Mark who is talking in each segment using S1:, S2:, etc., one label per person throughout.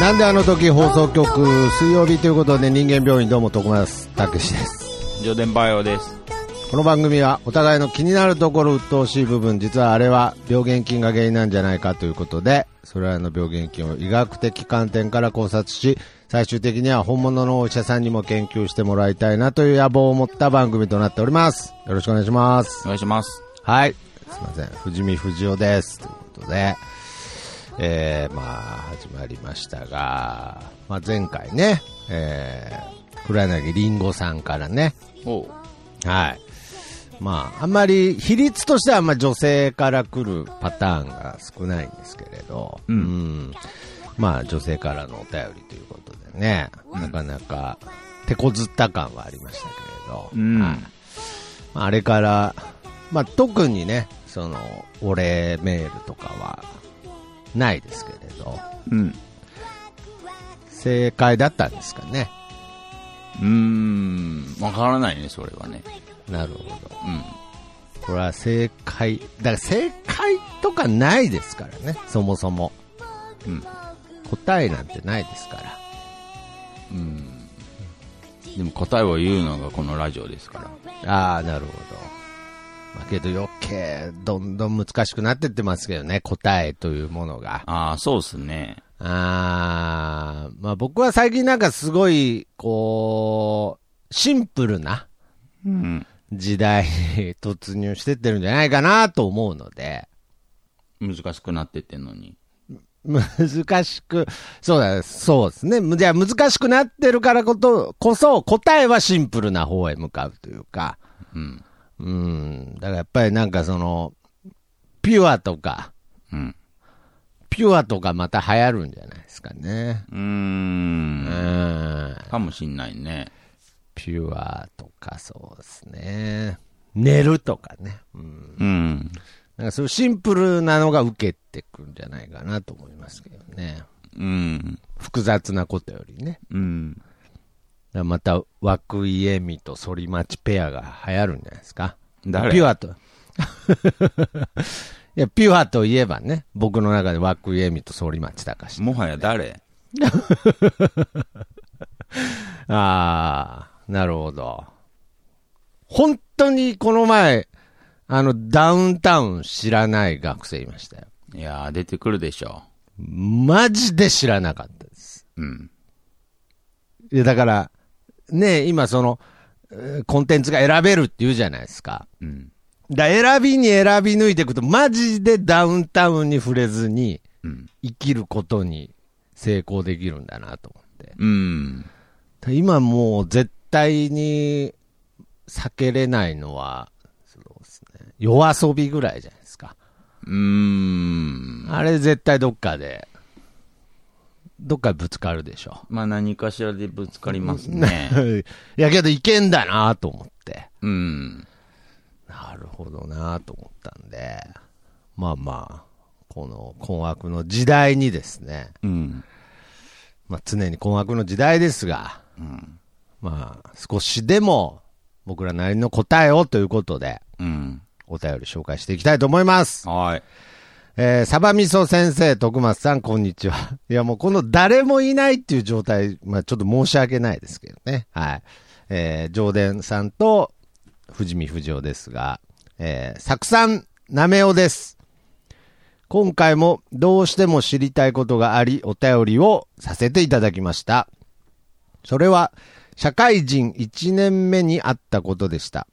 S1: なんであの時放送局水曜日ということで人間病院どうも徳松武史です
S2: ジョデンバイオです。
S1: この番組はお互いの気になるところ鬱陶しい部分実はあれは病原菌が原因なんじゃないかということでそれらの病原菌を医学的観点から考察し最終的には本物のお医者さんにも研究してもらいたいなという野望を持った番組となっておりますよろしくお願いします
S2: お願いします。
S1: はい。すいません。藤見藤夫です。ということで、えー、まあ、始まりましたが、まあ、前回ね、えー、黒柳りんごさんからね、
S2: おう。
S1: はい。まあ、あんまり、比率としてはあんまり女性から来るパターンが少ないんですけれど、うんまあ、女性からのお便りということでね、なかなか、手こずった感はありましたけれど、
S2: うん
S1: はいまああれから、まあ、特にね、その、お礼メールとかは、ないですけれど、
S2: うん。
S1: 正解だったんですかね。
S2: うーん。わからないね、それはね。
S1: なるほど。
S2: うん。
S1: これは正解、だから正解とかないですからね、そもそも。
S2: うん。
S1: 答えなんてないですから。
S2: でも答えを言うのがこのラジオですから。
S1: ああ、なるほど。まあ、けど余計、どんどん難しくなってってますけどね、答えというものが。
S2: ああ、そうっすね。
S1: あーまあ僕は最近なんかすごい、こう、シンプルな
S2: うん。
S1: 時代に突入してってるんじゃないかなと思うので、
S2: 難しくなってってんのに。
S1: 難しく、そうだ、そうですね。むじゃあ難しくなってるからこと、こそ答えはシンプルな方へ向かうというか、
S2: うん。
S1: うん、だからやっぱりなんかその、ピュアとか、
S2: うん。
S1: ピュアとかまた流行るんじゃないですかね。
S2: うー。
S1: うんん。
S2: かもしんないね。
S1: ピュアとかそうですね。寝るとかね。うん。
S2: うん。
S1: なんかそういうシンプルなのが受けてくるんじゃないかなと思いますけどね。
S2: うん。
S1: 複雑なことよりね。
S2: うん。
S1: だからまた、涌井絵美と反町ペアが流行るんじゃないですか。
S2: 誰
S1: ピュアと。い や、ピュアといえばね、僕の中で涌井絵美と反町隆史。
S2: もはや誰
S1: ああ、なるほど。本当にこの前、あの、ダウンタウン知らない学生いましたよ。
S2: いやー、出てくるでしょ
S1: マジで知らなかったです。
S2: う。うん。
S1: いや、だから、ねえ今その、えーコンテンツが選べるって言うじゃないですか。
S2: うん。
S1: だから選びに選び抜いていくと、マジでダウンタウンに触れずに、
S2: うん。
S1: 生きることに成功できるんだなと思って。
S2: うん。
S1: た今もう絶対に避けれないのは、そうですね。夜遊びぐらいじゃないですか。
S2: うーん。
S1: あれ絶対どっかで、どっかでぶつかるでしょ。
S2: まあ何かしらでぶつかりますね。
S1: いやけどいけんだなと思って。
S2: うん。
S1: なるほどなと思ったんで、まあまあ、この困惑の時代にですね、
S2: うん。
S1: まあ常に困惑の時代ですが、まあ少しでも僕らなりの答えをということで、
S2: うん。
S1: お便り紹介していきたいと思います。
S2: はい。
S1: えー、サバ味噌先生、徳松さん、こんにちは。 いや、もうこの誰もいないっていう状態、まあちょっと申し訳ないですけどね。はい。えー、上田さんと、藤見藤夫ですが、えー、作さん、なめおです。今回もどうしても知りたいことがあり、お便りをさせていただきました。それは、社会人1年目にあったことでした。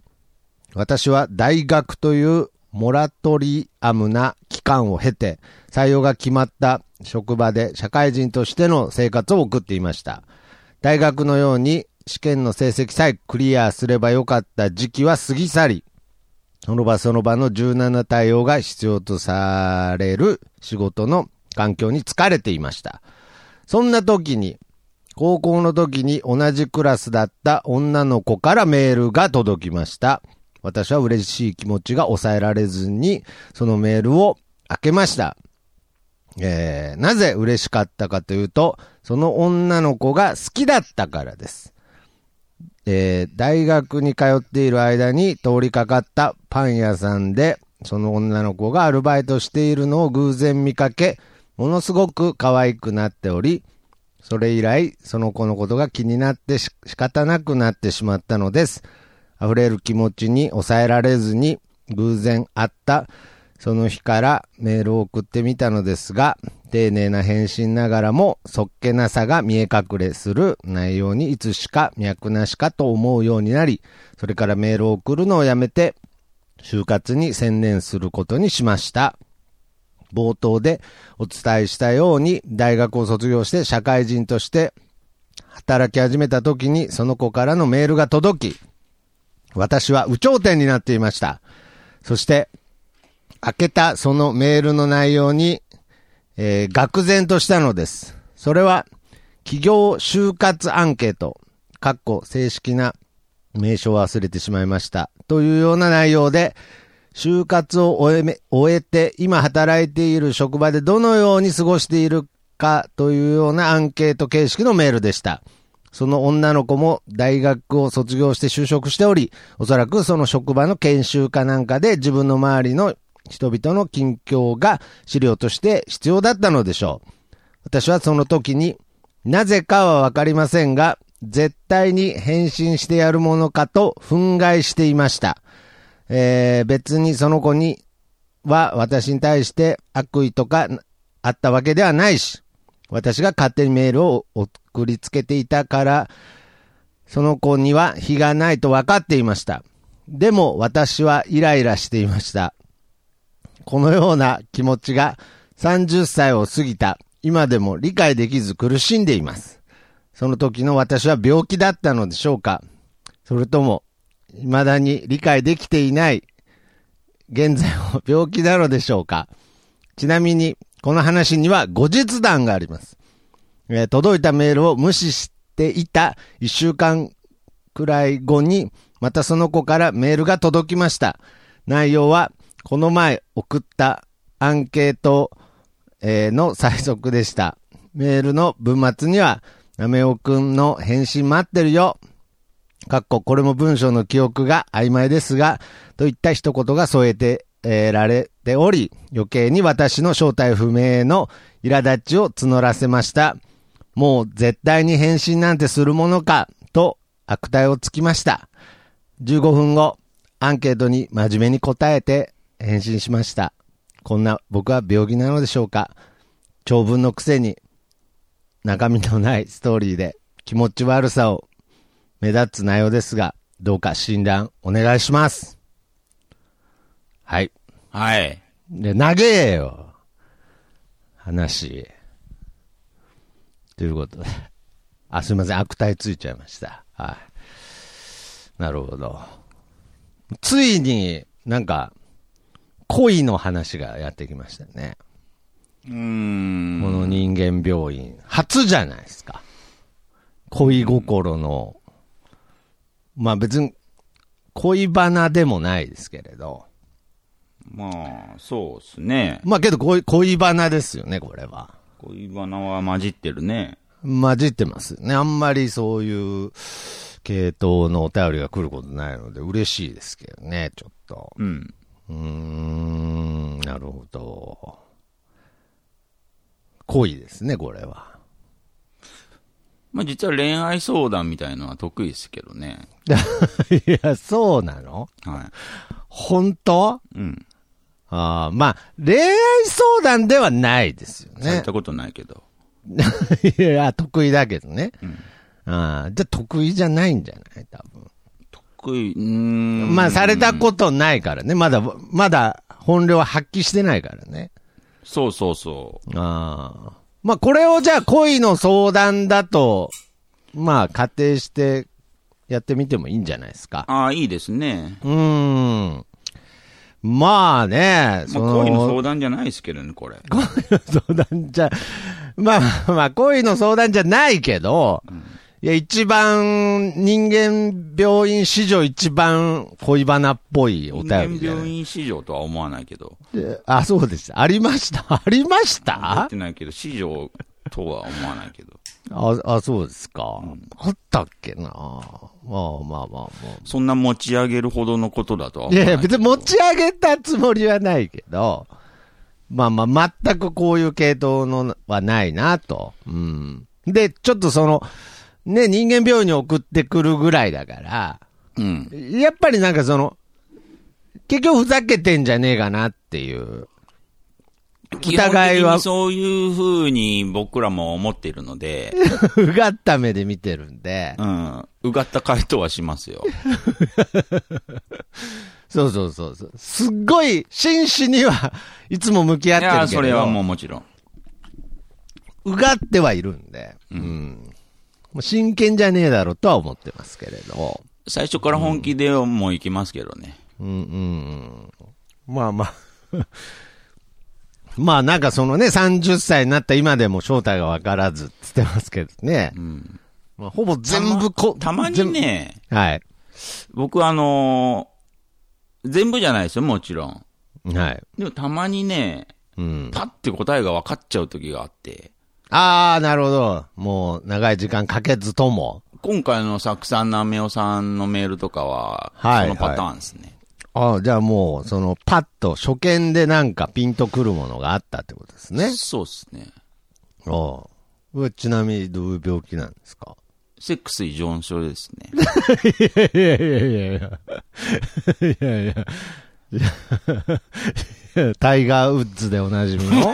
S1: 私は大学というモラトリアムな期間を経て、採用が決まった職場で社会人としての生活を送っていました。大学のように試験の成績さえクリアすればよかった時期は過ぎ去り、その場その場の柔軟な対応が必要とされる仕事の環境に疲れていました。そんな時に、高校の時に同じクラスだった女の子からメールが届きました。私は嬉しい気持ちが抑えられずに、そのメールを開けました。えー、なぜ嬉しかったかというと、その女の子が好きだったからです。えー大学に通っている間に通りかかったパン屋さんで、その女の子がアルバイトしているのを偶然見かけ、ものすごく可愛くなっており、それ以来、その子のことが気になってし仕方なくなってしまったのです。溢れる気持ちに抑えられずに、偶然会った、その日からメールを送ってみたのですが、丁寧な返信ながらも、そっけなさが見え隠れする内容にいつしか脈なしかと思うようになり、それからメールを送るのをやめて、就活に専念することにしました。冒頭でお伝えしたように、大学を卒業して社会人として働き始めた時にその子からのメールが届き、私は有頂天になっていました。そして、開けたそのメールの内容に、えー、愕然としたのです。それは、企業就活アンケート、かっこ正式な名称を忘れてしまいました。というような内容で、就活を終えめ終えて、今働いている職場でどのように過ごしているかというようなアンケート形式のメールでした。その女の子も大学を卒業して就職しており、おそらくその職場の研修かなんかで自分の周りの人々の近況が資料として必要だったのでしょう。私はその時に、なぜかはわかりませんが、絶対に返信してやるものかと憤慨していました。えー別にその子には私に対して悪意とかあったわけではないし、私が勝手にメールを送りつけていたから、その子には非がないと分かっていました。でも私はイライラしていました。このような気持ちが30歳を過ぎた今でも理解できず苦しんでいます。その時の私は病気だったのでしょうかそれとも、未だに理解できていない現在も病気なのでしょうかちなみに、この話には後日談があります。えー届いたメールを無視していた1週間くらい後に、またその子からメールが届きました。内容は、この前送ったアンケート、えーの最速でした。メールの文末には、なめおくんの返信待ってるよ。かっこ、これも文章の記憶が曖昧ですが、といった一言が添えて、えーられており、余計に私の正体不明の苛立ちを募らせました。もう絶対に返信なんてするものか、と悪態をつきました。15分後、アンケートに真面目に答えて返信しました。こんな僕は病気なのでしょうか長文のくせに中身のないストーリーで気持ち悪さを目立つ内容ですが、どうか診断お願いします。はい。
S2: はい。
S1: で、長えよ。話。ということで。 あ、すいません。悪態ついちゃいました。はい。なるほど。ついになんか、恋の話がやってきましたね。
S2: うーん。
S1: この人間病院。初じゃないですか。恋心の、まあ別に恋バナでもないですけれど。
S2: まあ、そうですね。
S1: まあけど恋恋バナですよね、これは。
S2: 恋バナは混じってるね。
S1: 混じってますね。あんまりそういう系統のお便りが来ることないので嬉しいですけどね、ちょっと。
S2: うん。
S1: うーん、なるほど。恋ですね、これは。
S2: まあ実は恋愛相談みたいのは得意ですけどね。
S1: いや、そうなの
S2: は
S1: 本当
S2: い。うん。
S1: あーまあ、恋愛相談ではないですよ
S2: され
S1: ね。
S2: たことないけど。
S1: いや、得意だけどね。
S2: ん
S1: あーじゃあ得意じゃないんじゃない多分。
S2: 得意、うーん。
S1: まあ、されたことないからね。まだ、まだ、本領は発揮してないからね。
S2: そうそうそう。
S1: ああ。まあ、これをじゃあ、恋の相談だと、まあ、仮定して、やってみてもいいんじゃないですか。
S2: ああ、いいですね。
S1: うーん。まあね、
S2: まあ、恋の相談じゃないですけどね、これ。
S1: 相談じゃ、まあまあまあ、恋の相談じゃないけど、いや、一番、人間病院史上一番恋バナっぽいお
S2: 人
S1: 便
S2: 間
S1: りじゃない
S2: 病院史上とは思わないけど。
S1: であ、そうでした。ありました。ありまし
S2: 思
S1: た
S2: ってないけど、史上とは思わないけど。
S1: あ、あ、そうですか。あったっけな。まあまあまあま
S2: そんな持ち上げるほどのことだとは
S1: あ。い
S2: 思わ
S1: やい
S2: ない
S1: や、
S2: け
S1: 別
S2: ど。
S1: に持ち上げたつもりはないけど、まあまあ、全くこういう系統のはないなと。うん。で、ちょっとその、ね、人間病院に送ってくるぐらいだから、
S2: うん。
S1: やっぱりなんかその、結局ふざけてんじゃねえかなっていう。疑いは
S2: 基本的にそういうふうに僕らも思っている ので、
S1: うがった目で見てるんで。
S2: うん。うがった回答はしますよ。
S1: そうそうそうそう。すっごい真摯にはいつも向き合
S2: い
S1: ってるけ
S2: や、
S1: ど。
S2: それはもうもちろん。
S1: う。がってはいるんで。うん。もう真剣じゃねえだろうとは思ってますけれど。
S2: 最初から本気でもう行きますけどね。
S1: うんうんうん。まあまあ。 まあなんかそのね、30歳になった今でも正体がわからずって言ってますけどね。
S2: うん。
S1: まあ、ほぼ全部こ、
S2: たまに
S1: 全部。
S2: ね、
S1: はい。
S2: 僕あのー全部じゃないですよ、もちろん。
S1: はい。
S2: でもたまにね、
S1: うん。
S2: パッて答えが分かっちゃう時があって、
S1: ああ、なるほど。もう長い時間かけずとも。
S2: 今回のサクさん、ナメオさんのメールとかは、
S1: はい
S2: そのパターンですね。
S1: ああ、じゃあもう、その、パッと、初見でなんかピンとくるものがあったってことですね。
S2: そうですね。
S1: ああ。うわちなみにどういう病気なんですか
S2: セックス異常症ですね。
S1: いやいやいやいや。いやいや。タイガー・ウッズでおなじみの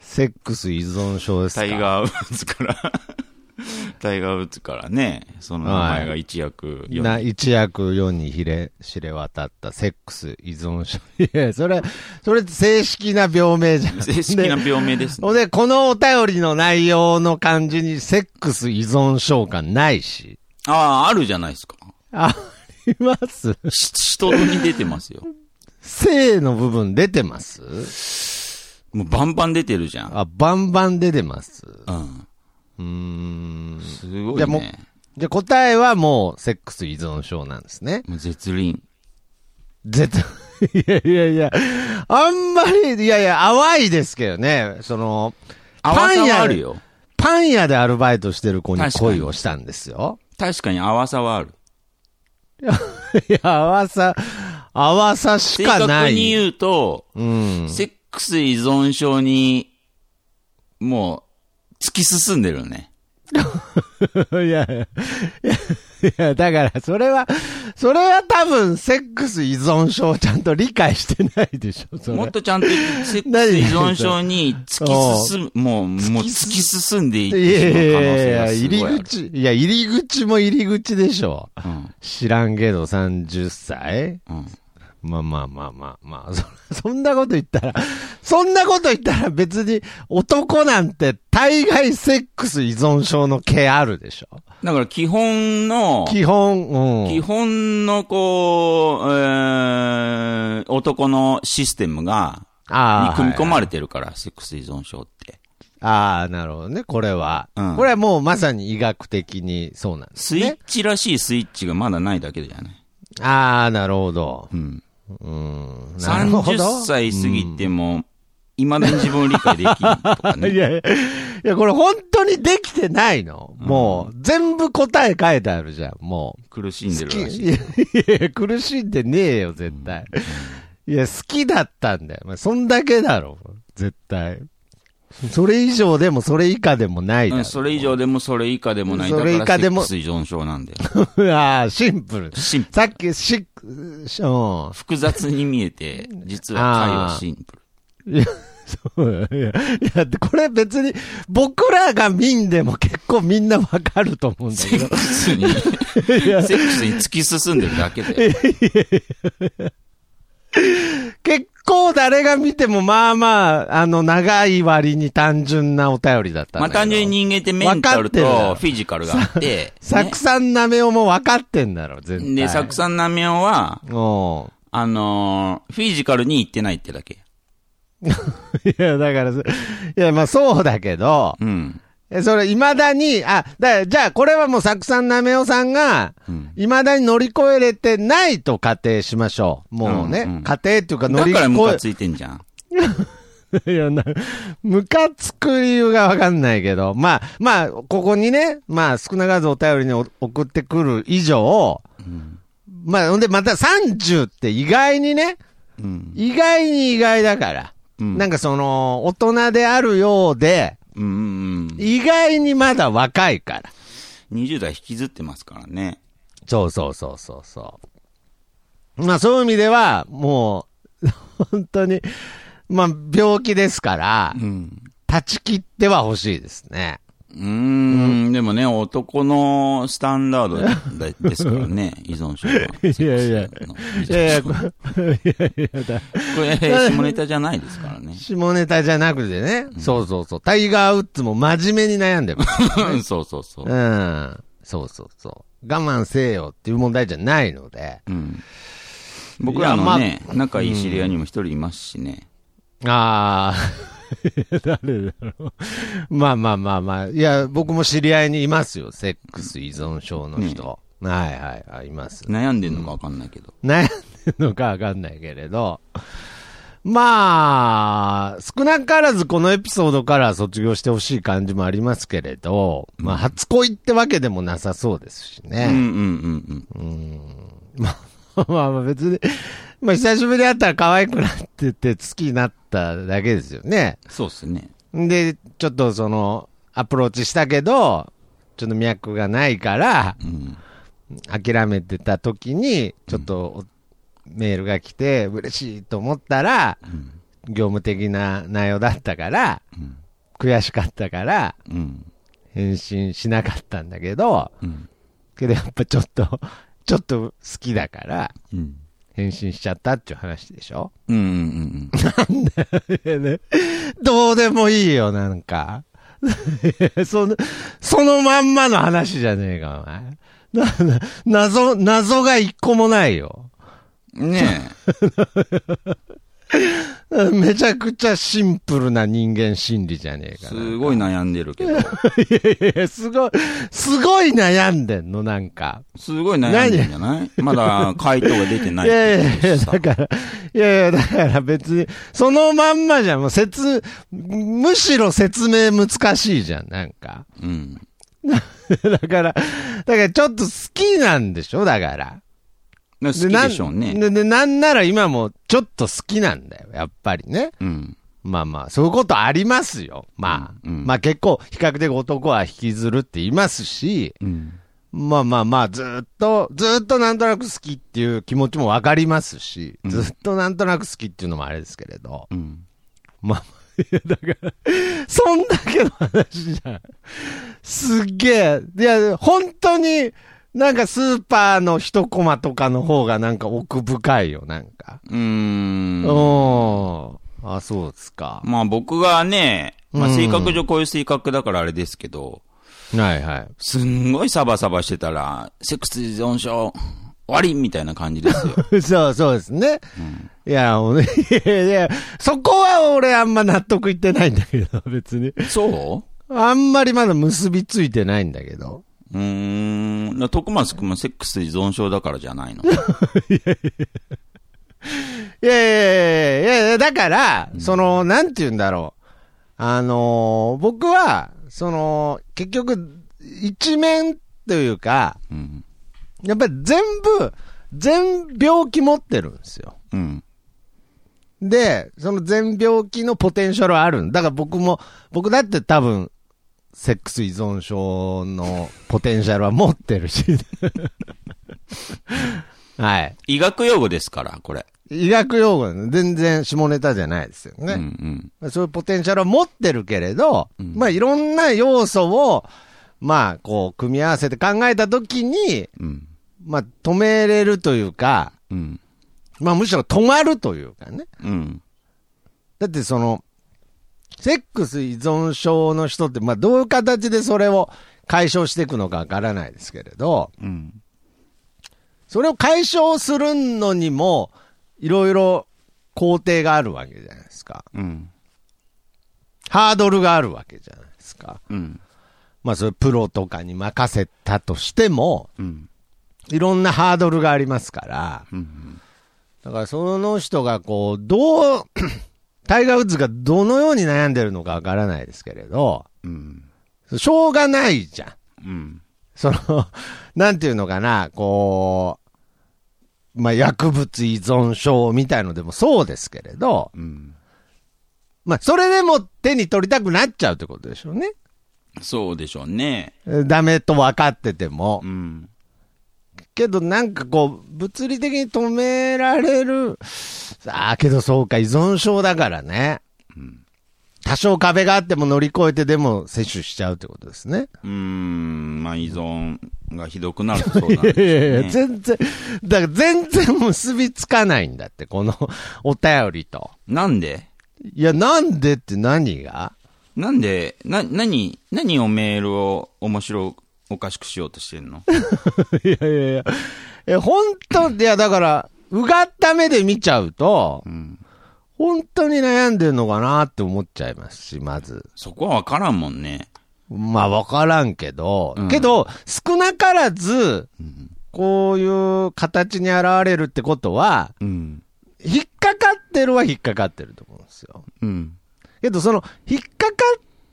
S1: セックス依存症ですか
S2: タイガー・ウッズから、タイガー・ウッズからね、その名前が一躍、よ
S1: な一躍世にひれ知れ渡ったセックス依存症。いや、それ、それ正式な病名じゃん。
S2: 正式な病名ですね。
S1: ほんで、このお便りの内容の感じにセックス依存症感ないし。
S2: ああ、あるじゃないですか。
S1: あります
S2: し人に出てますよ。
S1: 性の部分出てます
S2: もうバンバン出てるじゃん。
S1: あ、バンバン出てます。
S2: うん。
S1: うーん。
S2: すごいね。
S1: いやもうじゃあ答えはもうセックス依存症なんですね。
S2: もう絶倫。
S1: 絶対、 いやいやいや、あんまり、いやいや、淡いですけどね。その、
S2: 泡さ
S1: パン
S2: は
S1: 屋
S2: あるよ。
S1: パン屋でアルバイトしてる子に
S2: 確かに
S1: 恋をしたんですよ。
S2: 確かに泡さはある。
S1: いや、淡さ、淡さし
S2: 正
S1: か
S2: 確
S1: ない。
S2: に言うと、
S1: うん。
S2: セックス依存症に、もう、突き進んでるよね。
S1: いや、いやいや、だから、それは、それは多分、セックス依存症をちゃんと理解してないでしょ、それ。
S2: もっとちゃんと、セックス依存症に突き進む、もう、もう突き進んでいっ
S1: いやいやい
S2: てしまう可能
S1: やいや、
S2: 性がす
S1: 入
S2: ごい
S1: り
S2: ある。
S1: 口、いや、入り口も入り口でしょ。
S2: うん
S1: 知らんけど、30歳
S2: うん
S1: まあまあまあまあまあ、そそんなこと言ったら、そんなこと言ったら別に男なんて大概セックス依存症の毛あるでしょ。
S2: だから基本の、
S1: 基本、うん。
S2: 基本のこう、えー、男のシステムが、
S1: あ
S2: に
S1: ー
S2: 組み込ま
S1: はい
S2: れてるから、セックス依存症って。
S1: あー、なるほどね、これは、
S2: うん
S1: これはもうまさに医学的にそうなんです
S2: スイ
S1: ね
S2: ッ。チらしいスイッチがまだないだけじゃない。
S1: ああ、なるほど。
S2: うん。
S1: うん。なるほど
S2: 30歳過ぎても、未だに自分を理解できないと か
S1: い
S2: ね。
S1: やいや、いや、これ本当にできてないの。もう、全部答え書いてあるじゃん、もう。
S2: 苦しんで
S1: 好
S2: るら
S1: き
S2: し
S1: い
S2: い。
S1: やいやいや苦しんでねえよ、絶対。いや、好きだったんだよ。まあ、そんだけだろ、絶対。それ以上でもそれ以下でもないだ
S2: う
S1: ろ。
S2: ん、それ以上でもそれ以下でもない。だ
S1: そ
S2: か
S1: れ以
S2: ら
S1: 下
S2: セ
S1: で
S2: ッ
S1: も
S2: クス依存症なんだよ。
S1: ああ、シンプル。
S2: シンプル。
S1: さっき、シック、しょ
S2: 複雑に見えて、実は会はシンプル。
S1: いや、そういや、いや、でこれ別に、僕らが見んでも結構みんなわかると思うんだ
S2: セ
S1: け
S2: ッ
S1: ど。
S2: クスに、セックスに突き進んでるだけで。
S1: 結構誰が見てもまあまあ、あの、長い割に単純なお便りだったんだけど。
S2: まあ単純に人間ってメンタ
S1: わ
S2: ル
S1: か
S2: と
S1: ってる
S2: フィジカルがあって、
S1: サクさんなめおも分かってんだろ、絶対。
S2: ね、で、サクさんナミオは、
S1: お
S2: あのーフィジカルに行ってないってだけ。
S1: う いや、だからそ、いや、まあそうだけど、
S2: うん。
S1: えそれ、未だに、あ、だじゃあ、これはもうサクさんなめおさんが、
S2: うん
S1: 未だに乗り越えれてないと仮定しましょう。もうね、
S2: うんうん
S1: 仮定っていうか乗り越
S2: だからムカ
S1: え
S2: ついてんじゃん。
S1: いや、な、ムカつく理由がわかんないけど、まあ、まあ、ここにね、まあ、少なからずお便りにお送ってくる以上、まあ、ほんで、また30って意外にね、
S2: うん。
S1: 意外に意外だから、
S2: うん
S1: なんかその、大人であるようで、
S2: うんうんうん。
S1: 意外にまだ若いから。
S2: 20代引きずってますからね。
S1: そうそうそうそうそう。まあそういう意味では、もう、 本当に、まあ病気ですから
S2: う、ん。
S1: 断ち切っては欲しいですね。
S2: うーん、でもね、男のスタンダードだですから ね、依存症は。
S1: いやいや
S2: 依存症
S1: いやいや、
S2: こ
S1: こいやいやだ。
S2: れ、下ネタじゃないですからね
S1: 下ネタじゃなくてね、そうそうそう。タイガー・ウッズも真面目に悩んでます。
S2: うん そうそうそうう。
S1: ん。そうそうそう。我慢せよっていう問題じゃないので。
S2: うん、僕らのね、仲いい知り合いにも一人いますしね。
S1: ああ、 誰だろう。まあまあまあまあ。いや、僕も知り合いにいますよ。セックス依存症の人。はいはいはい、います。
S2: 悩んでんのかわかんないけど。
S1: 悩んでるのかわかんないけれど。まあ、少なからずこのエピソードからは卒業してほしい感じもありますけれど、まあ、初恋ってわけでもなさそうですし
S2: うんうん
S1: ね。
S2: うんうん。
S1: まあまあ別に、まあ久しぶりに会ったら可愛くなってて好きになっただけですよね。
S2: そうっすね。
S1: で、ちょっとその、アプローチしたけど、ちょっと脈がないから、
S2: うん。
S1: 諦めてた時に、ちょっとお、メールが来て、嬉しいと思ったら、
S2: うん。
S1: 業務的な内容だったから、
S2: うん。
S1: 悔しかったから、
S2: うん。
S1: 返信しなかったんだけど、
S2: うん。
S1: けどやっぱちょっと、 ちょっと好きだから、
S2: うん。
S1: 返信しちゃったっていう話でしょ
S2: うんうん
S1: どうでもいいよ、なんか。 その、そのまんまの話じゃねえか、お前。な、な謎、謎が一個もないよ。
S2: うん。ね
S1: めちゃくちゃシンプルな人間心理じゃねえ
S2: え。
S1: かな。
S2: すごい悩んでる けど。
S1: いやいや、すごい、すごい悩んでんの、なんか。
S2: すごい悩んでんじゃないまだ回答が出てないい
S1: やいや
S2: っ
S1: い
S2: て
S1: や、
S2: ことさ
S1: だから、いやいや、だから別に、そのまんまじゃん、もう説、むしろ説明難しいじゃん、なんか。
S2: うん。
S1: だから、だからちょっと好きなんでしょ、だから。
S2: 好きでしょう
S1: なん
S2: ね。
S1: で、でなんなら今もちょっと好きなんだよ、やっぱりね。
S2: うん。
S1: まあまあ、そういうことありますよ。まあ、
S2: うんうん
S1: まあ結構、比較的男は引きずるって言いますし、
S2: うん。
S1: まあまあまあ、ずーっと、ずーっとなんとなく好きっていう気持ちもわかりますし、ずーっとなんとなく好きっていうのもあれですけれど、
S2: うん。
S1: まあ、いやだから、そんだけの話じゃん。すっげえ。いや、本当に、なんかスーパーの一コマとかの方がなんか奥深いよ、なんか。
S2: うーん
S1: う。ん。あ、そうですか。
S2: まあ僕がね、まあ
S1: うん
S2: 性格上こういう性格だからあれですけど、
S1: はいはい。
S2: すんごいサバサバしてたら、セックス依存症、終わりみたいな感 じですよ。
S1: そうそうですね。いや、おね、 いやいや、そこは俺あんま納得いってないんだけど、 別に。
S2: そ
S1: あんまりまだ結びついてないんだけど。
S2: ううーん。徳松くんもセックス依存症だからじゃないの。
S1: いやいやいやいやいやいや、だから、その、なんて言うんだろう。あのー僕は、その、結局、一面というか、
S2: うん。
S1: やっぱり全部、全病気持ってるんですよ。
S2: うん。
S1: で、その全病気のポテンシャルはあるんだ。から僕も、僕だって多分、セックス依存症のポテンシャルは持ってるし。 はい。
S2: 医学用語ですから、これ。
S1: 医学用語なんで全然下ネタじゃないですよ
S2: うんう
S1: ね。
S2: ん。
S1: そういうポテンシャルは持ってるけれど、
S2: うん
S1: まあいろんな要素を、まあこう組み合わせて考えたときに、
S2: うん。
S1: まあ止めれるというか、
S2: うん。
S1: まあむしろ止まるというかね。
S2: うん。
S1: だってその、セックス依存症の人って、まあどういう形でそれを解消していくのかわからないですけれど、
S2: うん。
S1: それを解消するのにも、いろいろ工程があるわけじゃないですか。
S2: うん。
S1: ハードルがあるわけじゃないですか。
S2: うん。
S1: まあそれプロとかに任せたとしても、
S2: うん。
S1: いろんなハードルがありますから、
S2: うん。
S1: だからその人がこう、どう、タイガー・ウッズがどのように悩んでるのかわからないですけれど、
S2: うん。
S1: しょうがないじゃん。
S2: うん。
S1: その、 なんていうのかな、こう、まあ、薬物依存症みたいのでもそうですけれど、
S2: うん。
S1: まあ、それでも手に取りたくなっちゃうってことでしょうね。
S2: そうでしょうね。
S1: ダメと分かってても
S2: う。ん。
S1: けどなんかこう、物理的に止められる。ああ、けどそうか、依存症だからね。多少壁があっても乗り越えてでも摂取しちゃうってことですね。
S2: うーん、まあ依存がひどくなるとそうなんで
S1: いやいやいや
S2: すね。
S1: 全然、だから全然結びつかないんだって、この お便りと。
S2: なんで
S1: いや、なんでって何が
S2: なんで、な、何、何をメールを面白おかしくしようとしてんの
S1: いやいやいや。え、本当、いやだから、うがった目で見ちゃうと、
S2: ん
S1: 本当に悩んでるのかなって思っちゃいますし、まず。
S2: そこはわからんもんね。
S1: まあ、わからんけど、
S2: うん
S1: けど、少なからず、
S2: うん。
S1: こういう形に現れるってことは、
S2: うん。
S1: 引っかかってるは引っかかってると思うんですよ。
S2: うん。
S1: けど、その、引っかか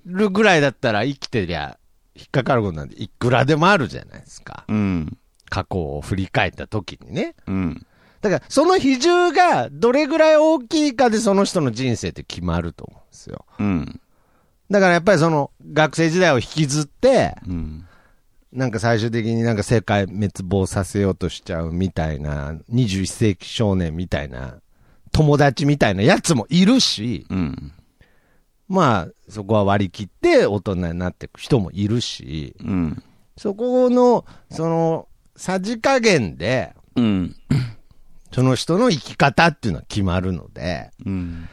S1: るぐらいだったら生きてりゃ、引っかかることなんていくらでもあるじゃないですか。
S2: うん。
S1: 過去を振り返った時にね。
S2: うん。
S1: だから、その比重がどれぐらい大きいかでその人の人生って決まると思うんですよ。
S2: うん。
S1: だからやっぱりその学生時代を引きずって、
S2: うん。
S1: なんか最終的になんか世界滅亡させようとしちゃうみたいな、21世紀少年みたいな、友達みたいなやつもいるし、
S2: うん。
S1: まあそこは割り切って大人になっていく人もいるし、
S2: うん。
S1: そこの、その、さじ加減で、
S2: うん。
S1: その人の生き方っていうのは決まるので、
S2: うん。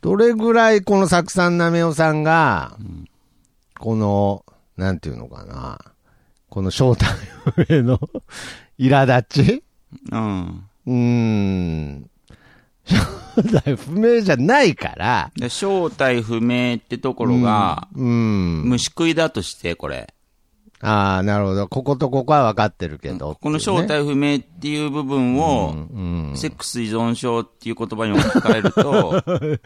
S1: どれぐらいこの作さんなめおさんが、この、なんていうのかな、この正体への 苛立ち
S2: うん。
S1: うーん。正体不明じゃないから、
S2: で正体不明ってところが、
S1: うーん。
S2: 虫食いだとして、これ。
S1: ああ、なるほど。こことここは分かってるけど、
S2: この正
S1: っていうね。
S2: 体不明っていう部分を、
S1: うん。
S2: セックス依存症っていう言葉に置き換え ると、ちょっ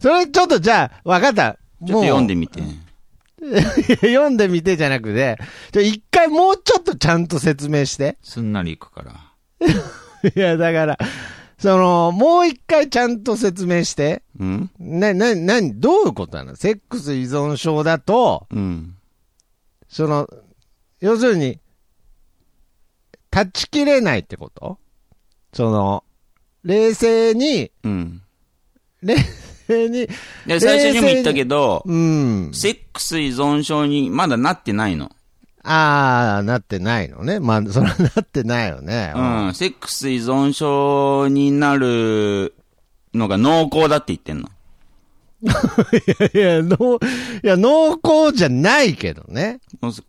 S1: それちょっとじゃあ、分かった。
S2: と読んで
S1: み
S2: みて。
S1: て。 読んでみてじゃなくて、ちょ一回もうちょっとちゃんと説明して。
S2: すんなりいくから。
S1: いや、だから、その、もう一回ちゃんと説明して。
S2: うん
S1: な、な、な、どういうことなのセックス依存症だと、
S2: うん。
S1: その、要するに、断ち切れないってことその、冷静に、
S2: うん。
S1: 冷静に、
S2: で、最初にも言ったけど、
S1: うん。
S2: セックス依存症にまだなってないの。
S1: ああ、なってないのね。まあ、それはなってないよね。
S2: うん。セックス依存症になるのが濃厚だって言ってんの。
S1: いやいや、濃、いや、濃厚じゃないけどね。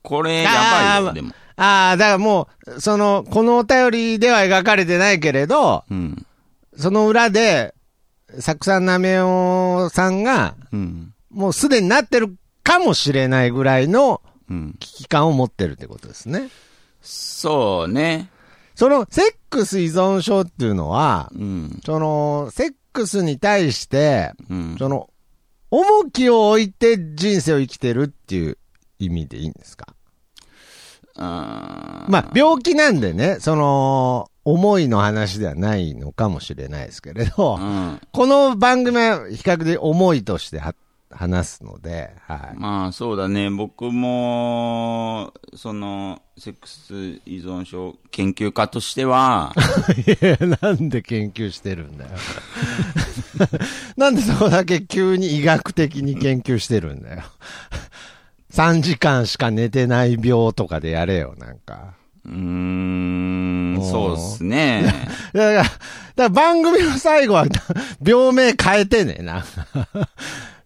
S2: これ、やばい
S1: あー
S2: よ、でも。
S1: ああ、だからもう、その、このお便りでは描かれてないけれど、
S2: うん。
S1: その裏で、サクさんなめおさんが、
S2: うん。
S1: もうすでになってるかもしれないぐらいの
S2: うん。
S1: 危機感を持ってるってことですね。
S2: そうね。
S1: その、セックス依存症っていうのは、
S2: うん。
S1: その、セックスに対して、
S2: うん。
S1: その、重きを置いて人生を生きてるっていう意味でいいんですか
S2: あー
S1: まあ、病気なんでね、その、思いの話ではないのかもしれないですけれど、
S2: うん。
S1: この番組は比較的思いとしては話すので、はい。
S2: まあそうだね、僕も、その、セックス依存症研究家とし ては、
S1: いや、 なんで研究してるんだよ。 なんでそこだけ急に医学的に研究してるんだよ。3時間しか寝てない病とかでやれよ、なんか。
S2: うーん、
S1: おー
S2: そうっ すね。
S1: いやだから、だから番組の最後は病名変えてね、なんか。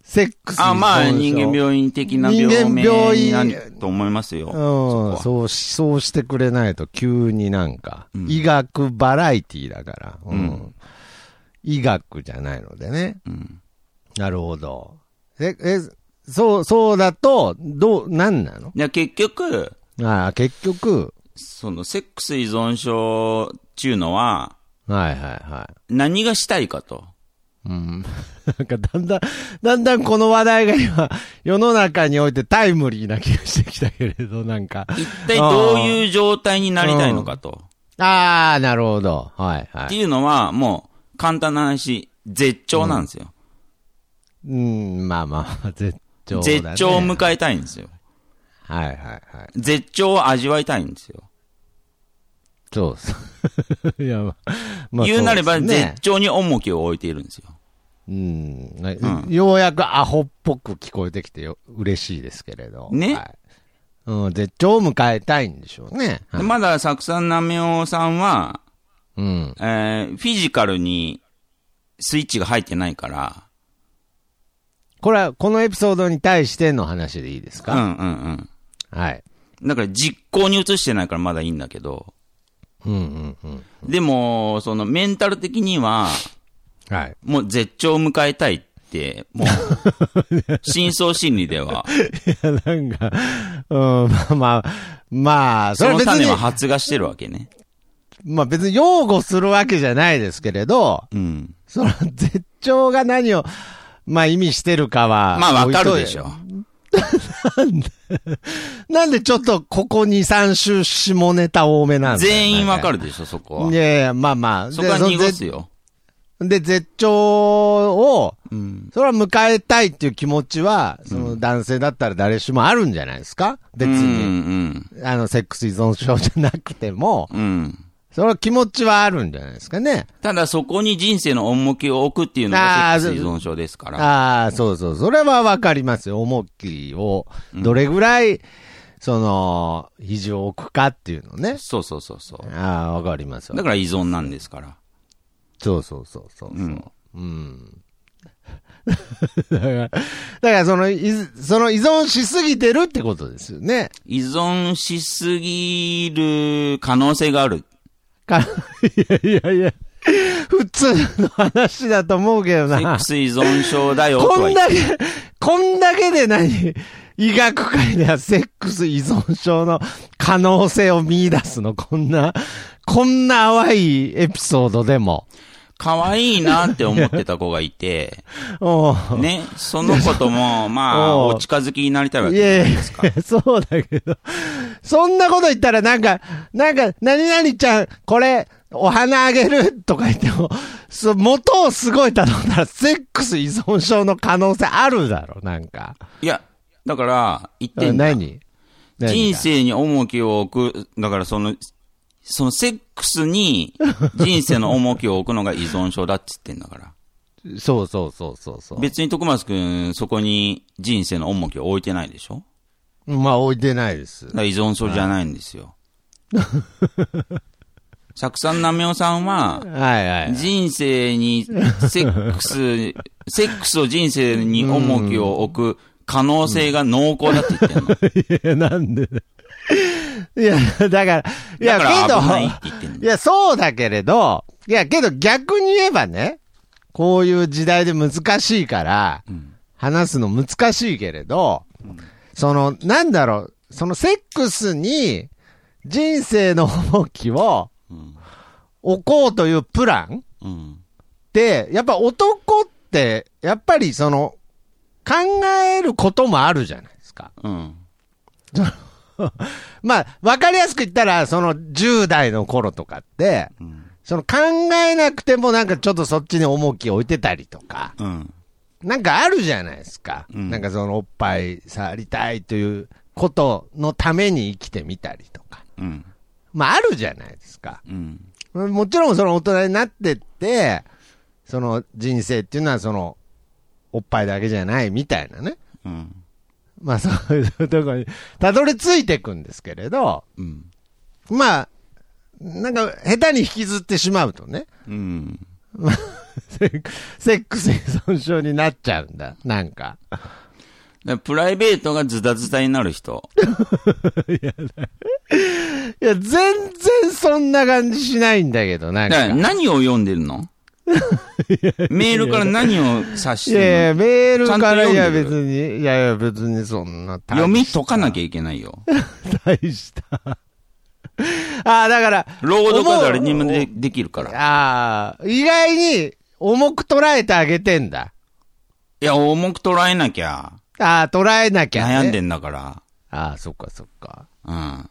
S1: セックス依存症
S2: あまあ、人間病院的な
S1: 人間
S2: 病名
S1: 病
S2: に
S1: 院
S2: なると思いますよ。
S1: うん、
S2: そこは
S1: そうし、そうしてくれないと急になんか、
S2: うん
S1: 医学バラエティだから、うん。
S2: うん
S1: 医学じゃないのでね。
S2: うん
S1: なるほど。え、え、そう、そうだと、どう、なんなの
S2: いや結局、
S1: ああ、結局、
S2: その、セックス依存症っていうのは、
S1: はいはいは
S2: 何がしたいかと。
S1: い。うん。 なんかだんだん、だんだんこの話題が今、世の中においてタイムリーな気がしてきたけれど、なんか。
S2: 一体どういう状態になりたいのかと。
S1: ああ、なるほど。はいは
S2: って
S1: い。
S2: いうのは、もう、簡単な話、絶頂なんですよ。
S1: うん、まあまあ、絶頂、
S2: 絶頂を迎えたいんですよ。
S1: はいはいはい。
S2: 絶頂を味わいたいんですよ。
S1: そう です。いや、まあまあ
S2: 言うなれば、
S1: そですね
S2: 絶頂に重きを置いているんですよ。
S1: うん、
S2: ん
S1: ようやくアホっぽく聞こえてきてよ、嬉しいですけれど。
S2: ね
S1: はいうん、絶頂を迎えたいんでしょうね。
S2: でまだ、サクさんなめおさんは、
S1: うん。
S2: えーフィジカルにスイッチが入ってないから、
S1: これは、このエピソードに対しての話でいいです
S2: うん
S1: か、
S2: うんうん。
S1: はい。
S2: だから実行に移してないからまだいいんだけど、
S1: うんうんうん。
S2: でも、そのメンタル的には、
S1: はい。
S2: もう絶頂を迎えたいって、もう、 深層心理では、
S1: なんか、うん、まあまあ、まあ、そ
S2: そ
S1: れは
S2: の
S1: 別
S2: 種は
S1: に、
S2: 発芽してるわけね。
S1: まあ別に擁護するわけじゃないですけれど、
S2: うん。
S1: その絶頂が何を、まあ意味してるかは。
S2: まあわかる
S1: 置いとい
S2: でしょ。
S1: なんでちょっとここ2、3週下ネタ多めなんだよね
S2: 全員わかるでしょ、そこ
S1: い
S2: は。
S1: やいや、まあまあ。
S2: そこは
S1: で
S2: 濁
S1: そ
S2: すよ。
S1: ので、絶頂を、
S2: うん。
S1: それは迎えたいっていう気持ちは、その男性だったら誰しもあるんじゃないですか別
S2: う
S1: に。
S2: ん
S1: あの、セックス依存症じゃなくても、
S2: うん。うん。
S1: その気持ちはあるんじゃないですかね。
S2: ただそこに人生の重きを置くっていうのが
S1: あー
S2: セックス依存症ですから。
S1: ああ、そうそう。それはわかりますよ。重きを、どれぐらい、その、肘を置くかっていうのね。
S2: そうそうそうそう。
S1: ああ、わかりますよ
S2: だ。から依存なんですから。
S1: そうそうそうそうそう。
S2: うん。
S1: うん。だから、だからその依存、その依存しすぎてるってことですよ ね。
S2: 依存しすぎる可能性がある。
S1: かいやいやいや、普通の話だと思うけど
S2: セッ
S1: な
S2: ク。ス依存症だよと
S1: こ
S2: は
S1: ん
S2: 言っ
S1: だけ、こんだけで何医学界ではセックス依存症の可能性を見出すのこんな、こんな淡いエピソードでも。
S2: 可愛いなって思ってた子が いて、
S1: おう
S2: ね、その子とも、まあ、
S1: おう
S2: お近づきになりたいわけ
S1: い
S2: じゃ
S1: や
S2: ないい
S1: や
S2: ですか。、
S1: そうだけど、そんなこと言ったらなんか、なんか、何々ちゃん、これ、お花あげるとか言っても、そ元をすごい頼んだら、セックス依存症の可能性あるだろ、なんか。
S2: いや、だから、言ってんだ
S1: 何何
S2: 人生に重きを置く、だからその、そのセック スに人生の重きを置くのが依存症だって言ってんだから。
S1: そうそうそうそうそう。
S2: 別に徳松くん、そこに人生の重きを置いてないでしょ
S1: まあ、置いてないです
S2: だか。ら依存症じゃないんですよ。サクさんなめおさんは、
S1: はいはい。
S2: 人生に、セ ックス、セックスを人生に重きを置く可能性が濃厚だって言ってんの。
S1: いや、なんでだいや、だから、い
S2: だ
S1: や、
S2: から
S1: けど
S2: 危ないって言ってんの
S1: い。や、そうだけれど、いや、けど逆に言えばね、こういう時代で難しいから、話すの難しいけれど、その、なんだろう、そのセックスに人生の重きを
S2: うん
S1: 置こうというプラン
S2: うん
S1: って、やっぱ男って、やっぱりその、考えることもあるじゃないですか。
S2: うん
S1: まあ、わかりやすく言ったら、その10代の頃とかって、
S2: うん
S1: その考えなくてもなんかちょっとそっちに重きを置いてたりとか、
S2: うん
S1: なんかあるじゃないですか。
S2: うん
S1: なんかそのおっぱい触りたいということのために生きてみたりとか。
S2: うん
S1: まああるじゃないですか。
S2: うん
S1: もちろんその大人になってって、その人生っていうのはそのおっぱいだけじゃないみたいなね。
S2: うん
S1: まあそういうとこにたどり着いていくんですけれど、
S2: うん
S1: まあ、なんか下手に引きずってしまうとね、
S2: うん
S1: セックセックス依存症になっちゃうんだ。なんか。
S2: だからプライベートがズタズタになる人。
S1: いや、全然そんな感じしないんだけど、な
S2: だ
S1: んか。
S2: から何を読んでるのメールから何を指し
S1: いやいや、
S2: てる
S1: メールから、い
S2: ちゃ
S1: や
S2: んと読んで
S1: 別
S2: る
S1: に、いやいや別にそんな
S2: の
S1: 大
S2: 読み
S1: し
S2: 解かなきゃいけないよ。
S1: 大した。ああ、だから、
S2: 朗読は誰にもでできるから。
S1: ああ、意外に重く捉えてあげてんだ。
S2: いや、重く捉えなきゃ。
S1: ああ、捉えなきゃ、ね。
S2: 悩んでんだから。
S1: ああ、そっかそっか。
S2: うん。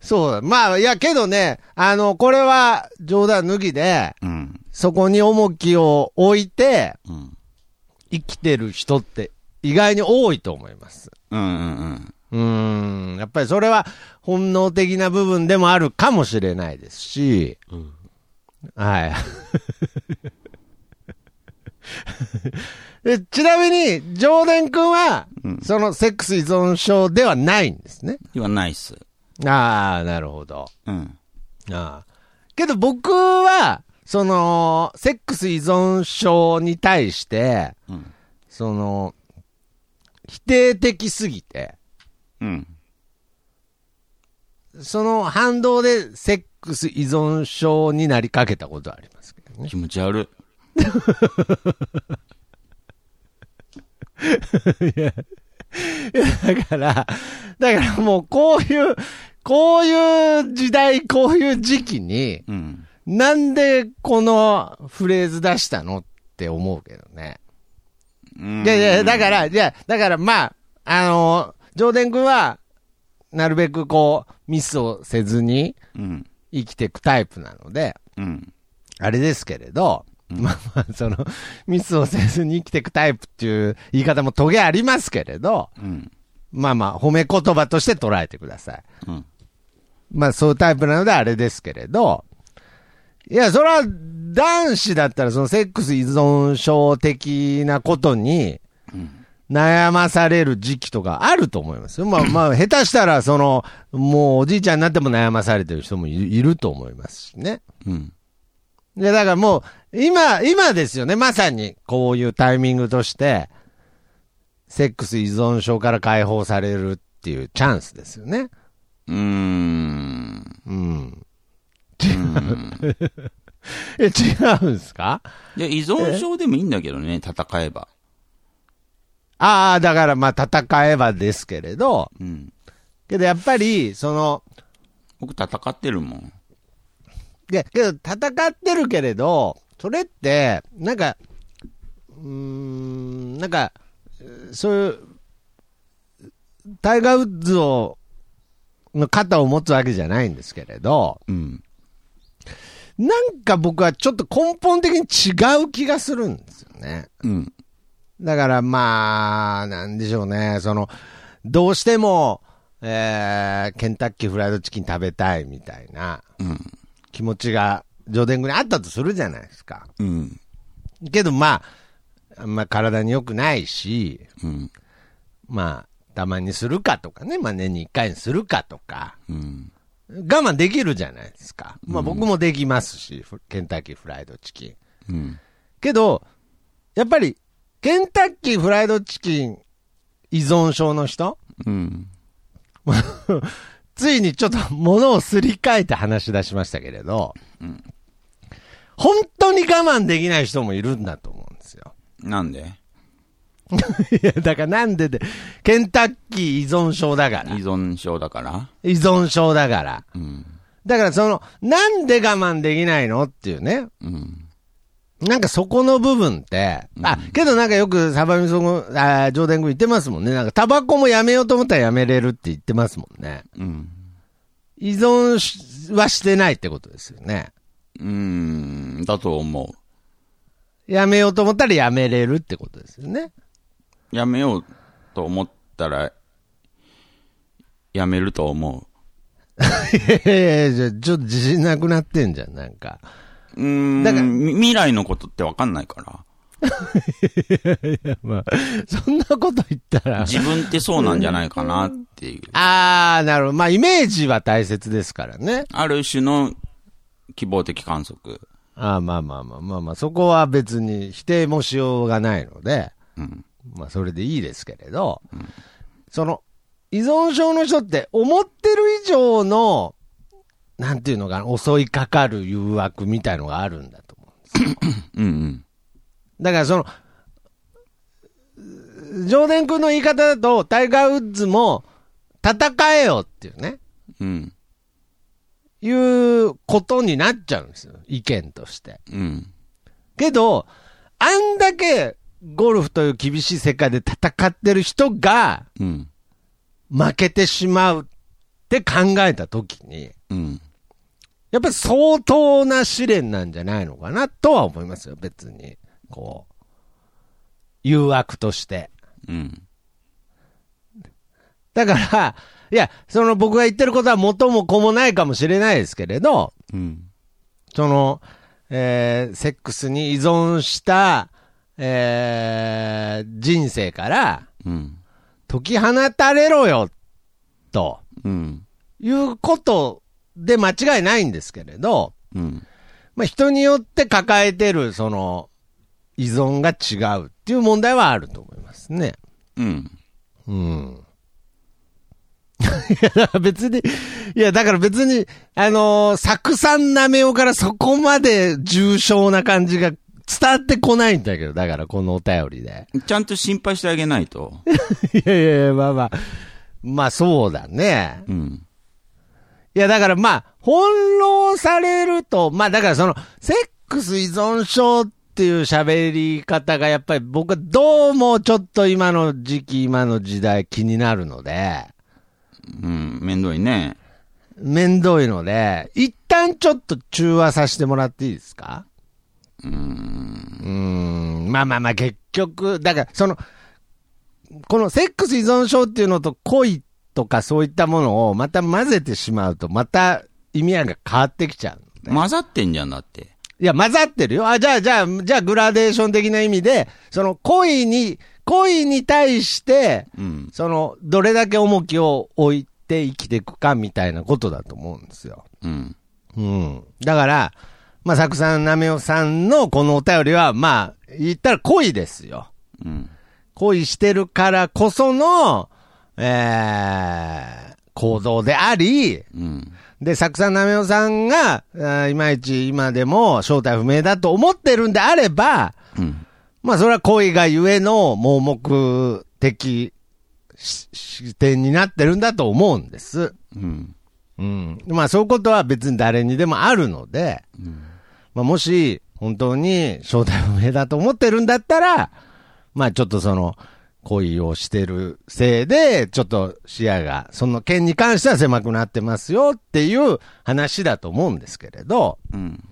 S1: そうだ。まあ、いやけどね、あの、これは冗談抜きで、
S2: うん。
S1: そこに重きを置いて、
S2: うん。
S1: 生きてる人って意外に多いと思います。
S2: うんうんうん。
S1: うーん、やっぱりそれは本能的な部分でもあるかもしれないですし、はい。 でちなみに、ジョーデン君は、そのセックス依存症ではないんですね。
S2: ではないっす。
S1: ああ、なるほど。
S2: うん。
S1: ああ。けど僕は、その、セックス依存症に対して、
S2: うん。
S1: その、否定的すぎて、
S2: うん。
S1: その反動でセックス依存症になりかけたことはありますけどね。
S2: 気持ち悪い。
S1: だから、だからもうこういう、こういう時代、こういう時期に、
S2: うん。
S1: なんでこのフレーズ出したのって思うけどね。
S2: うん
S1: いやいや、だから、いや、だからまあ、あのー、上田君は、なるべくこう、ミスをせずに
S2: うん。
S1: 生きていくタイプなので、
S2: うん。
S1: あれですけれど、まあまあ、その、ミスをせずに生きていくタイプっていう言い方もトゲありますけれど、
S2: うん。
S1: まあまあ、褒め言葉として捉えてください。
S2: うん。
S1: まあ、そういうタイプなのであれですけれど、いや、それは男子だったら、そのセックス依存症的なことに悩まされる時期とかあると思いますよ。まあ、まあ、下手したら、その、もうおじいちゃんになっても悩まされてる人もいるいると思いますしね。
S2: うん。
S1: で、だからもう、今、今ですよね。まさに、こういうタイミングとして、セックス依存症から解放されるっていうチャンスですよね。
S2: うーん。
S1: うん。 違う。え、違うんですか
S2: いや、依存症でもいいんだけどね、戦えば。
S1: ああ、だからまあ戦えばですけれど、
S2: うん。
S1: けどやっぱり、その、
S2: 僕戦ってるもん。
S1: いや、けど戦ってるけれど、それって、なんか、うーん、なんか、そういう、タイガー・ウッズを、の肩を持つわけじゃないんですけれど、
S2: うん。
S1: なんか僕はちょっと根本的に違う気がするんですよね。
S2: うん。
S1: だからまあ、なんでしょうね、その、どうしても、えー、ケンタッキーフライドチキン食べたいみたいな
S2: うん。
S1: 気持ちが、ジョデングにあったとするじゃないですか。
S2: うん。
S1: けどまあ、あんま体に良くないし、
S2: うん。
S1: まあ、たまにするかとかね、まあ年に一回にするかとか、
S2: うん。
S1: 我慢できるじゃないですか。まあ僕もできますし、フケンタッキーフライドチキン。
S2: うん。
S1: けど、やっぱり、ケンタッキーフライドチキン依存症の人
S2: うん。
S1: ついにちょっと物をすり替えて話し出しましたけれど、
S2: うん
S1: 本当に我慢できない人もいるんだと思うんですよ。
S2: なんで
S1: いや、だからなんでで、ケンタッキー依存症だから
S2: 依。存症だから
S1: 依存症だから。
S2: うん。
S1: だからその、なんで我慢できないのっていうね。
S2: うん。
S1: なんかそこの部分って、あ、けどなんかよくサバミソン、あー上田君言ってますもんね。なんかタバコもやめようと思ったらやめれるって言ってますもんね。
S2: うん。
S1: 依存しはしてないってことですよね。
S2: うん。だと思
S1: やめようと思ったらやめれるってことですよね。
S2: う。やめようと思ったら、やめると思
S1: いやいやじゃあちょっと自信なくなってんじゃん、なんか。
S2: う。うん。
S1: だから
S2: み未来のことってわかんないか
S1: まあ、そんなこと言った
S2: ら。
S1: ら。
S2: 自分ってそうなんじゃないかなっていう。
S1: あー、なるほど。まあ、イメージは大切ですからね。
S2: ある種の希望的観測。
S1: あーまあまあまあまあまあ、そこは別に否定もしようがないので、
S2: うん。
S1: まあ、それでいいですけれど、その、依存症の人って思ってる以上の、なんていうのかな、襲いかかる誘惑みたいのがあるんだと思う。
S2: うんうん。
S1: だからその、上田君の言い方だと、タイガー・ウッズも、戦えよっていうね、
S2: うん。
S1: いうことになっちゃうんですよ、意見として。
S2: うん。
S1: けど、あんだけゴルフという厳しい世界で戦ってる人が、
S2: うん。
S1: 負けてしまうって考えたときに、
S2: うん。
S1: やっぱり相当な試練なんじゃないのかなとは思いますよ、別に。こう。誘惑として。
S2: うん。
S1: だから、いや、その僕が言ってることは元も子もないかもしれないですけれど、
S2: うん。
S1: その、えーセックスに依存した、えー人生から
S2: うん。
S1: 解き放たれろよ、と
S2: うん。
S1: いうことで間違いないんですけれど、
S2: うん。
S1: まあ、人によって抱えてる、その、依存が違うっていう問題はあると思いますね。
S2: うん。
S1: うん。いや、だから別に、いや、だから別に、あのー、作産なめおからそこまで重症な感じが伝わってこないんだけど、だからこのお便りで。
S2: ちゃんと心配してあげないと。
S1: いやいやいや、まあまあ、まあそうだね。
S2: うん。
S1: いや、だからまあ、翻弄されると、まあだからその、セックス依存症っていう喋り方がやっぱり僕はどうもちょっと今の時期、今の時代気になるので、
S2: うん。めんどいね。
S1: 面倒いので、一旦ちょっと中和させてもらっていいですかうーん。まあまあまあ結局、だからその、このセックス依存症っていうのと恋とかそういったものをまた混ぜてしまうと、また意味合いが変わってきちゃう。
S2: 混ざってんじゃんだって。
S1: いや、混ざってるよ。あ、じゃあ、じゃあ、じゃあ、グラデーション的な意味で、その恋に、恋に対して、
S2: うん。
S1: その、どれだけ重きを置いて生きていくかみたいなことだと思うんですよ。
S2: うん。
S1: うん。だから、まあ、作さんなめおさんのこのお便りは、まあ、言ったら恋ですよ。
S2: うん。
S1: 恋してるからこその、えー、行動であり、
S2: うん。
S1: で、作さんなめおさんが、あーいまいち今でも正体不明だと思ってるんであれば、
S2: うん。
S1: まあ、それは恋がゆえの盲目的し視点になってるんだと思うんです。
S2: うん。
S1: うん。まあそういうことは別に誰にでもあるので、まあもし本当に正体不明だと思ってるんだったら、まあちょっとその恋をしてるせいで、ちょっと視野が、その件に関しては狭くなってますよっていう話だと思うんですけれど、
S2: うん。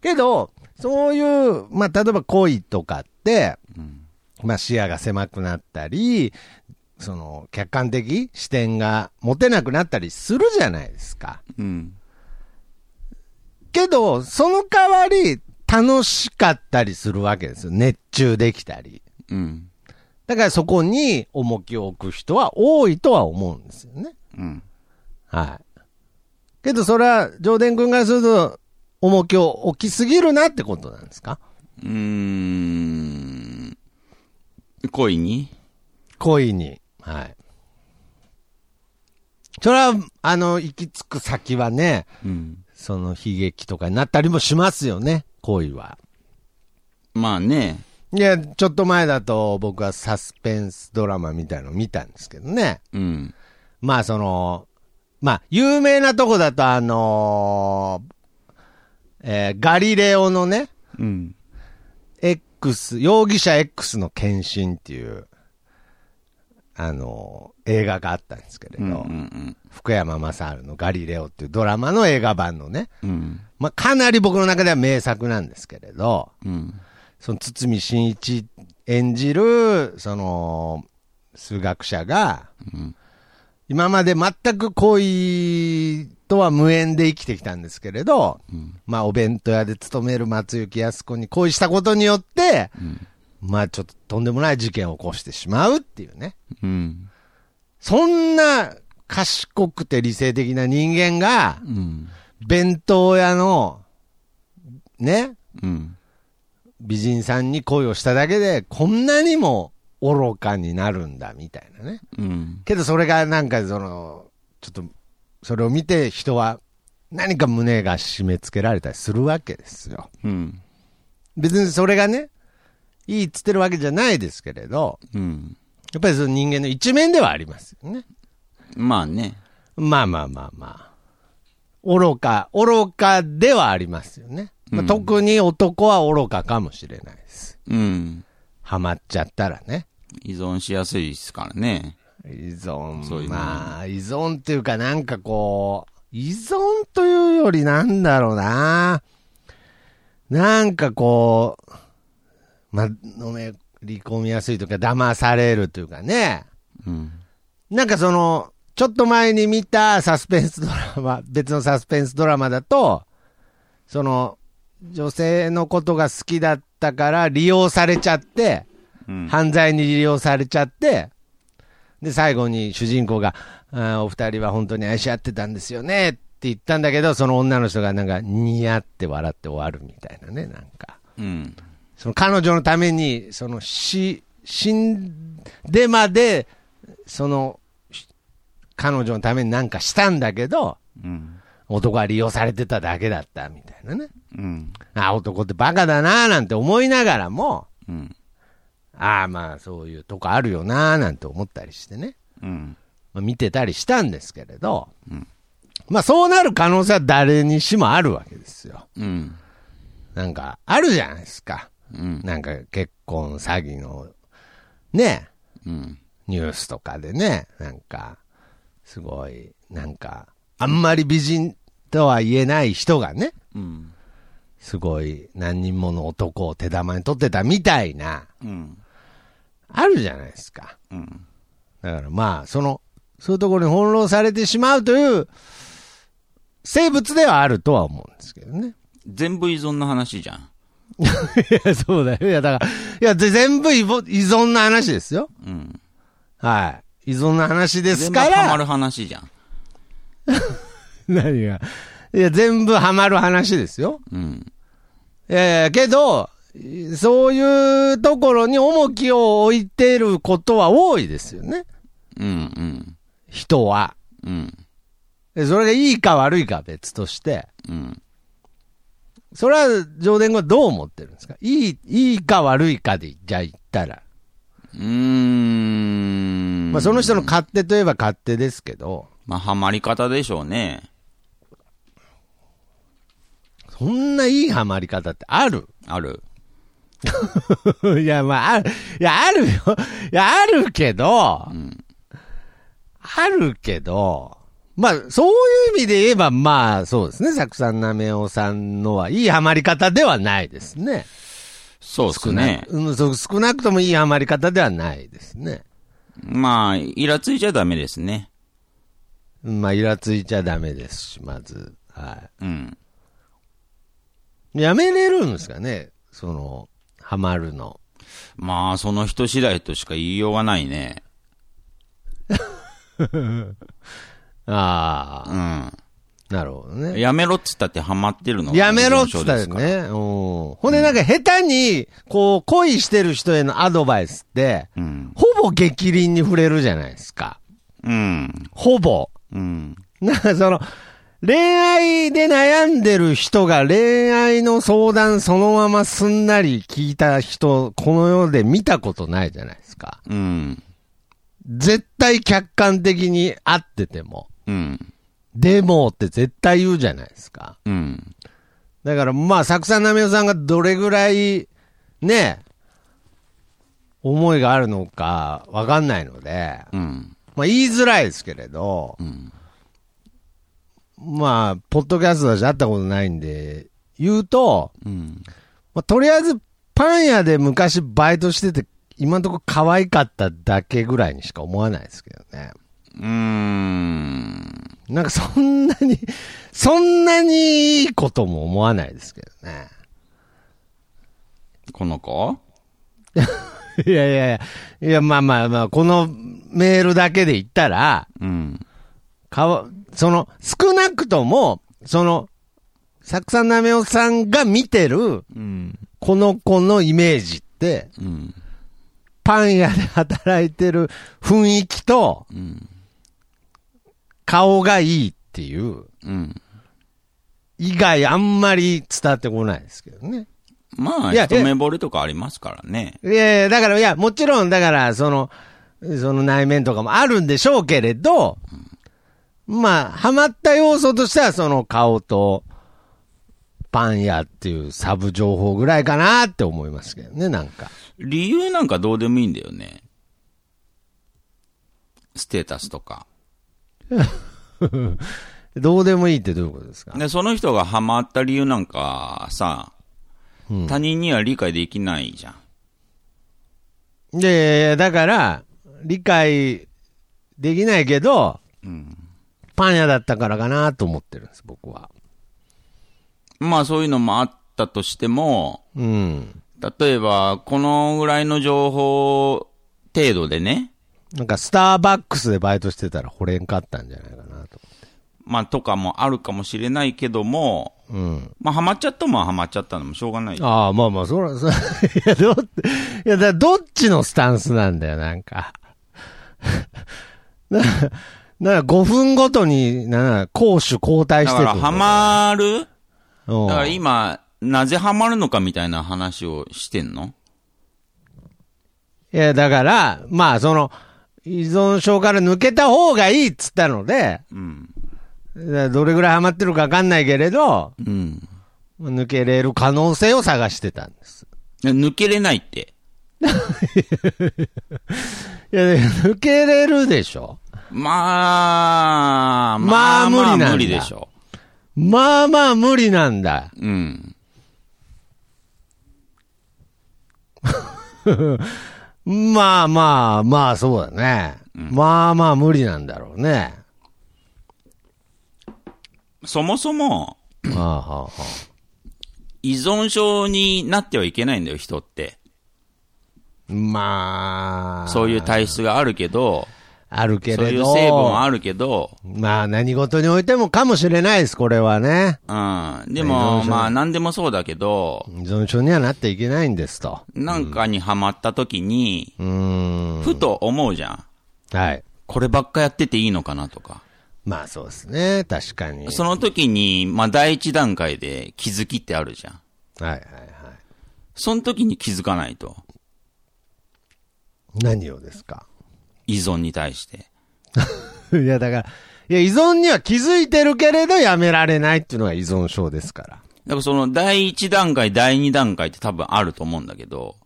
S1: けど、そういう、まあ、例えば恋とかって、
S2: うん
S1: まあ、視野が狭くなったり、その、客観的視点が持てなくなったりするじゃないですか。
S2: うん。
S1: けど、その代わり、楽しかったりするわけですよ。熱中できたり。
S2: うん。
S1: だからそこに重きを置く人は多いとは思うんですよね。
S2: うん。
S1: はい。けど、それは、上田君からすると、重きを置きすぎるなってことなんですか
S2: うーん。恋に
S1: 恋に。はい。それは、あの、行き着く先はね、
S2: うん。
S1: その悲劇とかになったりもしますよね、恋は。
S2: まあね。
S1: いや、ちょっと前だと僕はサスペンスドラマみたいの見たんですけどね。
S2: うん。
S1: まあ、その、まあ、有名なとこだとあのーえーガリレオのね、
S2: うん。
S1: X、容疑者 X の献身っていう、あのー映画があったんですけれど、
S2: うん。うん。
S1: 福山雅治の「ガリレオ」っていうドラマの映画版のね、
S2: うん。
S1: まあ、かなり僕の中では名作なんですけれど、
S2: うん。
S1: その堤真一演じる、その、数学者が、
S2: うん。
S1: 今まで全く恋とは無縁で生きてきたんですけれど、
S2: うん
S1: まあ、お弁当屋で勤める松雪靖子に恋したことによって、
S2: うん。
S1: まあ、ちょっととんでもない事件を起こしてしまうっていうね。
S2: うん。
S1: そんな賢くて理性的な人間が、
S2: うん。
S1: 弁当屋の、ね、
S2: うん。
S1: 美人さんに恋をしただけで、こんなにも愚かになるんだ、みたいなね。
S2: うん。
S1: けどそれがなんかその、ちょっと、それを見て人は何か胸が締め付けられたりするわけですよ。
S2: うん。
S1: 別にそれがね、いいっつってるわけじゃないですけれど、
S2: うん。
S1: やっぱりその人間の一面ではありますよね。
S2: まあね。
S1: まあまあまあまあ。愚か、愚かではありますよね。まあ
S2: うん
S1: 特に男は愚かかもしれないです。
S2: うん。
S1: ハマっちゃったらね。
S2: 依存しやすいですからね。
S1: 依存。
S2: そういうの
S1: まあ、依存っていうかなんかこう、依存というよりなんだろうな。なんかこう、まあ、飲め、離婚やすいというか、騙されるというかね。
S2: うん。
S1: なんかその、ちょっと前に見たサスペンスドラマ、別のサスペンスドラマだと、その、女性のことが好きだったから利用されちゃって、
S2: うん。
S1: 犯罪に利用されちゃって、で、最後に主人公が、あーお二人は本当に愛し合ってたんですよねって言ったんだけど、その女の人がなんか、ニヤって笑って終わるみたいなね、なんか。
S2: うん。
S1: その彼女のために、その死、死んでまで、その、し彼女のためになんかしたんだけど、
S2: うん。
S1: 男は利用されてただけだったみたいなね。
S2: うん。
S1: ああ、男ってバカだなーなんて思いながらも、
S2: うん。
S1: ああ、まあそういうとこあるよなーなんて思ったりしてね。
S2: うん。
S1: まあ見てたりしたんですけれど、
S2: うん
S1: まあそうなる可能性は誰にしもあるわけですよ。
S2: うん。
S1: なんか、あるじゃないですか。
S2: うん。
S1: なんか結婚詐欺の、ね、
S2: うん。
S1: ニュースとかでね、なんか、すごい、なんか、あんまり美人とは言えない人がね、
S2: うん。
S1: すごい何人もの男を手玉に取ってたみたいな、
S2: うん。
S1: あるじゃないですか。
S2: うん。
S1: だからまあ、その、そういうところに翻弄されてしまうという、生物ではあるとは思うんですけどね。
S2: 全部依存の話じゃん。
S1: いや、 そうだよ。いや、だから、いや、で全部依存依存の話ですよ。
S2: うん。
S1: はい。依存の話です
S2: 全部
S1: か
S2: ハマる
S1: ら、
S2: 話じゃん。
S1: 何が。いや、全部ハマる話ですよ。
S2: うん。
S1: いやいや、けど、そういうところに重きを置いてることは多いですよね。
S2: うん。うん。
S1: 人は。
S2: うん。
S1: でそれがいいか悪いかは別として。
S2: うん。
S1: それは、上田君はどう思ってるんですかいい、いいか悪いかで、じゃあ言ったら。
S2: うーん。
S1: まあ、その人の勝手といえば勝手ですけど、
S2: まあ、ハマり方でしょうね。
S1: そんないいハマり方ってある
S2: ある。
S1: いや、まあ、ある、いや、あるよ。いや、あるけど、
S2: ん
S1: あるけど、まあ、そういう意味で言えば、まあ、そうですね。作さんなめおさんのはいいハマり方ではないですね。
S2: そうですね。
S1: うん、そう少なくともいいハマり方ではないですね。
S2: まあ、イラついちゃダメですね。
S1: まあ、イラついちゃダメですし、まず。は
S2: うん。
S1: い。やめれるんですかねその、ハマるの。
S2: まあ、その人次第としか言いようがないね。
S1: あ
S2: うん。
S1: あ、なるほどね。
S2: やめろっつったってハマってるのが
S1: やめろっつった
S2: 現
S1: よ
S2: 象ですから。
S1: ね。うん。ほんでなんか下手に、こう、恋してる人へのアドバイスって、
S2: うん。
S1: ほぼ激鱗に触れるじゃないですか。
S2: うん。
S1: ほぼ。
S2: うん。
S1: なんかその、恋愛で悩んでる人が恋愛の相談そのまますんなり聞いた人、この世で見たことないじゃないですか。
S2: うん。
S1: 絶対客観的に会ってても。
S2: うん。
S1: でもって絶対言うじゃないですか。
S2: うん。
S1: だからまあ、作さんなめおさんがどれぐらい、ね、思いがあるのかわかんないので、
S2: うん。
S1: まあ言いづらいですけれど、
S2: うん。
S1: まあ、ポッドキャストだし会ったことないんで、言うと、
S2: うん。
S1: まあ、とりあえずパン屋で昔バイトしてて、今のところ可愛かっただけぐらいにしか思わないですけどね。
S2: うーん。
S1: なんかそんなに、そんなにいいことも思わないですけどね。
S2: この子
S1: いやいやいや、いやまあまあまあ、このメールだけで言ったら、
S2: うん。
S1: かわ、その、少なくとも、その、作さんなめおさんが見てる、
S2: うん。
S1: この子のイメージって、
S2: うん。
S1: パン屋で働いてる雰囲気と、
S2: うん。
S1: 顔がいいっていう、
S2: うん。
S1: 以外あんまり伝わってこないですけどね。
S2: まあ、
S1: いや
S2: 一目惚れとかありますからね。
S1: いやいや、だから、いや、もちろん、だから、その、その内面とかもあるんでしょうけれど、まあ、ハマった要素としては、その顔と、パン屋っていうサブ情報ぐらいかなって思いますけどね、なんか。
S2: 理由なんかどうでもいいんだよね。ステータスとか。
S1: どうでもいいってどういうことですか
S2: で、その人がハマった理由なんかさ、他人には理解できないじゃん。
S1: いやいやいや、だから、理解できないけど、
S2: うん。
S1: パン屋だったからかなと思ってるんです、僕は。
S2: まあそういうのもあったとしても、
S1: うん。
S2: 例えば、このぐらいの情報程度でね、
S1: なんか、スターバックスでバイトしてたら惚れんかったんじゃないかなと。
S2: まあとかもあるかもしれないけども、
S1: うん。
S2: まあハマっちゃったもんはハマっちゃったのもしょうがない。
S1: ああ、まあまあ、そら、そ ら、いや、どっ、いや、だどっちのスタンスなんだよ、なんか。 な、なんか5分ごとに、なんか、攻守交代
S2: だ
S1: して
S2: か
S1: る。
S2: らハマる
S1: うん、
S2: だから今、なぜハマるのかみたいな話をしてんの
S1: いや、だから、まあ、その、依存症から抜けた方がいいっつったので、
S2: うん。
S1: どれぐらいハマってるかわかんないけれど、
S2: うん。
S1: 抜けれる可能性を探してたんです。
S2: 抜けれないって。
S1: いや、抜けれるでしょ
S2: まあ、
S1: まあ無理なんだ
S2: 無理でしょ。
S1: まあまあ無理なんだ。
S2: うん。
S1: まあまあまあそうだね。まあまあ無理なんだろう ね。
S2: そもそも、
S1: ああはあ
S2: 依存症になってはいけないんだよ、人って。
S1: まあ、
S2: そういう体質があるけど、
S1: あるけ
S2: そう
S1: れ
S2: いう
S1: ど。
S2: 成分はあるけど、
S1: まあ何事においてもかもしれないです、これはね。
S2: うん。で
S1: 依存
S2: も、
S1: 症
S2: まあ、何でもそうだけど、
S1: 依存症にはなっていけないんですと。
S2: なんかにハマった時に、
S1: うーん。
S2: ふと思うじゃん。
S1: はい。
S2: こればっかやってていいのかなとか。
S1: まあそうですね。確かに。
S2: その時に、まあ、第一段階で気づきってあるじゃん。
S1: はいはいはい。
S2: その時に気づかないと。
S1: 何をですか
S2: 依存に対して。
S1: いやだから、いや依存には気づいてるけれどやめられないっていうのが依存症ですから。
S2: だからその第一段階、第二段階って多分あると思うんだけど、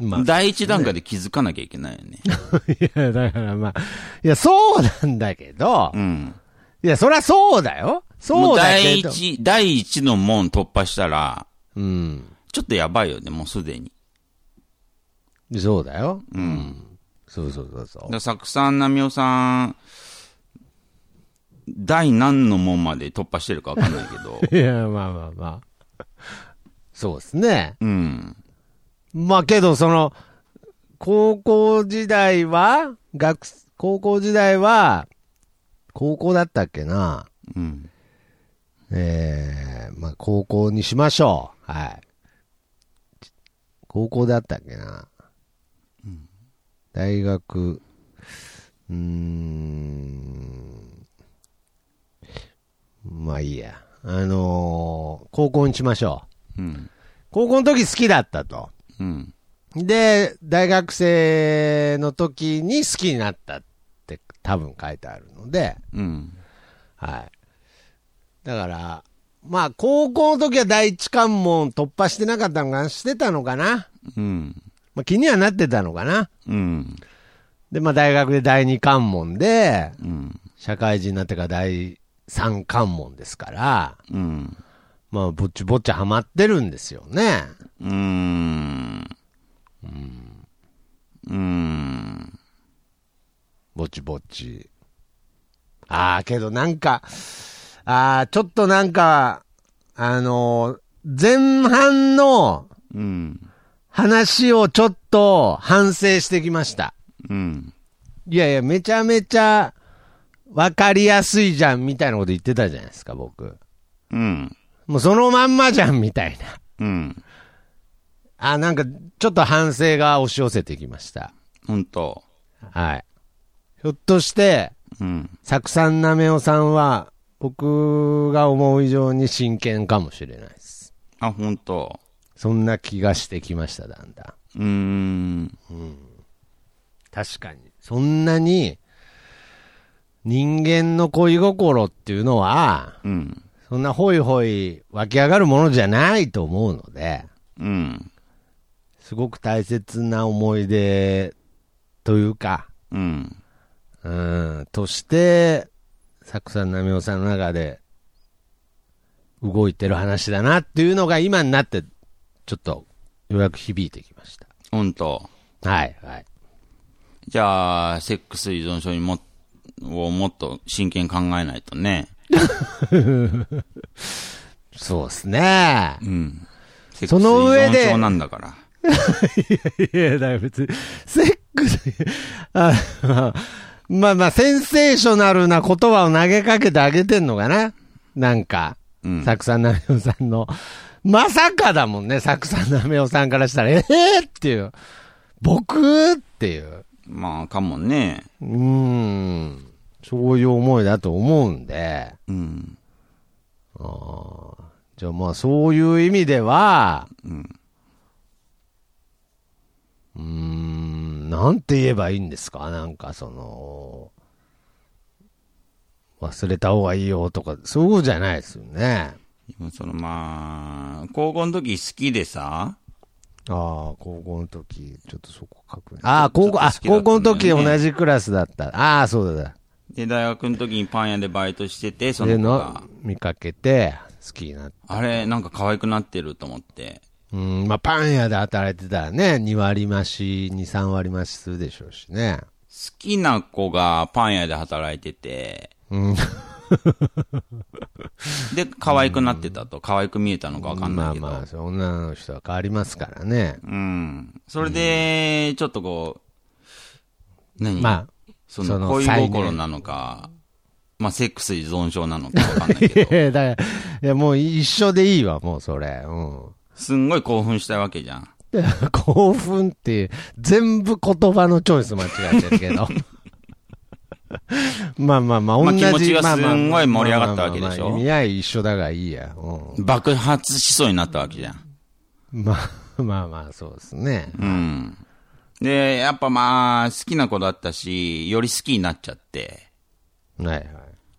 S1: まあ、
S2: 第一段階で気づかなきゃいけない よね。
S1: いやだからまあ、いやそうなんだけど、
S2: うん。
S1: いやそりゃそうだよ。
S2: も
S1: そううだ
S2: 第
S1: けど。
S2: 一、第一の門突破したら、
S1: うん。
S2: ちょっとやばいよね、もうすでに。
S1: そうだよ。うん。そうそうそうそ
S2: だからサクさん、ナミオさん、第何の門まで突破してるかわかんないけ ど、
S1: う。いやまあまあまあ。そうですね。
S2: うん。
S1: まあけど、その、高校時代は、学、高校時代は、高校だったっけな。
S2: うん。
S1: えー、まあ高校にしましょう。はい。高校だったっけな。大学、うーん、まあいいや。あのー高校にしましょう。
S2: うん。
S1: 高校の時好きだったと。
S2: うん。
S1: で、大学生の時に好きになったって多分書いてあるので、
S2: うん。
S1: はい。だから、まあ、高校の時は第一関門突破してなかったのかなしてたのかな
S2: うん。
S1: まあ、気にはなってたのかな
S2: うん。
S1: で、まあ、大学で第二関門で、
S2: うん。
S1: 社会人になってから第三関門ですから、
S2: うん。
S1: まあ、ぼっちぼっちハマってるんですよね。
S2: うーん。うーん。
S1: ぼちぼち。ああ、けどなんか、ああ、ちょっとなんか、あのー前半の
S2: うん。
S1: 話をちょっと反省してきました。
S2: うん。
S1: いやいや、めちゃめちゃ分かりやすいじゃんみたいなこと言ってたじゃないですか、僕。
S2: うん。
S1: もうそのまんまじゃんみたいな。
S2: うん。
S1: あーなんかちょっと反省が押し寄せてきました。
S2: ほんと。
S1: はい。ひょっとして、
S2: うん。
S1: 作さんなめおさんは、僕が思う以上に真剣かもしれないです。
S2: あ、ほんと。
S1: そんな気がしてきました、だんだん。
S2: うーん。
S1: 確かに。そんなに、人間の恋心っていうのは、
S2: うん。
S1: そんなホイホイ湧き上がるものじゃないと思うので、
S2: うん。
S1: すごく大切な思い出というか、
S2: うん。
S1: うん、として、作さんなみおさんの中で、動いてる話だなっていうのが今になって、ちょっと、ようやく響いてきました。
S2: ほんと。
S1: はい、はい。
S2: じゃあ、セックス依存症にも、をもっと真剣に考えないとね。
S1: そうですね。
S2: うん。セックス依
S1: その上で
S2: 存症なんだから。
S1: いや、だから別に、セックス、あまあまあまあ、センセーショナルな言葉を投げかけてあげてんのかななんか、
S2: うん
S1: サクさんなめおさんの。まさかだもんね、サクさんなめおさんからしたら、ええー、っていう。僕っていう。
S2: まあ、かもね。
S1: うーん。そういう思いだと思うんで。
S2: うん。
S1: あーじゃあまあ、そういう意味では、
S2: うん。
S1: うーん、なんて言えばいいんですかなんかその、忘れた方がいいよとか、そうじゃないですよね。
S2: でもそのまあ、高校の時好きでさ、
S1: ああ、高校の時、ちょっとそこ確認。ああ、高校、あ、高
S2: ちょっと
S1: 校の
S2: 好きだったんだ
S1: 時
S2: よね
S1: 同じクラスだった。ああ、そうだ。
S2: で、大学の時にパン屋でバイトしてて、そ
S1: で
S2: の子
S1: の
S2: が、、
S1: 見かけて、好きになって。
S2: あれ、なんか可愛くなってると思って。
S1: うん、まあ、パン屋で働いてたらね、2割増し、2、3割増しするでしょうしね。
S2: 好きな子がパン屋で働いてて、
S1: うん。
S2: で、可愛くなってたと、可愛く見えたのかわかんないけど。
S1: まあまあ、そう女の人は変わりますからね。
S2: うん。それで、ちょっとこう、何
S1: まあ、
S2: そ
S1: そ
S2: の
S1: の
S2: 恋
S1: 再
S2: 心
S1: 燃
S2: なのか、まあ、セックス依存症なのかわかんな
S1: い
S2: いけど、
S1: や、だから、いや、もう一緒でいいわ、もうそれ。うん。
S2: すんごい興奮したわけじゃん。
S1: で興奮っていう、全部言葉のチョイス間違えてるけど。 まあまあまあ、
S2: ま
S1: 同
S2: あ
S1: じ。
S2: 気持ちが
S1: まあまあ
S2: すんごい盛り上がったわけでし
S1: まあ
S2: ょ
S1: まあまあ意味合い一緒だがいいや。う
S2: 爆発しそうになったわけじゃん。
S1: ん。まあまあまあ、そうですね。
S2: うん。で、やっぱまあ、好きな子だったし、より好きになっちゃって、
S1: はいはい。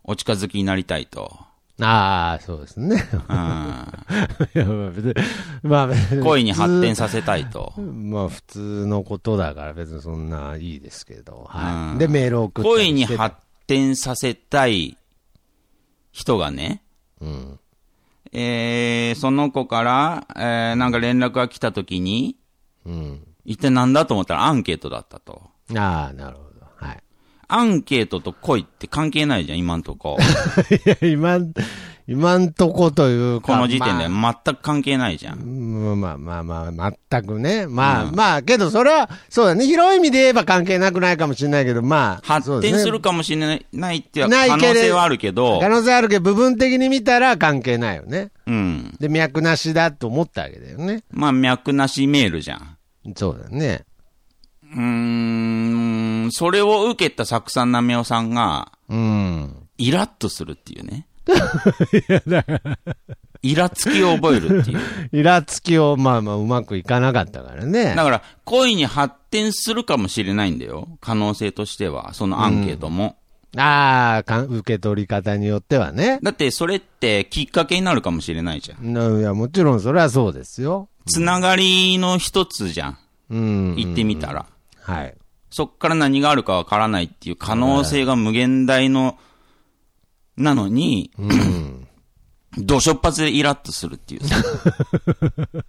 S2: お近づきになりたいと。
S1: ああ、そうですね。
S2: うん。
S1: いや、まあ別に、まあ別に
S2: 恋に発展させたいと。
S1: まあ普通のことだから別にそんないいですけど。は
S2: うん
S1: い。で、メールを送って。
S2: 恋に発展させたい人がね、
S1: うん。
S2: えー、その子から、えー、なんか連絡が来た時に、
S1: うん。
S2: 一体何だと思ったらアンケートだったと。
S1: ああ、なるほど。はい。
S2: アンケートと恋って関係ないじゃん、今ん とこ。
S1: いや、今ん、今んとこというか。
S2: この時点で
S1: まあ
S2: は全く関係ないじゃん。
S1: うんまあまあまあまあ、全くね。まあ、まあ、けどそれは、そうだね。広い意味で言えば関係なくないかもしれないけど、まあ。そ
S2: 発
S1: うで
S2: 展
S1: ね
S2: するかもしれないないって可
S1: ない
S2: 能
S1: けれ
S2: 性はあるけど
S1: 可、能性あるけど、部分的に見たら関係ないよね。
S2: うん。
S1: で、脈なしだと思ったわけだよね。
S2: まあ、脈なしメールじゃん。
S1: そうだね。
S2: うーん、それを受けた作さんなめおさんが、
S1: うん。
S2: イラッとするっていう ね。イラつきを覚えるっていう。
S1: イラつきを、まあまあ、うまくいかなかったからね
S2: だ。から、恋に発展するかもしれないんだよ。可能性としては。そのアンケートも。
S1: ああ、かん受け取り方によってはね。
S2: だって、それってきっかけになるかもしれないじゃん。
S1: ないや、もちろんそれはそうですよ。
S2: つながりの一つじゃん。
S1: うん。
S2: 言ってみたら。
S1: はい。
S2: そっから何があるかわからないっていう可能性が無限大の、なのに、どしょっぱつでイラッとするっていうさ。
S1: だか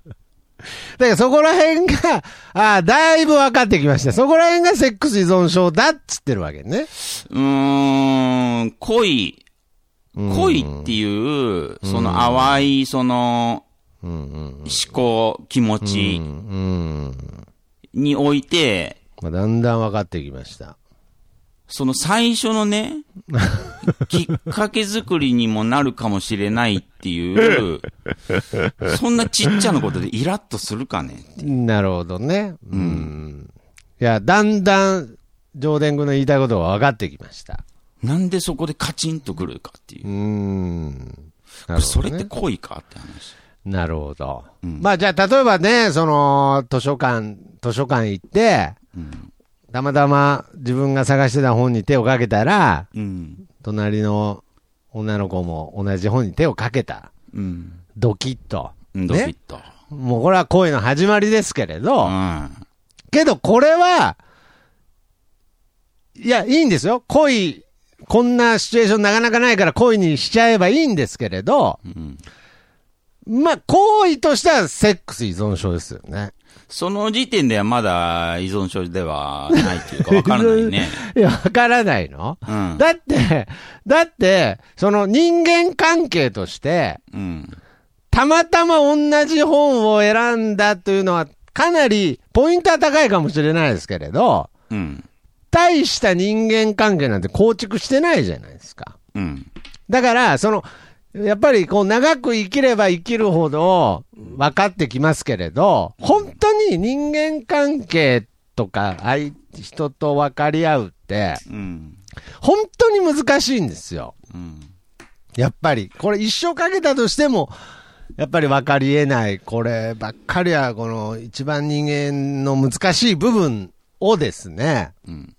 S1: らそこら辺が、ああ、だいぶ分かってきました。そこら辺がセックス依存症だっつってるわけね。
S2: うーん、恋、恋っていう、その淡い、その、思考、気持
S1: う
S2: ち
S1: ん。
S2: において、
S1: まあ、だんだん分かってきました。
S2: その最初のね、きっかけ作りにもなるかもしれないっていう、そんなちっちゃなことでイラッとするかね。
S1: なるほどね。うん。いや、だんだん、上田君の言いたいことが分かってきました。
S2: なんでそこでカチンとくるかっていうう。
S1: ん。なるほどね
S2: それって恋かって話。
S1: なるほど。まあじゃあ、例えばね、その、図書館、図書館行って、たまたま自分が探してた本に手をかけたら、
S2: うん。
S1: 隣の女の子も同じ本に手をかけた。
S2: うん。
S1: ドキッと。
S2: ドキッ
S1: ね。
S2: と。
S1: もうこれは恋の始まりですけれ
S2: う
S1: ど、
S2: ん。
S1: けどこれは、いや、いいんですよ。恋、こんなシチュエーションなかなかないから恋にしちゃえばいいんですけれど、
S2: うん
S1: まあ、行為としてはセックス依存症ですよね。
S2: その時点ではまだ依存症ではないっていうか、わからないね。
S1: いや、わからないの、
S2: うん。
S1: だって、だって、その人間関係として、
S2: うん。
S1: たまたま同じ本を選んだというのは、かなりポイントは高いかもしれないですけれど、
S2: うん。
S1: 大した人間関係なんて構築してないじゃないですか。
S2: うん。
S1: だから、その、やっぱりこう長く生きれば生きるほど分かってきますけれど、本当に人間関係とか、相人と分かり合うって、
S2: うん。
S1: 本当に難しいんですよ。
S2: うん。
S1: やっぱり、これ一生かけたとしても、やっぱり分かり得ない、こればっかりは、この一番人間の難しい部分をですね、
S2: うん。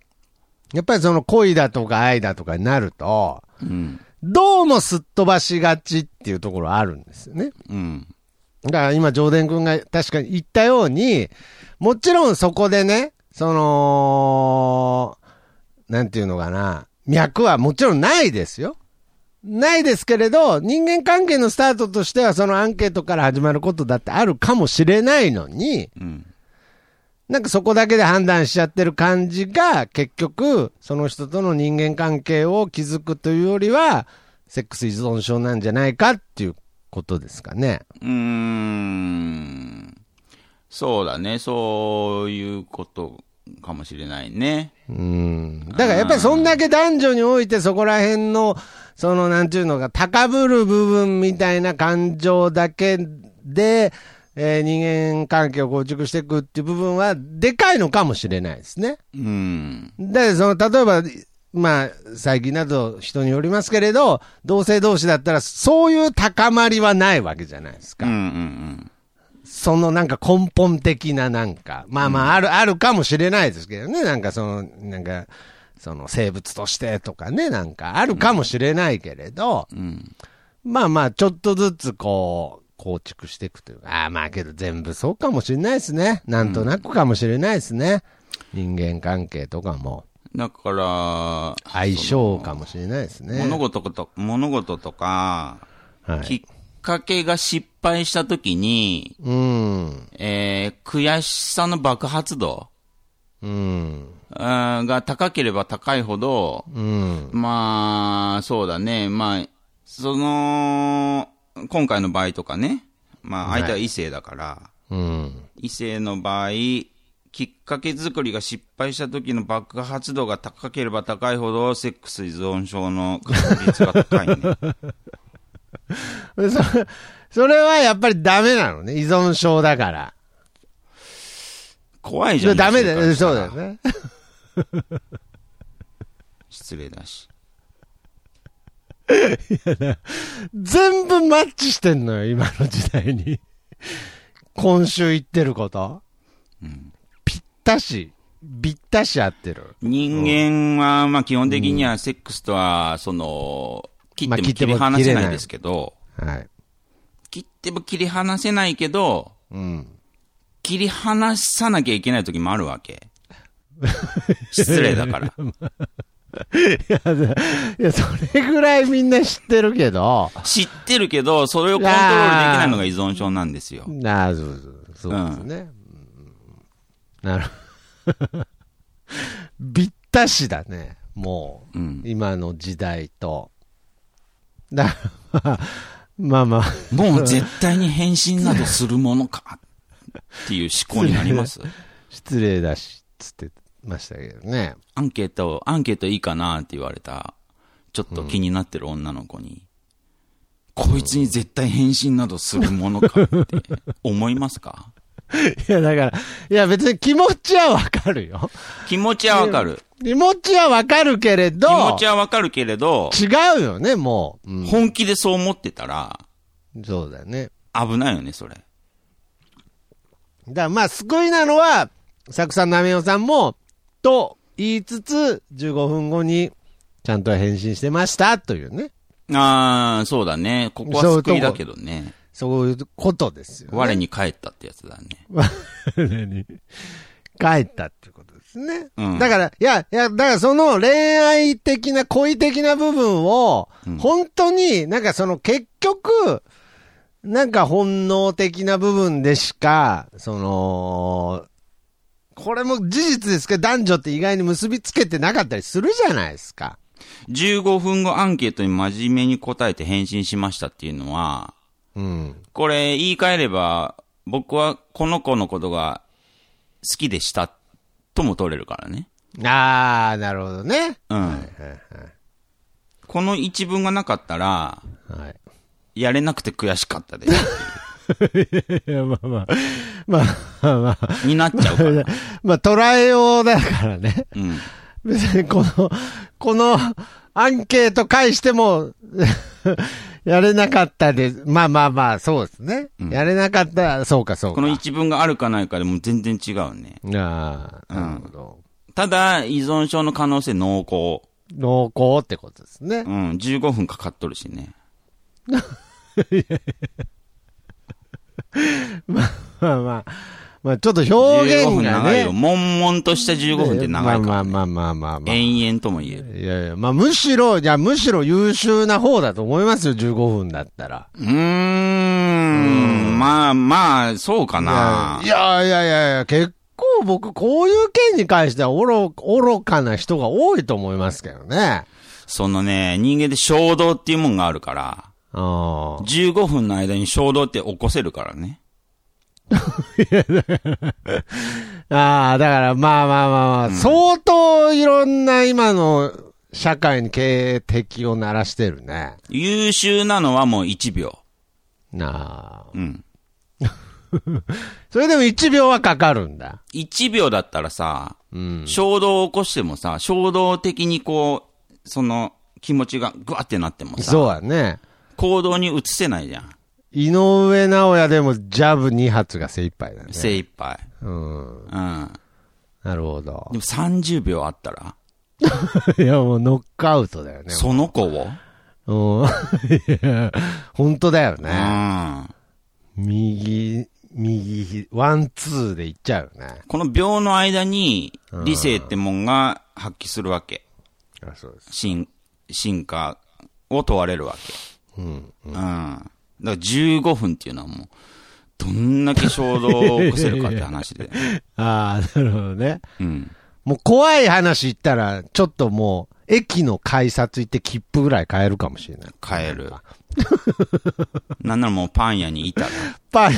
S1: やっぱりその恋だとか愛だとかになると、
S2: うん。
S1: どうもすっ飛ばしがちっていうところあるんですよね。
S2: うん。
S1: だから今、上田君が確かに言ったように、もちろんそこでね、その、なんていうのかな、脈はもちろんないですよ。ないですけれど、人間関係のスタートとしては、そのアンケートから始まることだってあるかもしれないのに、
S2: うん。
S1: なんかそこだけで判断しちゃってる感じが、結局、その人との人間関係を築くというよりは、セックス依存症なんじゃないかっていうことですかね。
S2: うーん。そうだね。そういうことかもしれないね。
S1: うんだからやっぱりそんだけ男女においてそこら辺の、そのなんていうのか、高ぶる部分みたいな感情だけで、えー人間関係を構築していくっていう部分は、でかいのかもしれないですね。
S2: うん。
S1: で、その、例えば、まあ、最近だと人によりますけれど、同性同士だったら、そういう高まりはないわけじゃないです
S2: う
S1: か。
S2: んうんうん。
S1: そのなんか根本的ななんか、まあまあある、あるかもしれないですけどね、なんかその、なんか、その生物としてとかね、なんかあるかもしれないけれど、
S2: うん。
S1: まあまあちょっとずつこう、構築していくというか、ああまあけど全部そうかもしれないですね。なんとなくかもしれないですね。人間関係とかも、
S2: だから、
S1: 相性かもしれないですね。
S2: 物事と、物事とか、
S1: はい。
S2: きっかけが失敗したときに、
S1: うん。
S2: えー悔しさの爆発度
S1: うん。
S2: あーが高ければ高いほど、
S1: うん。
S2: まあ、そうだね。まあ、その、今回の場合とかね、まあ、相手は異性だから、
S1: うん。
S2: 異性の場合、きっかけ作りが失敗した時の爆発度が高ければ高いほど、セックス依存症の確率が高 いね。
S1: そそれはやっぱりダメなのね。依存症だから。
S2: 怖いじゃん。
S1: ダメ
S2: 異性から
S1: だ
S2: し
S1: そ
S2: たら
S1: うだよね。
S2: 失礼だし。
S1: 全部マッチしてんのよ、今の時代に。今週言ってること。
S2: うん
S1: ぴったし、ぴったし合ってる。
S2: 人間は、まあ基本的にはセックスとは、その、切って
S1: まあ
S2: も
S1: 切って
S2: 切
S1: も
S2: り離せ
S1: 切れ
S2: な
S1: ないい
S2: ですけど、
S1: はい。
S2: 切っても切り離せないけど、
S1: うん。
S2: 切り離さなきゃいけない時もあるわ け。失礼だから。
S1: いや、それぐらいみんな知ってるけど。
S2: 知ってるけど、それをコントロールできないのが依存症なんですよ。
S1: なあ、そうそう。そうですね。うんなるほど。ぴったしだね。もう。
S2: うん。
S1: 今の時代と。だ、まあまあ、
S2: もう絶対に変身などするものか。っていう思考になり ます。
S1: 失礼だし、つってましたけどね。
S2: アンケート、アンケートいいかなって言われた、ちょっと気になってる女の子に、こいつに絶対変身などするものかって思いますか
S1: いや、だから、いや別に気持ちはわかるよ。
S2: 気持ちはわかる。
S1: 気持ちはわかるけれど、
S2: 気持ちはわかるけれど、
S1: 違うよね、もう。うん
S2: 本気でそう思ってたら、
S1: そうだね。
S2: 危ないよね、それ。
S1: だからまあ、救いなのは、サクさん、ナメオさんも、と言いつつ、15分後に、ちゃんと返信してました、というね。
S2: ああ、そうだね。ここは救いだけどね。
S1: そういうことですよ、ね。
S2: 我に返ったってやつだね。
S1: 何帰ったってことですね。
S2: うん
S1: だから、いや、いや、だからその恋愛的な、恋的な部分を
S2: うん、
S1: 本当になんかその結局、なんか本能的な部分でしか、その、これも事実ですけど、男女って意外に結びつけてなかったりするじゃないですか。
S2: 15分後アンケートに真面目に答えて返信しましたっていうのは、
S1: うん。
S2: これ言い換えれば、僕はこの子のことが好きでしたとも取れるからね。
S1: あー、なるほどね。
S2: うん。この一文がなかったら、
S1: はい。
S2: やれなくて悔しかったです。
S1: いや、まあまあ。まあまあまあ。
S2: になっち ゃうから。
S1: まあ、捉えようだからね。
S2: うん。
S1: 別にこの、このアンケート返しても、 やれなかったです。まあまあまあ、そうですね。
S2: うん
S1: やれなかった、そうかそうか。
S2: この一文があるかないかでも全然違うね。
S1: ああ、なるほど。
S2: ただ、依存症の可能性濃厚。
S1: 濃厚ってことですね
S2: う。ん、15分かかっとるしね。
S1: まあまあ、まあちょっと表
S2: 15
S1: 現
S2: 分
S1: が
S2: 長いよ。
S1: ね。
S2: 悶々とした15分って長いか
S1: ま
S2: ら。
S1: あまあまあまあまあまあ。
S2: 延々とも言える。
S1: いやいや、まあむしろ、いやむしろ優秀な方だと思いますよ、15分だったら。
S2: うーん、まあまあ、そうかな。
S1: いやいやいやいや、結構僕、こういう件に関しては愚、愚かな人が多いと思いますけどね。
S2: そのね、人間で衝動っていうもんがあるから、
S1: あ
S2: 15分の間に衝動って起こせるからね。
S1: あ。ああ、だからまあまあまあまあ、相当いろんな今の社会に警敵を鳴らしてるね。
S2: 優秀なのはもう1秒。
S1: なあ。
S2: うん。
S1: それでも1秒はかかるんだ。
S2: 1秒だったらさ、
S1: うん。
S2: 衝動を起こしてもさ、衝動的にこう、その気持ちがグワってなってもさ、
S1: そうだね。
S2: 行動に移せないじゃん。
S1: 井上尚弥でもジャブ2発が精一杯だね。
S2: 精一杯。
S1: うん。
S2: うん。
S1: なるほど
S2: で。も30秒あったら、
S1: いや、もうノックアウトだよね。
S2: その子を、
S1: うん。 いや本当だよ
S2: う
S1: ね。
S2: ん。
S1: 右、右ひ、ワン、ツーでいっちゃうよね。
S2: この秒の間に、理性ってもんが発揮するわけ。
S1: あそうです。
S2: 進、進化を問われるわけ。
S1: うん。
S2: うん。だから15分っていうのはもう、どんだけ衝動を起こせるかって 話で。
S1: ああ、なるほどね。
S2: うん。
S1: もう怖い話言ったら、ちょっともう、駅の改札行って切符ぐらい買えるかもしれない。
S2: 変える。 なんならもうパン屋にいたら。
S1: パン、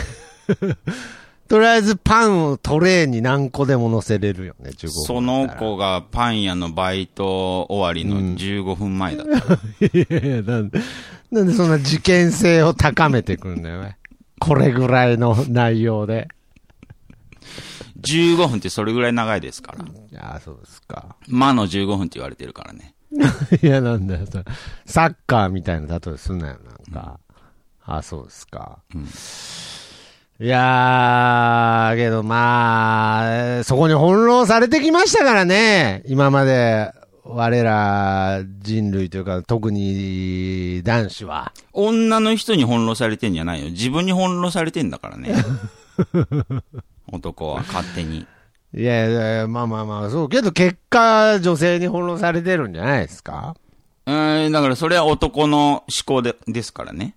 S1: とりあえずパンをトレーに何個でも乗せれるよね、15分。
S2: その子がパン屋のバイト終わりの15分前だったら。
S1: いやいや、なんで、なんでそんな事件性を高めてくんだよね。これぐらいの内容で。
S2: 15分ってそれぐらい長いですから。
S1: ああ、そうですか。
S2: 魔の15分って言われてるからね。
S1: いや、なんだよ、それサッカーみたいな例えすんなよ、なんか。ああ、そうですか。
S2: うん
S1: いやー、けどまあえー、そこに翻弄されてきましたからね。今まで、我ら人類というか、特に男子は。
S2: 女の人に翻弄されてんじゃないよ。自分に翻弄されてんだから ね。男は勝手に。
S1: いやいやいや、まあまあまあ、そうけど結果、女性に翻弄されてるんじゃないですか
S2: うーん、だからそれは男の思考で、ですからね。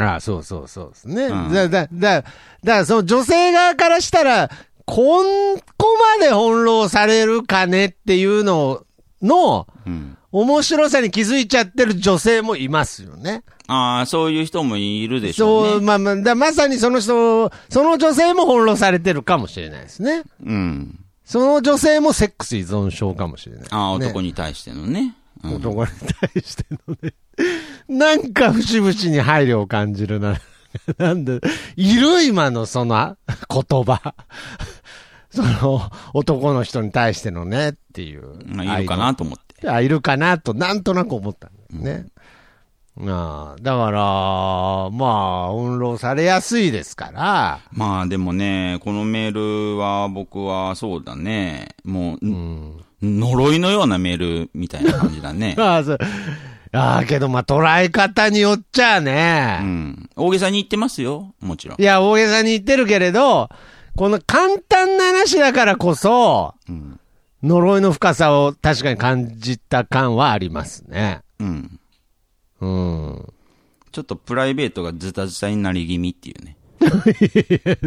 S1: ああ、そうそうそうですね。
S2: うん
S1: だ、だ、だ、だからその女性側からしたら、こんこまで翻弄されるかねっていうのの、
S2: うん。
S1: 面白さに気づいちゃってる女性もいますよね。
S2: ああ、そういう人もいるでし
S1: そ
S2: ょう
S1: う、
S2: ね。
S1: まあまあ、だまさにその人、その女性も翻弄されてるかもしれないですね。
S2: うん。
S1: その女性もセックス依存症かもしれない。
S2: ああ、
S1: ね
S2: 男に対してのね。うん
S1: 男に対してのね、 なんか節々に配慮を感じるな。なんで、いる今のその 言葉。その男の人に対してのねっていう。
S2: まあ、いるかなと思って。
S1: あいるかなと、なんとなく思ったんだよね。ああだから、まあ、翻弄されやすいですから、。
S2: まあでもね、このメールは僕はそうだね。もう、呪いのようなメールみたいな感じだね
S1: ああ、そう。ああ、けど、まあ、捉え方によっちゃあね、
S2: うん。大げさに言ってますよ。もちろん
S1: い。や、大げさに言ってるけれど、この簡単な話だからこそ、
S2: うん。
S1: 呪いの深さを確かに感じた感はありますね。
S2: うん。
S1: うん。
S2: ちょっとプライベートがズタズタになり気味っていうね。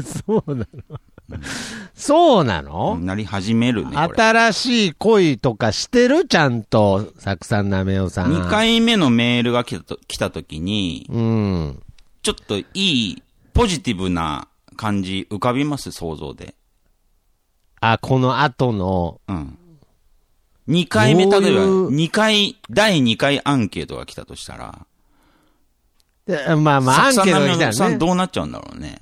S1: そうなのそうなの、
S2: なり始めるね、これ。
S1: 新しい恋とかしてるちゃんと、サクさんなめおさん。
S2: 2。回目のメールが来たと、来た時に、
S1: うん。
S2: ちょっといい、ポジティブな感じ浮かびます、想像で。
S1: あ、この後の、
S2: うん。2回目、
S1: ど
S2: 例
S1: うい
S2: えば、
S1: う
S2: 2回、第2回アンケートが来たとしたら、
S1: でまあまあ、アンケ
S2: サ
S1: ー
S2: ク
S1: ト
S2: さん
S1: が来
S2: ナミ
S1: た
S2: さ
S1: ら
S2: ん
S1: ね。
S2: どうなっちゃうんだろうね。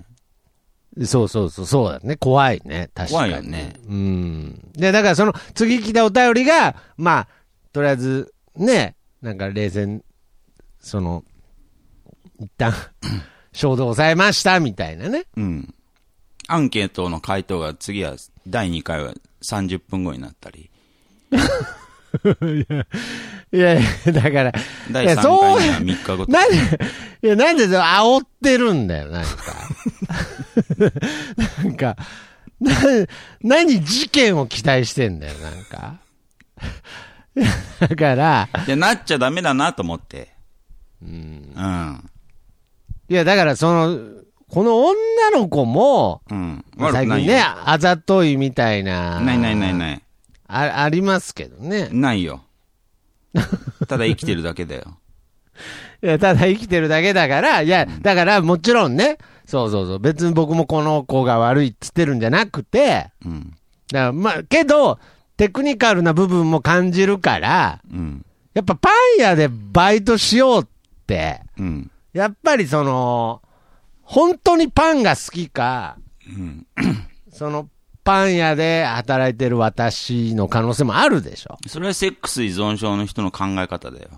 S1: そうそうそう、そうだね。怖いね。確か
S2: 怖
S1: に。
S2: いよね。
S1: うん。で、だからその、次来たお便りが、まあ、とりあえず、ね、なんか冷静に、その、一旦、衝動抑えました、みたいなね。
S2: うん。アンケートの回答が次は、第2回は30分後になったり、
S1: いやいや、だから、
S2: 第
S1: いや
S2: 3回に
S1: そう
S2: は3日後とか
S1: なんで、いや、なんでそれ煽ってるんだよ、なんか。 なんか、な、何事件を期待してんだよ、なんか。 だから、
S2: いや、なっちゃダメだなと思って。うん。うん。
S1: いや、だからその、この女の子も、
S2: うん。
S1: 最近
S2: よ
S1: ね、あざといみたいな。
S2: ないないないない。
S1: あありますけどね。
S2: な いよ。ただ生きてるだけだよ。
S1: いや、ただ生きてるだけだから、いや、だからもちろんね、そうそうそう、別に僕もこの子が悪いっつってるんじゃなくて、
S2: う
S1: だ
S2: ん。
S1: からまあ、けど、テクニカルな部分も感じるから、
S2: うん。
S1: やっぱパン屋でバイトしようって、
S2: うん。
S1: やっぱりその、本当にパンが好きか、
S2: うん。
S1: そのパン屋で働いてる私の可能性もあるでしょ。
S2: それはセックス依存症の人の考え方だよ。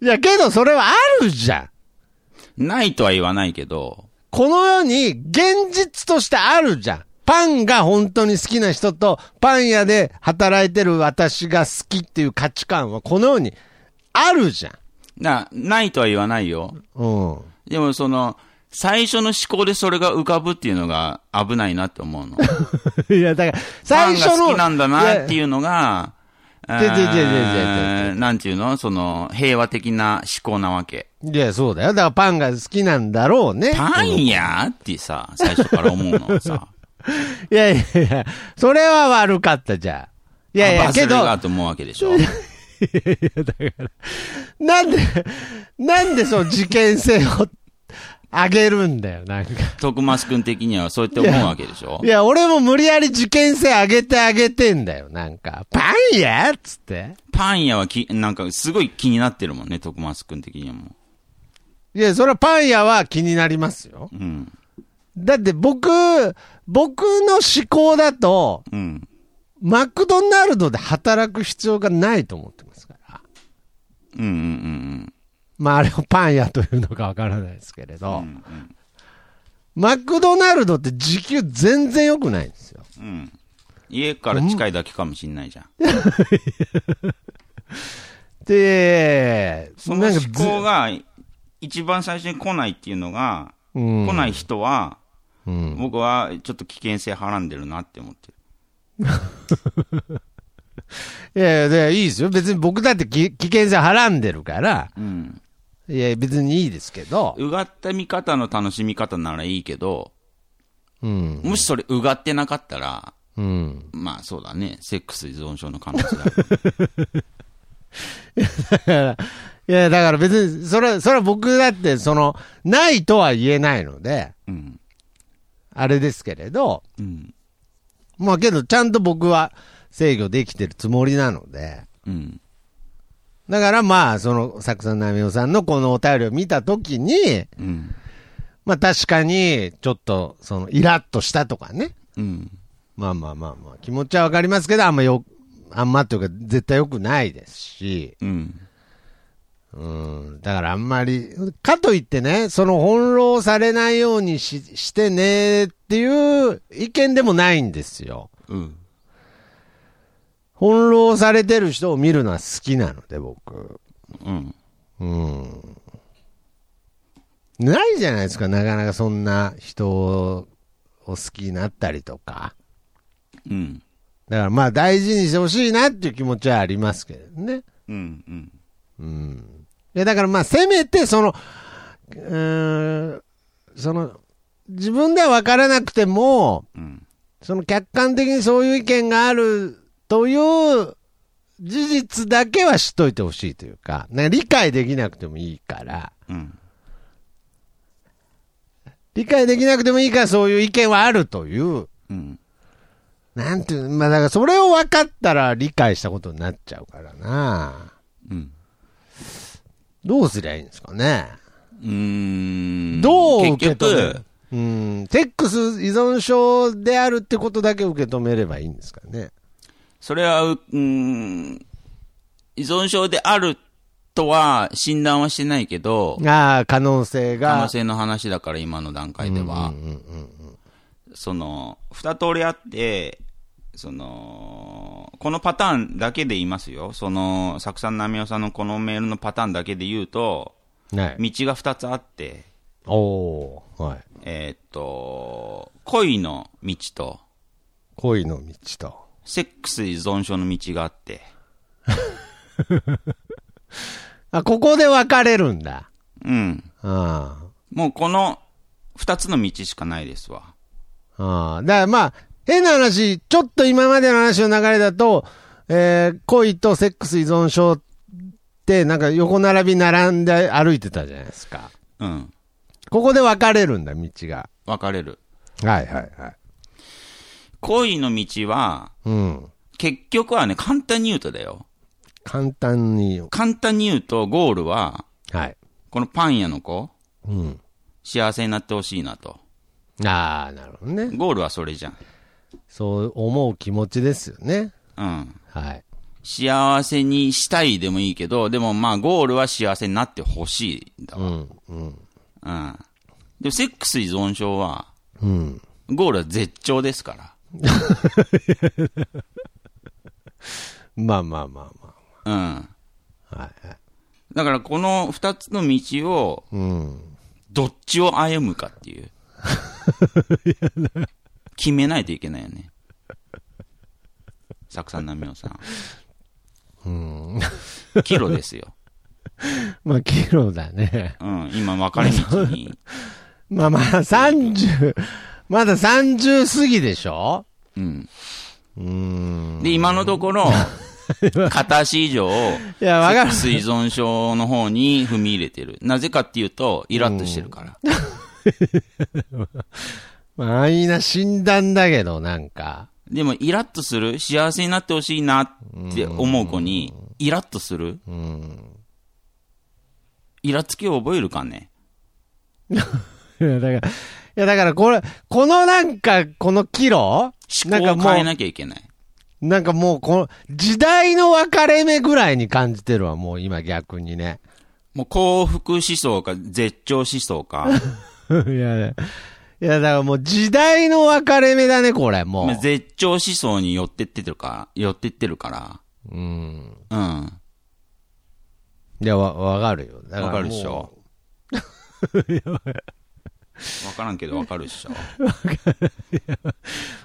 S1: いや、けどそれはあるじゃん。
S2: ないとは言わないけど、
S1: この世に現実としてあるじゃん。パンが本当に好きな人と、パン屋で働いてる私が好きっていう価値観はこの世にあるじゃん。
S2: な、ないとは言わないよ。
S1: うん。
S2: でもその、最初の思考でそれが浮かぶっていうのが危ないなって 思うの。
S1: いや、だから、
S2: パ
S1: 最
S2: ン
S1: 初
S2: が
S1: の。
S2: 好きなんだなって
S1: い
S2: いうのが、
S1: やでででででで
S2: えーなんていうのその、平和的な思考なわけ。
S1: や。いや、そうだよ。だからパンが好きなんだろうね。
S2: パン屋ってさ、最初から思うのはさ。
S1: いやいやいや、それは悪かったじゃん。い
S2: い
S1: やいや、けど、
S2: がと思うわけで しょ。
S1: なんで、なんでその事件性を上げるんだよ、なんか。
S2: 徳松君的にはそうやって思うわけでしょ
S1: い。や、俺も無理やり事件性上げてあげてんだよ、なんか。パンやっつって。
S2: パン屋はき、なんかすごい気になってるもんね、徳松君的にはも
S1: いや、それはパン屋は気になりますよ
S2: う。。うん。
S1: だって僕、僕の思考だと、
S2: うん。
S1: マクドナルドで働く必要がないと思ってますから。
S2: うんうんうん
S1: まあ、あれをパン屋というのかわからないですけれ
S2: うん。
S1: ど、
S2: うん
S1: マクドナルドって時給全然良くないんですよ。
S2: うん。うん。家から近いだけかもしんないじゃん。
S1: で、
S2: その思
S1: ず
S2: 考が、一番最初に来ないっていうのが、
S1: うん、
S2: 来ない人は、
S1: うん。
S2: 僕はちょっと危険性はらんでるなって思ってる。
S1: いやいや、でいいですよ。別に僕だってき危険性はらんでるから、
S2: うん。
S1: いや、別にいいですけど、
S2: うがった見方の楽しみ方ならいいけど、
S1: うん。
S2: もしそれうがってなかったら、
S1: うん。
S2: まあそうだね、セックス依存症の可能性
S1: だから
S2: ある。
S1: いや、だから別に、それは、それは僕だって、その、ないとは言えないので、
S2: うん。
S1: あれですけれど、
S2: うん。
S1: まあけど、ちゃんと僕は制御できてるつもりなので、
S2: うん。
S1: だからまあ、その、サクさんなみおさんのこのお便りを見たときに、
S2: うん。
S1: まあ確かに、ちょっと、その、イラッとしたとかね。
S2: うん。
S1: まあまあまあまあ、気持ちはわかりますけど、あんまよ、あんまというか、絶対良くないですし、
S2: うん。
S1: うん、だからあんまり、かといってね、その翻弄されないようにししてねっていう意見でもないんですよ。
S2: うん。
S1: 翻弄されてる人を見るのは好きなので、僕。
S2: うん。
S1: うん。ないじゃないですか、なかなかそんな人を好きになったりとか。
S2: うん。
S1: だからまあ大事にしてほしいなっていう気持ちはありますけどね。
S2: うん。う
S1: う
S2: ん。
S1: ん。いや、だからまあ、せめて、その、うーん、その、自分では分からなくても、
S2: うん。
S1: その客観的にそういう意見があるという事実だけは知っといてほしいというか、ね、理解できなくてもいいから、
S2: うん。
S1: 理解できなくてもいいからそういう意見はあるという、
S2: うん。
S1: なんていう、まあだからそれを分かったら理解したことになっちゃうからな。
S2: うん。
S1: どうすりゃいいんですかね。
S2: うーん。
S1: どう受
S2: 結
S1: け止め
S2: 局
S1: る、うん、セックス依存症であるってことだけ受け止めればいいんですかね。
S2: それは、ううーん、依存症であるとは診断はしてないけど、
S1: ああ、可能性が。
S2: 可能性の話だから今の段階では、
S1: うんうんうん
S2: その、二通りあって、その、このパターンだけで言いますよ。その、作さんなみおさんのこのメールのパターンだけで言うと、
S1: うん。はい。
S2: 道が二つあって、
S1: おー、はい。
S2: えーっと、恋の道と、
S1: 恋の道と。
S2: セックス依存症の道があって、
S1: あ、ここで分かれるんだ。
S2: うん。
S1: あ
S2: もうこの二つの道しかないですわ。
S1: あ。ああ。だからまあ、変な話、ちょっと今までの話の流れだと、えー恋とセックス依存症って、なんか横並び並んで歩いてたじゃないですか。
S2: うん。
S1: ここで分かれるんだ、道が。
S2: 分かれる。
S1: はいはいはい。
S2: 恋の道は、
S1: うん。
S2: 結局はね、簡単に言うとだよ。
S1: 簡単に。
S2: 簡単に言うと、ゴールは、
S1: はい。
S2: このパン屋の子、
S1: うん。
S2: 幸せになってほしいなと。
S1: ああ、なるほどね。
S2: ゴールはそれじゃん。
S1: そう思う気持ちですよね。
S2: うん。
S1: はい。
S2: 幸せにしたいでもいいけど、でもまあ、ゴールは幸せになってほしいんだ
S1: う
S2: わ。
S1: ん、うん、
S2: うん。でも、セックス依存症は、
S1: うん。
S2: ゴールは絶頂ですから。
S1: まあまあまあま
S2: うん。
S1: あ。はいはい。
S2: だから、この二つの道を、
S1: うん。
S2: どっちを歩むかっ ていう。決めないといけないよね。作さん、奈美さん。
S1: うん。
S2: キロですよ。
S1: まあ、キロだね。
S2: うん、今分かれ道に。
S1: まあまあ、30、まだ30過ぎでしょ
S2: うん。
S1: うーん。
S2: で、今のところ、片足以上、
S1: いや、 わかる。
S2: 水存症の方に踏み入れてる。なぜかっていうと、イラッとしてるから。
S1: まあ、いいな診断だけど、なんか。
S2: でも、イラッとする幸せになってほしいなって思う子に、イラッとする
S1: うん。
S2: イラつきを覚えるかね
S1: いや、だから、いや、だから、これ、このなんか、このキロ
S2: 思考を
S1: も
S2: 変え
S1: う、
S2: なきゃいけない。
S1: なんかもう、この、時代の分かれ目ぐらいに感じてるわ、もう今逆にね。
S2: もう幸福思想か絶頂思想か。
S1: いや、いや、だからもう時代の分かれ目だね、これ、 も
S2: まあ
S1: う。
S2: 絶頂思想に寄ってってるか、寄ってってるか
S1: うん。
S2: ら。うん。
S1: いや、わ、わかるよ。だら
S2: わかるでし
S1: もう
S2: ょ。 わからんけどわかるでしょ。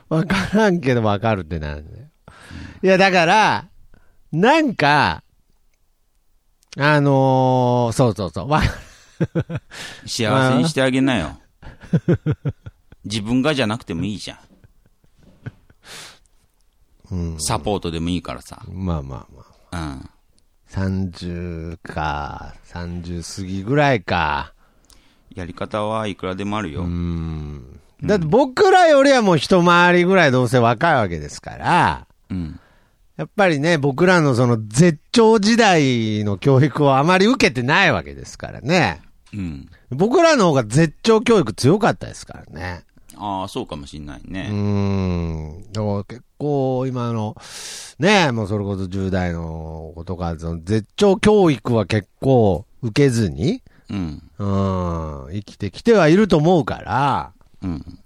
S1: わからんけどわかるってなんだよ。いや、だから、なんか、あのー、そうそうそう、わ、
S2: 幸せにしてあげ なよ。自分がじゃなくてもいいじゃ
S1: うん
S2: ん。、サポートでもいいからさ。
S1: まあまあまあ。
S2: うん。
S1: 30か、30過ぎぐらいか。
S2: やり方はいくらでもあるよ。
S1: うん。だって僕らよりはもう一回りぐらいどうせ若いわけですから、
S2: うん。
S1: やっぱりね、僕らのその絶頂時代の教育をあまり受けてないわけですからね。
S2: うん。
S1: 僕らの方が絶頂教育強かったですからね。
S2: ああ、そうかもしんないうね。
S1: ーん。でも結構今の、ねえ、もうそれこそ10代の子とか、その絶頂教育は結構受けずに、
S2: うん。
S1: うん、生きてきてはいると思うから、
S2: うん。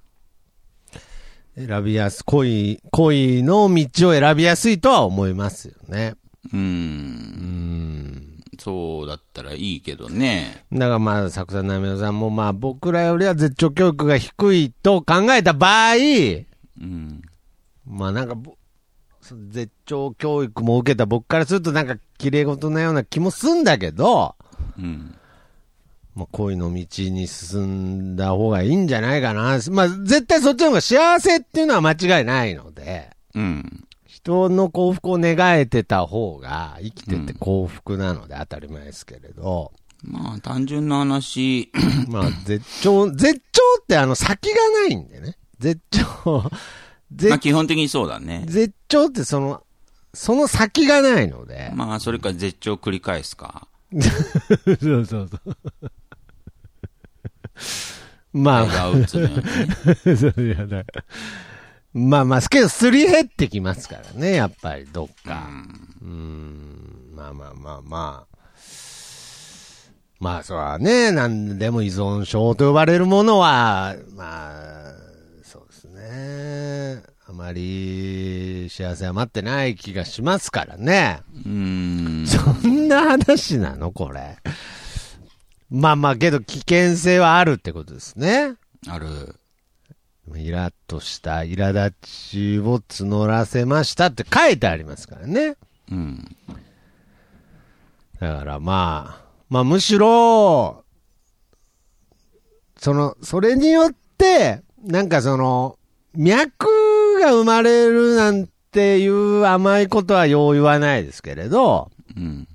S1: 選びやす、恋、恋の道を選びやすいとは思いますよね。う
S2: う。
S1: んん。
S2: そうだったらいいけどね。
S1: だからまあ、作さん、なみのさんもまあ、僕らよりは絶頂教育が低いと考えた場合、
S2: うん。
S1: まあなんかぼ、絶頂教育も受けた僕からするとなんか綺麗事なような気もすんだけど、
S2: うん。
S1: まあ、恋の道に進んだ方がいいんじゃないかな。まあ、絶対そっちの方が幸せっていうのは間違いないので、
S2: うん。
S1: 人の幸福を願えてた方が生きてて幸福なので当たり前ですけれど、
S2: まあ、単純な話、
S1: まあ、絶頂、絶頂ってあの先がないんでね。絶頂、
S2: まあ、
S1: 絶
S2: 基本的にそうだね。
S1: 絶頂ってその、その先がないので。
S2: まあ、それか絶頂を繰り返すか。
S1: そうそうそう。まあまあ、
S2: が打つのようにね。
S1: そういやだからまあまあ、けど、すり減ってきますからね、やっぱり、どっか。うーん、まあまあまあまあ。まあ、そらね、なんでも依存症と呼ばれるものは、まあ、そうですね。あまり幸せは待ってない気がしますからね。
S2: うん。
S1: そんな話なのこれ。まあまあ、けど危険性はあるってことですね。
S2: ある。
S1: イラッとした苛立ちを募らせましたって書いてありますからね。
S2: うん。
S1: だからまあ、まあむしろ、その、それによって、なんかその、脈が生まれるなんていう甘いことはよう言わないですけれど、
S2: うん。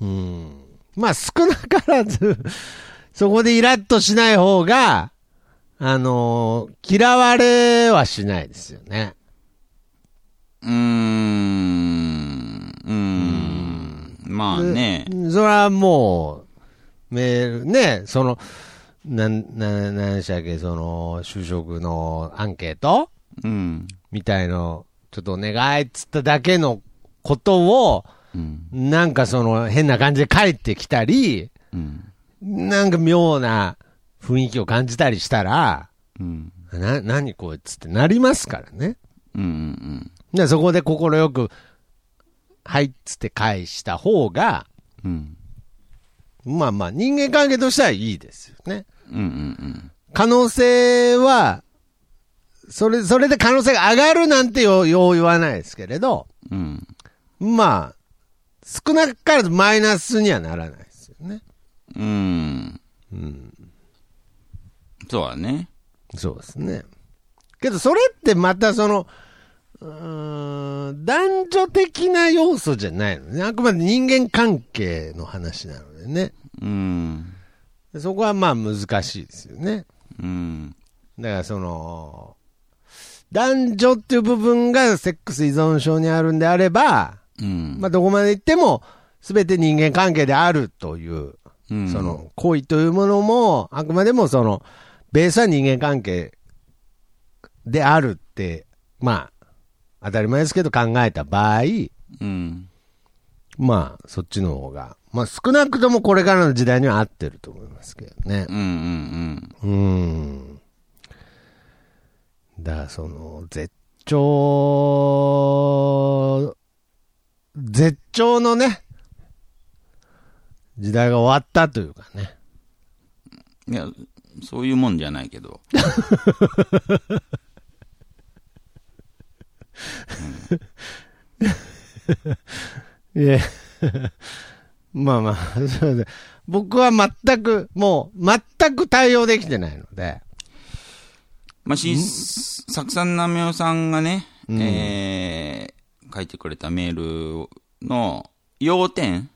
S1: うん。まあ少なからず、 そこでイラッとしない方が、あのー嫌われはしないですよね。
S2: うーん。うーん。まあね。
S1: それはもう、メール、ね、その、なん、な、なんでしたっけ、その、就職のアンケート
S2: うん。
S1: みたいの、ちょっとお願いっつっただけのことを、
S2: うん。
S1: なんかその、変な感じで帰ってきたり、
S2: うん。
S1: なんか妙な雰囲気を感じたりしたら、
S2: うん。
S1: な、何こいつってなりますからね。
S2: うん。うん。
S1: で、そこで心よく、はいっつって返した方が、
S2: うん。
S1: まあまあ人間関係としてはいいですよね。
S2: うん。うん。
S1: 可能性は、それ、それで可能性が上がるなんてよ、よう言わないですけれど、
S2: うん。
S1: まあ、少なからずマイナスにはならないですよね。
S2: うん。そうだね。
S1: そうですね。けどそれってまたその、うーん、男女的な要素じゃないのね。あくまで人間関係の話なのでね。
S2: うん。
S1: そこはまあ難しいですよね。
S2: うん。
S1: だからその、男女っていう部分がセックス依存症にあるんであれば、
S2: うん。
S1: まあどこまで行っても、すべて人間関係であるという、
S2: うん
S1: そ、の恋というものも、あくまでもその、ベースは人間関係であるって、まあ、当たり前ですけど考えた場合、
S2: うん。
S1: まあ、そっちの方が、まあ少なくともこれからの時代には合ってると思いますけどね
S2: うん。。うん。
S1: うん。だからその、絶頂、絶頂のね、時代が終わったというかね。
S2: うん。いや、そういうもんじゃないけど。
S1: いえ、 まあまあ、そうで僕は全く、もう、全く対応できてないので、
S2: まあ、し、さくさんなみおさんがね、えー、書いてくれたメールの要点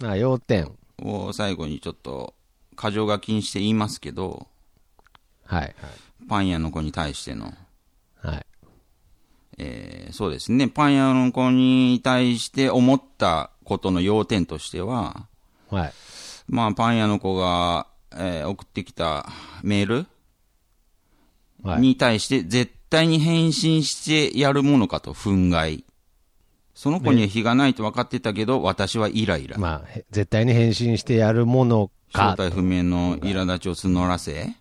S1: まあ、要点。
S2: を最後にちょっと過剰書きにして言いますけど、
S1: はい。
S2: パン屋の子に対しての、
S1: はい。
S2: えー、そうですね、パン屋の子に対して思ったことの要点としては、
S1: はい。
S2: まあ、パン屋の子が、えー送ってきたメール
S1: はい。
S2: に対して、絶対に返信してやるものかと、憤慨。その子には非がないと分かってたけど、私はイライラ。
S1: まあ、へ絶対に返信してやるもの
S2: 正
S1: か。
S2: 体不明の苛立ちを募らせ、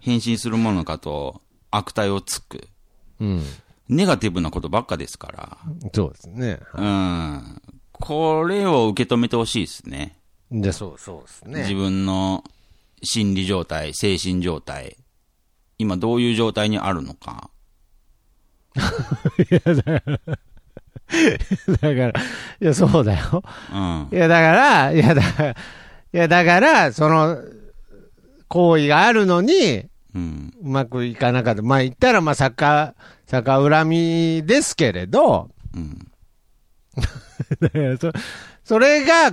S2: 返信するものかと、悪態をつく。
S1: うん。
S2: ネガティブなことばっかですか
S1: そうですね。
S2: ら。うん。これを受け止めてほしいですね。
S1: じゃそう、そうですね。
S2: 自分の心理状態、精神状態、今どういう状態にあるのか。
S1: だから、いや、そうだよ。
S2: うん
S1: い。や、だから、いや、だから、いや、だから、その、行為があるのに、
S2: うん。
S1: うまくいかなかった。まあ、言ったら、まあ、逆、逆恨みですけれ ど、
S2: うん。
S1: だからそそれが、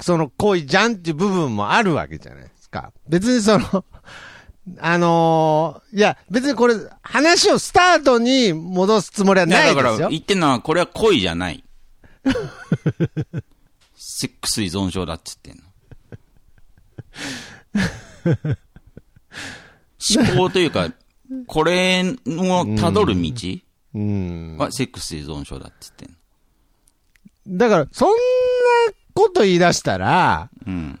S1: その行為じゃんっていう部分もあるわけじゃないですか。別にその、 あのーいや、別にこれ、話をスタートに戻すつもりはいな
S2: や、
S1: い
S2: だ
S1: で
S2: か
S1: す
S2: ら、
S1: よ。
S2: 言ってんのは、これは恋じゃない。 セックス依存症だっつっ てんの。思考というか、これを辿る道
S1: うん。
S2: はセックス依存症だっつってんの。
S1: だから、そんなこと言い出したら、
S2: うん。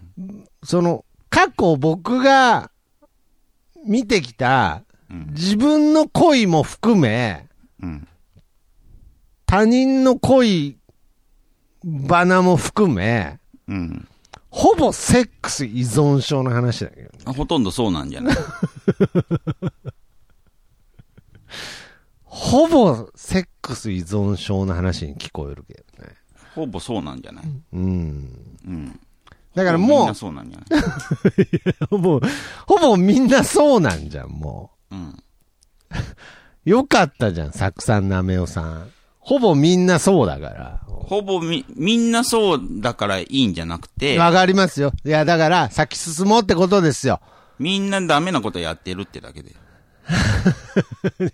S1: その、過去僕が見てきた
S2: うん
S1: 自分の恋も含め、
S2: うん。
S1: 他人の恋バナも含め、
S2: うん。
S1: ほぼセックス依存症の話だけどね。
S2: ほとんどそうなんじゃない
S1: ほぼセックス依存症の話に聞こえるけどね。
S2: ほぼそうなんじゃない
S1: うん。
S2: うん。
S1: だから
S2: みん
S1: も
S2: なそうなんじゃない
S1: う、ほぼ、 ほぼみんなそうなんじゃん、も
S2: うん。
S1: う。よかったじゃん、サクさん、なめおさん。ほぼみんなそうだから。
S2: ほぼみ、みんなそうだからいいんじゃなくて、
S1: わかりますよ。いや、だから、先進もうってことですよ。
S2: みんなダメなことやってるってだけで。
S1: い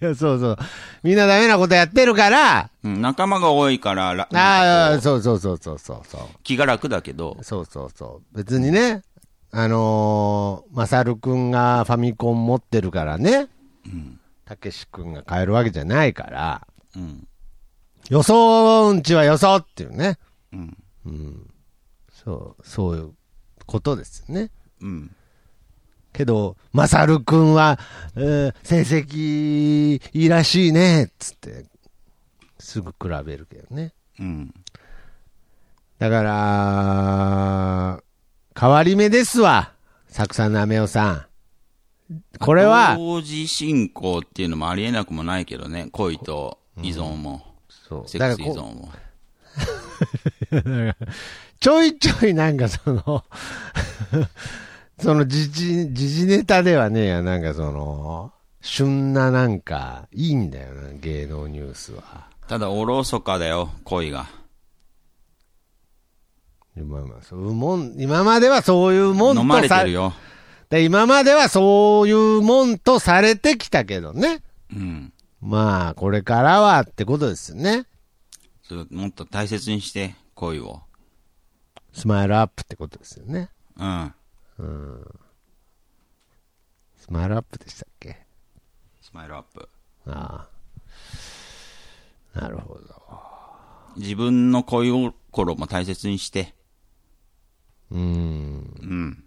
S1: や、そうそう。みんなダメなことやってるから、
S2: うん、仲間が多いから、ら
S1: あ
S2: なんか
S1: あ、
S2: こ
S1: そうそうそうそうそうそう。
S2: う気が楽だけど、
S1: そうそうそう。別にね、あのー、まさるくんがファミコン持ってるからね、たけしくんが買えるわけじゃないから、
S2: うん、
S1: 予想うんちは予想っていうね。
S2: うん、
S1: そう、そういうことですよね。
S2: うん、
S1: けど、まさるくんは、えー成績いいらしいね、っつって、すぐ比べるけどね。
S2: うん。
S1: だから、変わり目ですわ、サクさんなめおさん。これは、
S2: 同時進行っていうのもありえなくもないけどね、恋と依存も、
S1: そう
S2: セ
S1: だ
S2: ッ
S1: か
S2: ク
S1: ら
S2: ス依存
S1: こ
S2: も。
S1: ちょいちょいなんかその、 その時事、時事ネタではねえや、なんかその、旬ななんか、いいんだよな、芸能ニュースは。
S2: ただ、おろそかだよ、恋が。
S1: 今まあそうもん今まではそういうもんと
S2: 飲まれて
S1: さ
S2: るよ。
S1: で今まではそういうもんとされてきたけどね。
S2: うん。
S1: まあ、これからはってことですよね。
S2: それもっと大切にして、恋を。
S1: スマイルアップってことですよね。
S2: うん。
S1: スマイルアップでしたっけ
S2: スマイルアップ。
S1: ああ。なるほど。
S2: 自分の恋心も大切にして。
S1: うーん。
S2: うん。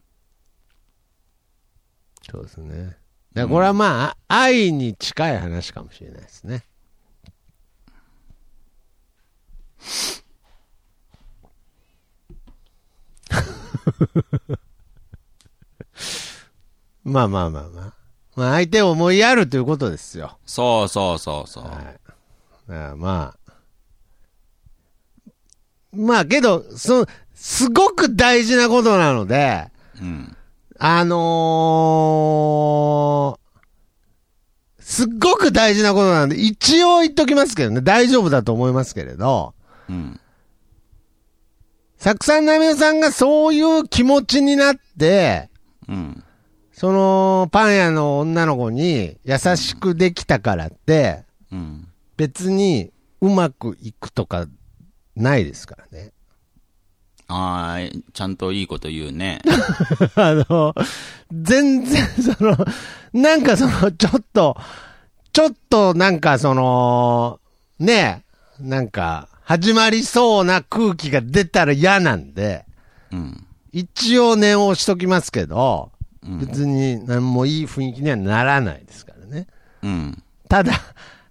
S1: そうですね。だからこれはまあ、あ愛に近い話かもしれないですね。 まあまあまあまあ。まあ相手を思いやるということですよ。
S2: そうそうそうそう。
S1: はい。だからまあ。まあけど、その、すごく大事なことなので、
S2: うん。
S1: あのー、すっごく大事なことなんで、一応言っときますけどね、大丈夫だと思いますけれど、
S2: うん。
S1: サクさんなみおさんがそういう気持ちになって、
S2: うん。
S1: その、パン屋の女の子に優しくできたからって、
S2: うん。
S1: 別にうまくいくとかないですからね。
S2: ああ、ちゃんといいこと言う ね。
S1: あの、全然、その、なんかその、ちょっと、ちょっとなんかその、ねえ、なんか、始まりそうな空気が出たら嫌なんで、
S2: うん。
S1: 一応念を押しときますけど、
S2: うん
S1: 別に何もいい雰囲気にはならないですからね。
S2: うん。
S1: ただ、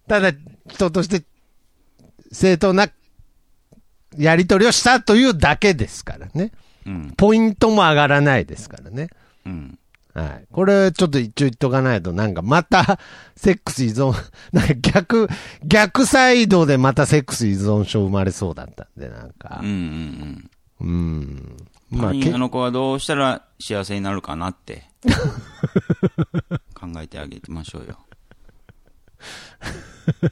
S1: ただ、人として、正当な、やり取りをしたというだけですからね。
S2: うん。
S1: ポイントも上がらないですからね。
S2: うん。
S1: はい。これ、ちょっと一応言っとかないと、なんかまた、 セックス依存、 なんか逆、逆サイドでまたセックス依存症生まれそうだったんで、なんか
S2: うん。うん
S1: うん。
S2: うん。
S1: まあ、
S2: パン
S1: け
S2: 屋の子はどうしたら幸せになるか なって。考えてあげましょうよ。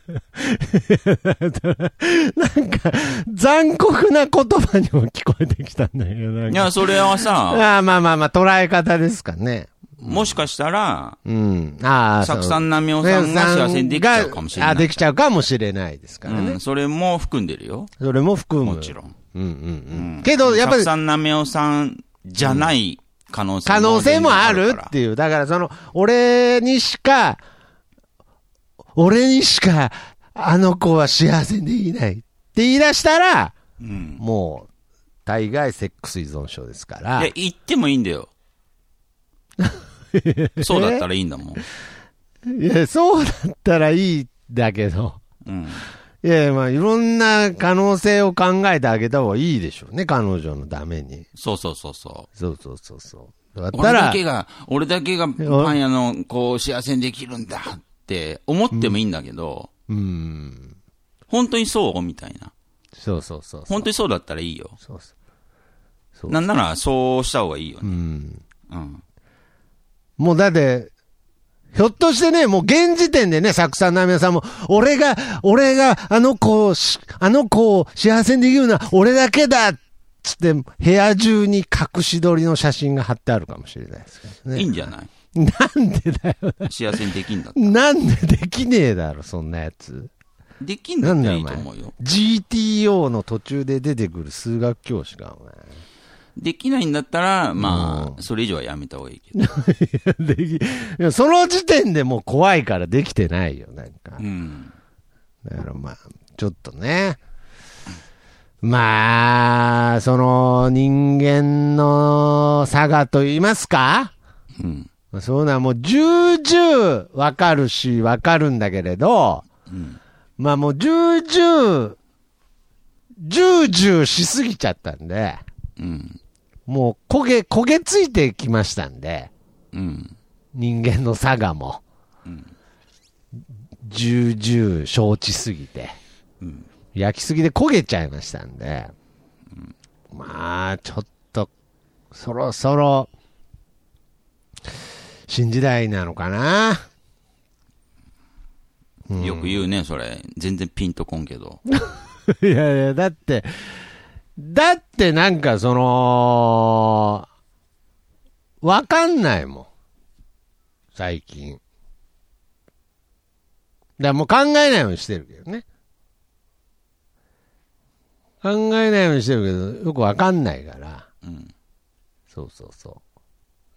S1: 残酷な言葉にも聞こえてきたんだけど、なん
S2: い
S1: か。
S2: や、それはさ、
S1: ああ、まあまあまあ、捉え方ですかね。
S2: もしかしたら、
S1: うん。ああ、
S2: サクさ
S1: ん
S2: んなみおさんが幸せにできちゃうかもしれな
S1: あ、で
S2: い。
S1: きちゃうかもしれないですからね。
S2: うん、それも含んでるよ。
S1: それも含む。
S2: もちろん。
S1: うんうんう
S2: うん
S1: ん。けど、やっぱり
S2: サクさんなみおさんじゃない可能性も
S1: 可能性もある
S2: から
S1: っていう。だからその、俺にしか、俺にしか、あの子は幸せできないって言い出したら、
S2: うん。
S1: もう、大概セックス依存症ですか
S2: い
S1: ら
S2: や、、言ってもいいん だよ。そうだったらいいんだもん。
S1: いや、そうだったらいいんだけど、
S2: うん。
S1: いやいや、まあ、いろんな可能性を考えてあげた方がいいでしょうね、彼女のために。
S2: そうそうそうそう。
S1: そうそうそうそう。だっ
S2: 俺
S1: た
S2: だ
S1: ら、
S2: けが、俺だけがパン屋のこう幸せにできるんだって思ってもいいんだけど、
S1: うん、
S2: 本当にそうみたいな。
S1: そうそうそうそう。
S2: 本当にそうだったらいいよ。
S1: そうそうそう
S2: なんならそうした方がいいよ
S1: う
S2: ね。
S1: ん。
S2: うん。
S1: もうだって、ひょっとしてね、もう現時点でね、サクさん、ナミヤさんも、俺が、俺が、あの子をし、あの子を幸せにできるのは俺だけだっつって、部屋中に隠し撮りの写真が貼ってあるかもしれないですから
S2: いい
S1: ね。
S2: んじゃない
S1: なんでだよ。
S2: 幸せにできんだったら
S1: なんでできねえだろ、そんなやつ。
S2: できんだったらいいと
S1: なんだ
S2: 思うよ。
S1: GTO の途中で出てくる数学教師が、お 前。
S2: できないんだったら、まあ、それ以上はやめた方がいいけ ど。
S1: でき、いやその時点でもう怖いからできてないよ、なんか。
S2: うん。
S1: だからまあ、ちょっとね。まあ、その人間の差がと言いますか
S2: うん。
S1: そういうのはもう重々わかるし、わかるんだけれど、
S2: うん。
S1: まあもう重々、重々しすぎちゃったんで、
S2: うん。
S1: もう焦げ、焦げついてきましたんで、
S2: うん。
S1: 人間の差がも
S2: うん。
S1: 重々承知すぎて。
S2: うん。
S1: 焼きすぎで焦げちゃいましたんで、まあ、ちょっと、そろそろ、新時代なのかな。
S2: よく言うね、それ。全然ピンとこんけど。
S1: いやいや、だって、だってなんかその、わかんないもん。最近。だからもう考えないようにしてるけどね。考えないようにしてるけど、よくわかんないから。
S2: うん。
S1: そうそうそう。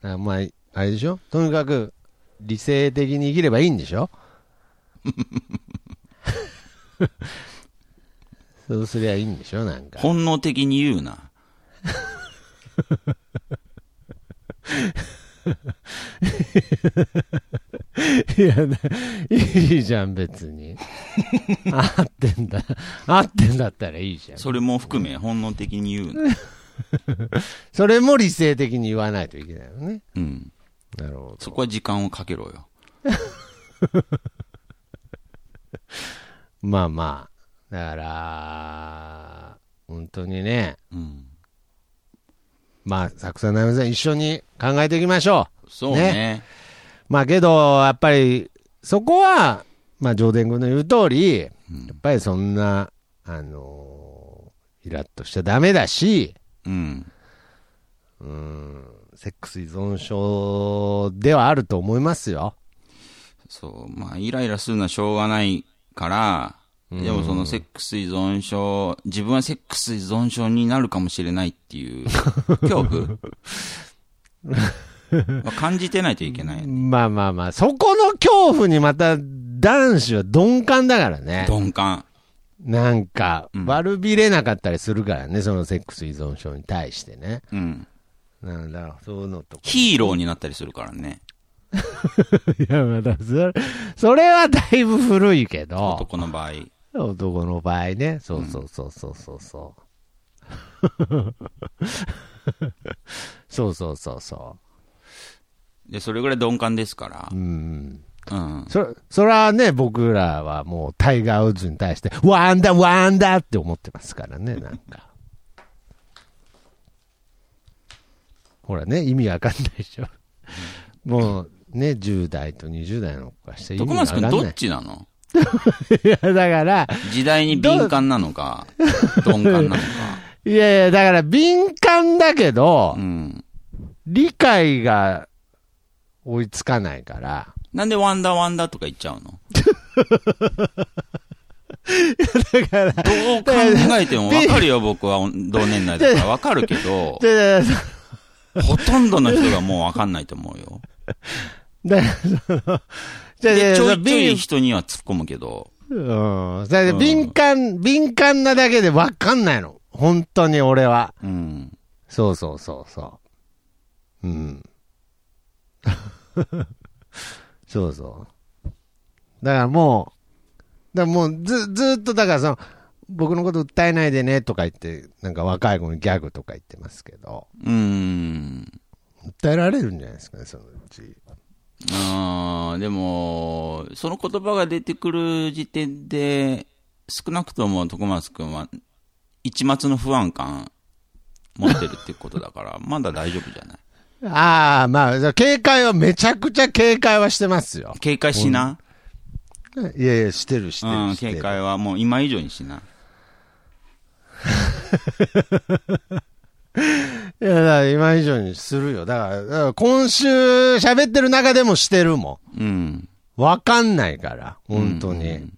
S1: だからまあ、あれでしょとにかく、理性的に生きればいいんでし ょそうすりゃいいんでしょなんか。
S2: 本能的に言うな。
S1: いや、ね、いいじゃん、別に。合ってんだ。合ってんだったらいいじゃん。
S2: それも含め、本能的に言うな。
S1: それも理性的に言わないといけないよね。
S2: うん。
S1: なるほ
S2: そ
S1: ど。
S2: こは時間をかけろよ。
S1: まあまあ。だから、本当にね、
S2: うん。
S1: まあ、作さん、なみさん、一緒に考えていきましょう。
S2: そうね。
S1: まあけど、やっぱり、そこは、まあ、上田君の言う通り、やっぱりそんな、あのーイラッとしちゃダメだし、
S2: うん。
S1: うーん、セックス依存症ではあると思いますよ。
S2: そう。まあ、イライラするのはしょうがないから、でもそのセックス依存症、自分はセックス依存症になるかもしれないって いう恐怖は感じてないといけない。
S1: まあまあまあ、そこの恐怖にまた、男子は鈍感だからね。
S2: 鈍感。
S1: なんか
S2: う、ん
S1: 悪びれなかったりするからね、そのセックス依存症に対してね。
S2: うん。
S1: なんだろう、そういうのとか。
S2: ヒーローになったりするからね。
S1: いや、まあだからそれ、それはだいぶ古いけど。
S2: 男の場合。
S1: 男の場合ね。そうそうそうそうそうそう。 そうそうそうそう。
S2: で、それぐらい鈍感ですから
S1: う。ん。
S2: うん。
S1: それ、それはね、僕らはもうタイガー・ウッズに対して、ワンダー、ワンダーって思ってますからね、なんか。ほらね、意味わかんないでしょ。もうね、10代と20代の子がして意味
S2: 徳
S1: わ
S2: 松
S1: かん
S2: 君
S1: ない。
S2: どっちなの
S1: いや、だから、
S2: 時代に敏感な のか、鈍感なのか。
S1: いやいや、だから敏感だけど
S2: う、ん。
S1: 理解が追いつかないから。
S2: なんでワンダーワンダーとか言っちゃう のだから、どう考えてもわかるよ、僕は同年代だからわかるけど、
S1: で、
S2: ほとんどの人がもうわかんないと思うよ。
S1: だから、その、じゃ
S2: で、ちょいちょい
S1: 敏
S2: 人には突っ込むけど、
S1: うん。それで
S2: うん
S1: 敏感、敏感なだけで分かんないの。本当に俺は。
S2: うん。
S1: そうそうそうそう。うん。 そうそう。だからもう、だからもうず、ずーっとだからその、僕のこと訴えないでねとか言って、なんか若い子にギャグとか言ってますけど、
S2: うん。
S1: 訴えられるんじゃないですかね、そのうち。
S2: あーでも、その言葉が出てくる時点で、少なくとも徳松くんは、一抹の不安感持ってるってことだから、まだ大丈夫じゃない
S1: ああ、まあ、警戒は、めちゃくちゃ警戒はしてますよ。
S2: 警戒しな。
S1: いやいや、してる、して
S2: う
S1: る
S2: ん、
S1: してる。
S2: 警戒はもう今以上にしな。
S1: いや、だから今以上にするよ。だから、だから今週喋ってる中でもしてるも
S2: うん。
S1: ん。わかんないから、本当に。う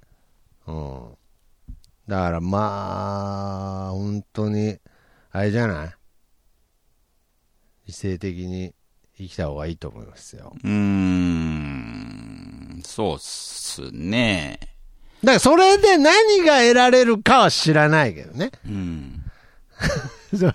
S2: うんん。
S1: だからまあ、本当に、あれじゃない理性的に生きた方がいいと思いますよ。
S2: うーん、そうっすね。
S1: だからそれで何が得られるかは知らないけど ね。
S2: うん。
S1: それ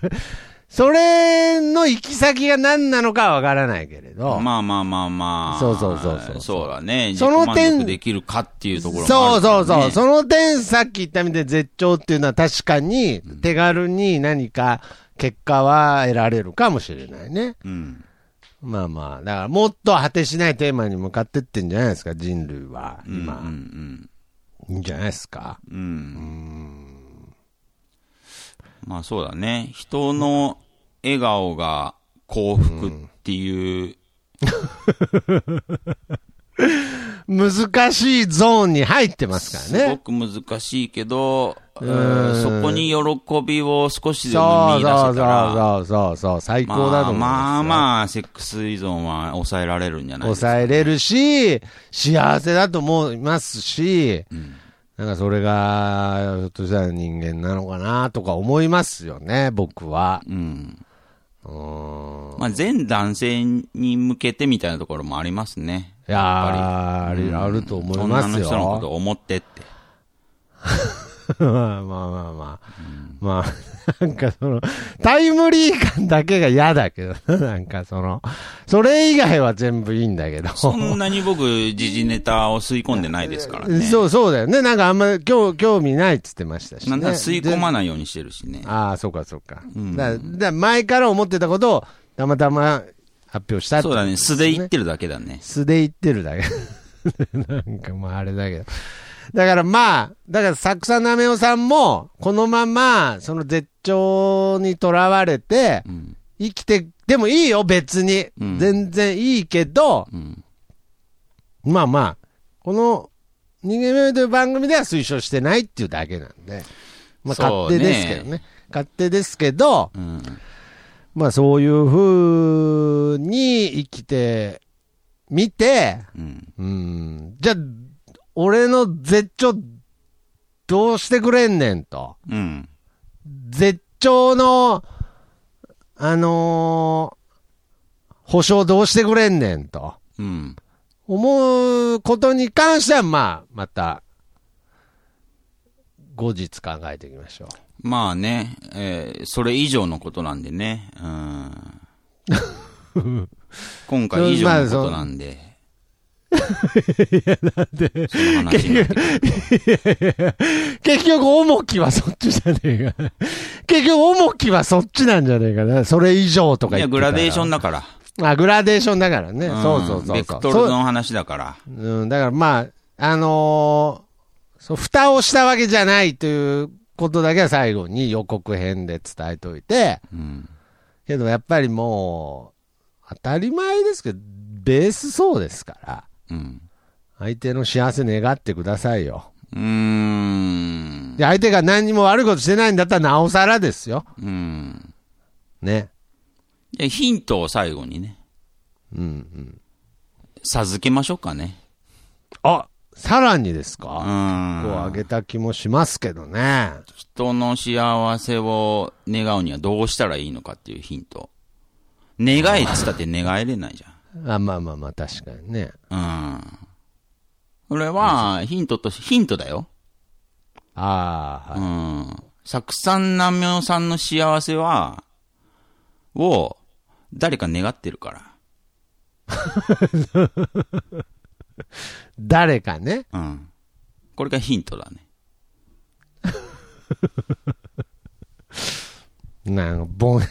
S1: それの行き先が何なのかはわからないけれど。
S2: まあまあまあまあ。
S1: そうそうそうそう
S2: そうだね。
S1: その点
S2: 自己満足できるかっていうところもあ
S1: そう
S2: るから
S1: そ
S2: ね
S1: うそう。その点、さっき言ったみたいに絶頂っていうのは確かに、手軽に何か結果は得られるかもしれないね。
S2: うん。
S1: まあまあ。だから、もっと果てしないテーマに向かってってんじゃないですか、人類は。今。
S2: うんうん。
S1: いいんじゃないですか。
S2: うん。まあそうだね。人の笑顔が幸福っていう、
S1: 難しいゾーンに入ってます
S2: す
S1: から
S2: ご
S1: ね。
S2: く難しいけど、
S1: ん
S2: うんそこに喜びを少しでも
S1: そ
S2: 見
S1: う
S2: 出せ
S1: そ
S2: たら
S1: う、そうそうそう、最
S2: ま
S1: 高だと
S2: あ
S1: 思いますよ。
S2: まあまあ、セックス依存は抑えられるんじゃないですか。
S1: 抑えれるし、幸せだと思いますし、なんかそれが、ひょっとしたら人間なのかなとか思いますよね、僕は。
S2: うん。
S1: うーん。
S2: まあ全男性に向けてみたいなところもありますね。
S1: いやーありあると思いますよ。
S2: 女の人のことを思ってって。
S1: まあまあまあまあ。まあ、なんかその、タイムリー感だけが嫌だけど な、なんかその、それ以外は全部いいんだけど。
S2: そんなに僕、時事ネタを吸い込んでないですからね。
S1: そう、そうだよね。なんかあんま興興味ないっつってましたし、ね。
S2: なんなら吸い込まないようにしてるしね。
S1: ああ、そうか、そうか。
S2: うん
S1: だだ前から思ってたことを、たまたま発表したって
S2: そうだね。素で言ってるだけだね。
S1: 素で言ってるだけ。 なんかまあ、あれだけど。だからまあ、だから、サクサナメオさんも、このまま、その絶頂にとらわれて
S2: う、ん。
S1: 生きて、でもいいよ、別に。
S2: うん
S1: 全然いいけど、
S2: うん。
S1: まあまあ、この、人間メという番組では推奨してないっていうだけなんで、まあ、勝
S2: そうね
S1: 手ですけどね。勝手ですけど、
S2: うん。
S1: まあそういう風に生きてみて、
S2: うん。
S1: うん、じゃあ、俺の絶頂、どうしてくれんねんと。
S2: うん。
S1: 絶頂の、あのー保証どうしてくれんねんと。
S2: うん。
S1: 思うことに関しては、まあ、また、後日考えていきましょう。
S2: まあね、えーそれ以上のことなんでね。うん。 今回以上のことなんで。 その話になってくる
S1: 結局、重きはそっちじゃねえ かな。結局、重きはそっちなんじゃねえかな。それ以上とか
S2: い
S1: 言
S2: や、
S1: ってた
S2: グ
S1: ら
S2: ラデーションだから。
S1: あ、グラデーションだからね。
S2: ん
S1: そうそうそうそう。
S2: ベクトルの話だから。
S1: うん、だからまあ、あのーそう、蓋をしたわけじゃないということだけは最後に予告編で伝えておいて、
S2: うん。
S1: けどやっぱりもう、当たり前ですけど、ベースそうですから、
S2: うん。
S1: 相手の幸せ願ってくださいよ。
S2: うーん。
S1: で、相手が何にも悪いことしてないんだったらなおさらですよ。
S2: うん。
S1: ね。
S2: いやヒントを最後にね、
S1: うんうん。
S2: 授けましょうかね。
S1: あさらにです
S2: う
S1: かこう上
S2: ん。
S1: げた気もしますけどね。
S2: 人の幸せを願うにはどうしたらいいのかっていうヒント。願えっつったって願えれないじ
S1: あ、まあまあまあ、確かにね。
S2: ゃん。うん。これは、ヒントとし、ヒントだよ。
S1: ああ、
S2: うん。作産難妙さんの幸せは、を、誰か願ってるか
S1: 誰かね。
S2: ら。うん。これがヒントだね。
S1: なんか、ぼん、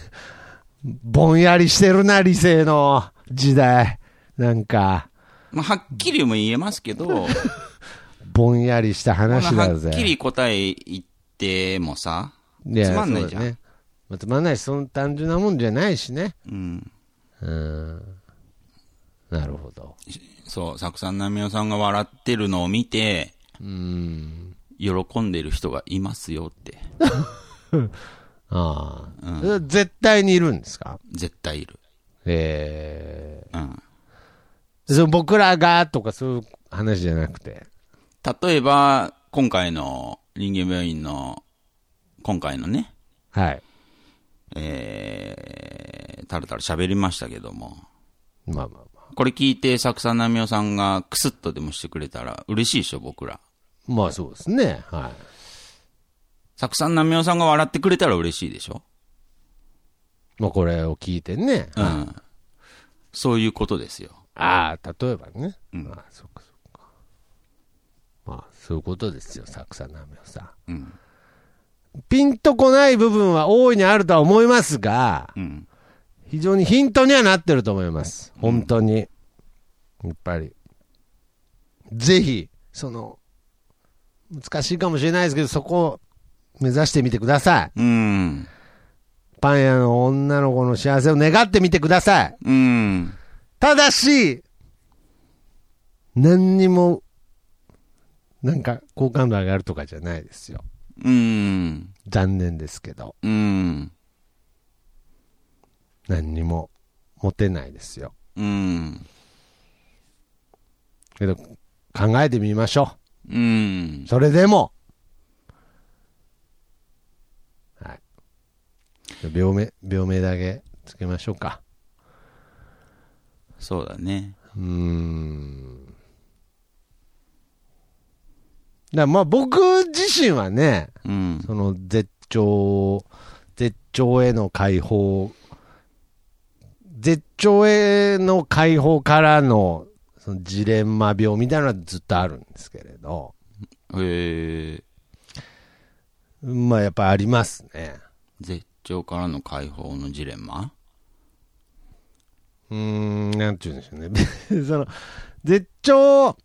S1: ぼんやりしてるな、理性の時代。なんか、
S2: まあ、はっきりも言えますけど、こん
S1: ぼんやりした
S2: な
S1: 話だ
S2: は
S1: ぜ。
S2: っきり答え言ってもさ、
S1: いや
S2: つまんないじゃん
S1: そうだねまあつまんないし、その単純なもんじゃないしね。
S2: うん。
S1: うん。なるほど。
S2: そう、作産難妙さんが笑ってるのを見て、
S1: うん。
S2: 喜んでる人がいますよって、
S1: ああ、絶対にいるんですか
S2: 絶対いる。
S1: え
S2: うん。
S1: えその僕らがとかそういう話じゃなくて。
S2: 例えば、今回の人間病院の、今回のね、
S1: はい。
S2: えー、たらたら喋りましたけども、
S1: まあまあまあ。
S2: これ聞いて、作さなみおさんがクスッとでもしてくれたら嬉しいでしょ、僕ら。
S1: まあそうですね。はい。
S2: 作さなみおさんが笑ってくれたら嬉しいでしょ。
S1: まあこれを聞いてね。
S2: うん。そういうことですよ。
S1: ああ、例えばね。
S2: うん
S1: ああ、そっかそっか。まあそういうことですよ、作さなめをさん。
S2: うん。
S1: ピンとこない部分は大いにあるとは思いますが、
S2: うん。
S1: 非常にヒントにはなってると思います。本当に。やっぱり。ぜひ、その、難しいかもしれないですけど、そこを目指してみてください。
S2: うん。
S1: パン屋の女の子の幸せを願ってみてください。
S2: うん。
S1: ただし、何にも、なんか、好感度上がるとかじゃないですよ。
S2: うん。
S1: 残念ですけど、
S2: うん。
S1: 何にも、モテないですよ。
S2: うん。
S1: けど、考えてみましょ
S2: うん
S1: う。。それでも、はい。病名、病名だけつけましょうか。
S2: そうだね。
S1: うーん。だからまあ僕自身はね、
S2: うん。
S1: その絶頂、絶頂への解放、絶頂への解放からの、そのジレンマ病みたいなのはずっとあるんですけれど、
S2: へえ。
S1: まあやっぱありますね。
S2: 絶頂からの解放のジレンマ
S1: うーん、なんて言うんでしょうね。そ の、絶頂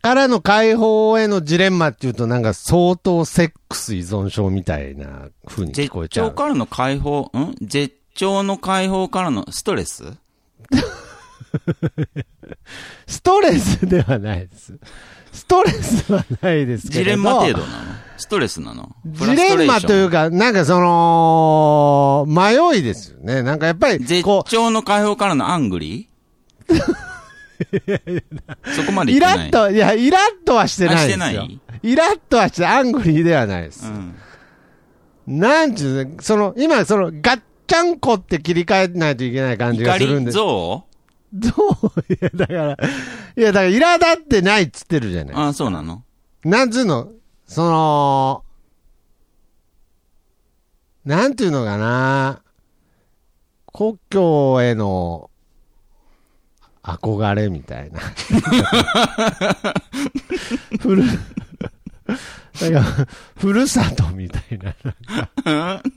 S1: からの解放へのジレンマっていうとなんか相当セックス依存症みたいな風に聞
S2: 絶
S1: こえちゃ
S2: 頂
S1: う。
S2: からの解放、ん絶頂の解放からのストレス
S1: ストレスではないです。ストレスはないですけれ
S2: ジ
S1: ど。
S2: レンマ程度なのストレスなのフ
S1: ジレ
S2: ラストレ
S1: ン
S2: ー
S1: マ
S2: シ
S1: とい
S2: ョ
S1: う
S2: ン
S1: か、なんかその、迷いですよね。なんかやっぱり、
S2: 絶
S1: こ
S2: 頂の解放からのアングリーそこま
S1: う、
S2: で
S1: イ
S2: 言
S1: ラ
S2: ってな
S1: ッと、
S2: い。
S1: いや、イラッとはしてないです
S2: あして
S1: よ
S2: ない。
S1: イラッとはして、アングリーではないです
S2: う。ん。
S1: なんちゅうの、その、今、その、ガッチャンコって切り替えないといけない感じが
S2: 怒
S1: するん
S2: り
S1: で。
S2: 像
S1: どう いや、だから、いや、だから、苛立ってないっつってるじゃない。
S2: あ、そうなの
S1: なんつうの、その、なんていうのかな、故郷への憧れみたいな。 ふる、なんか、ふるさとみたいな。なんか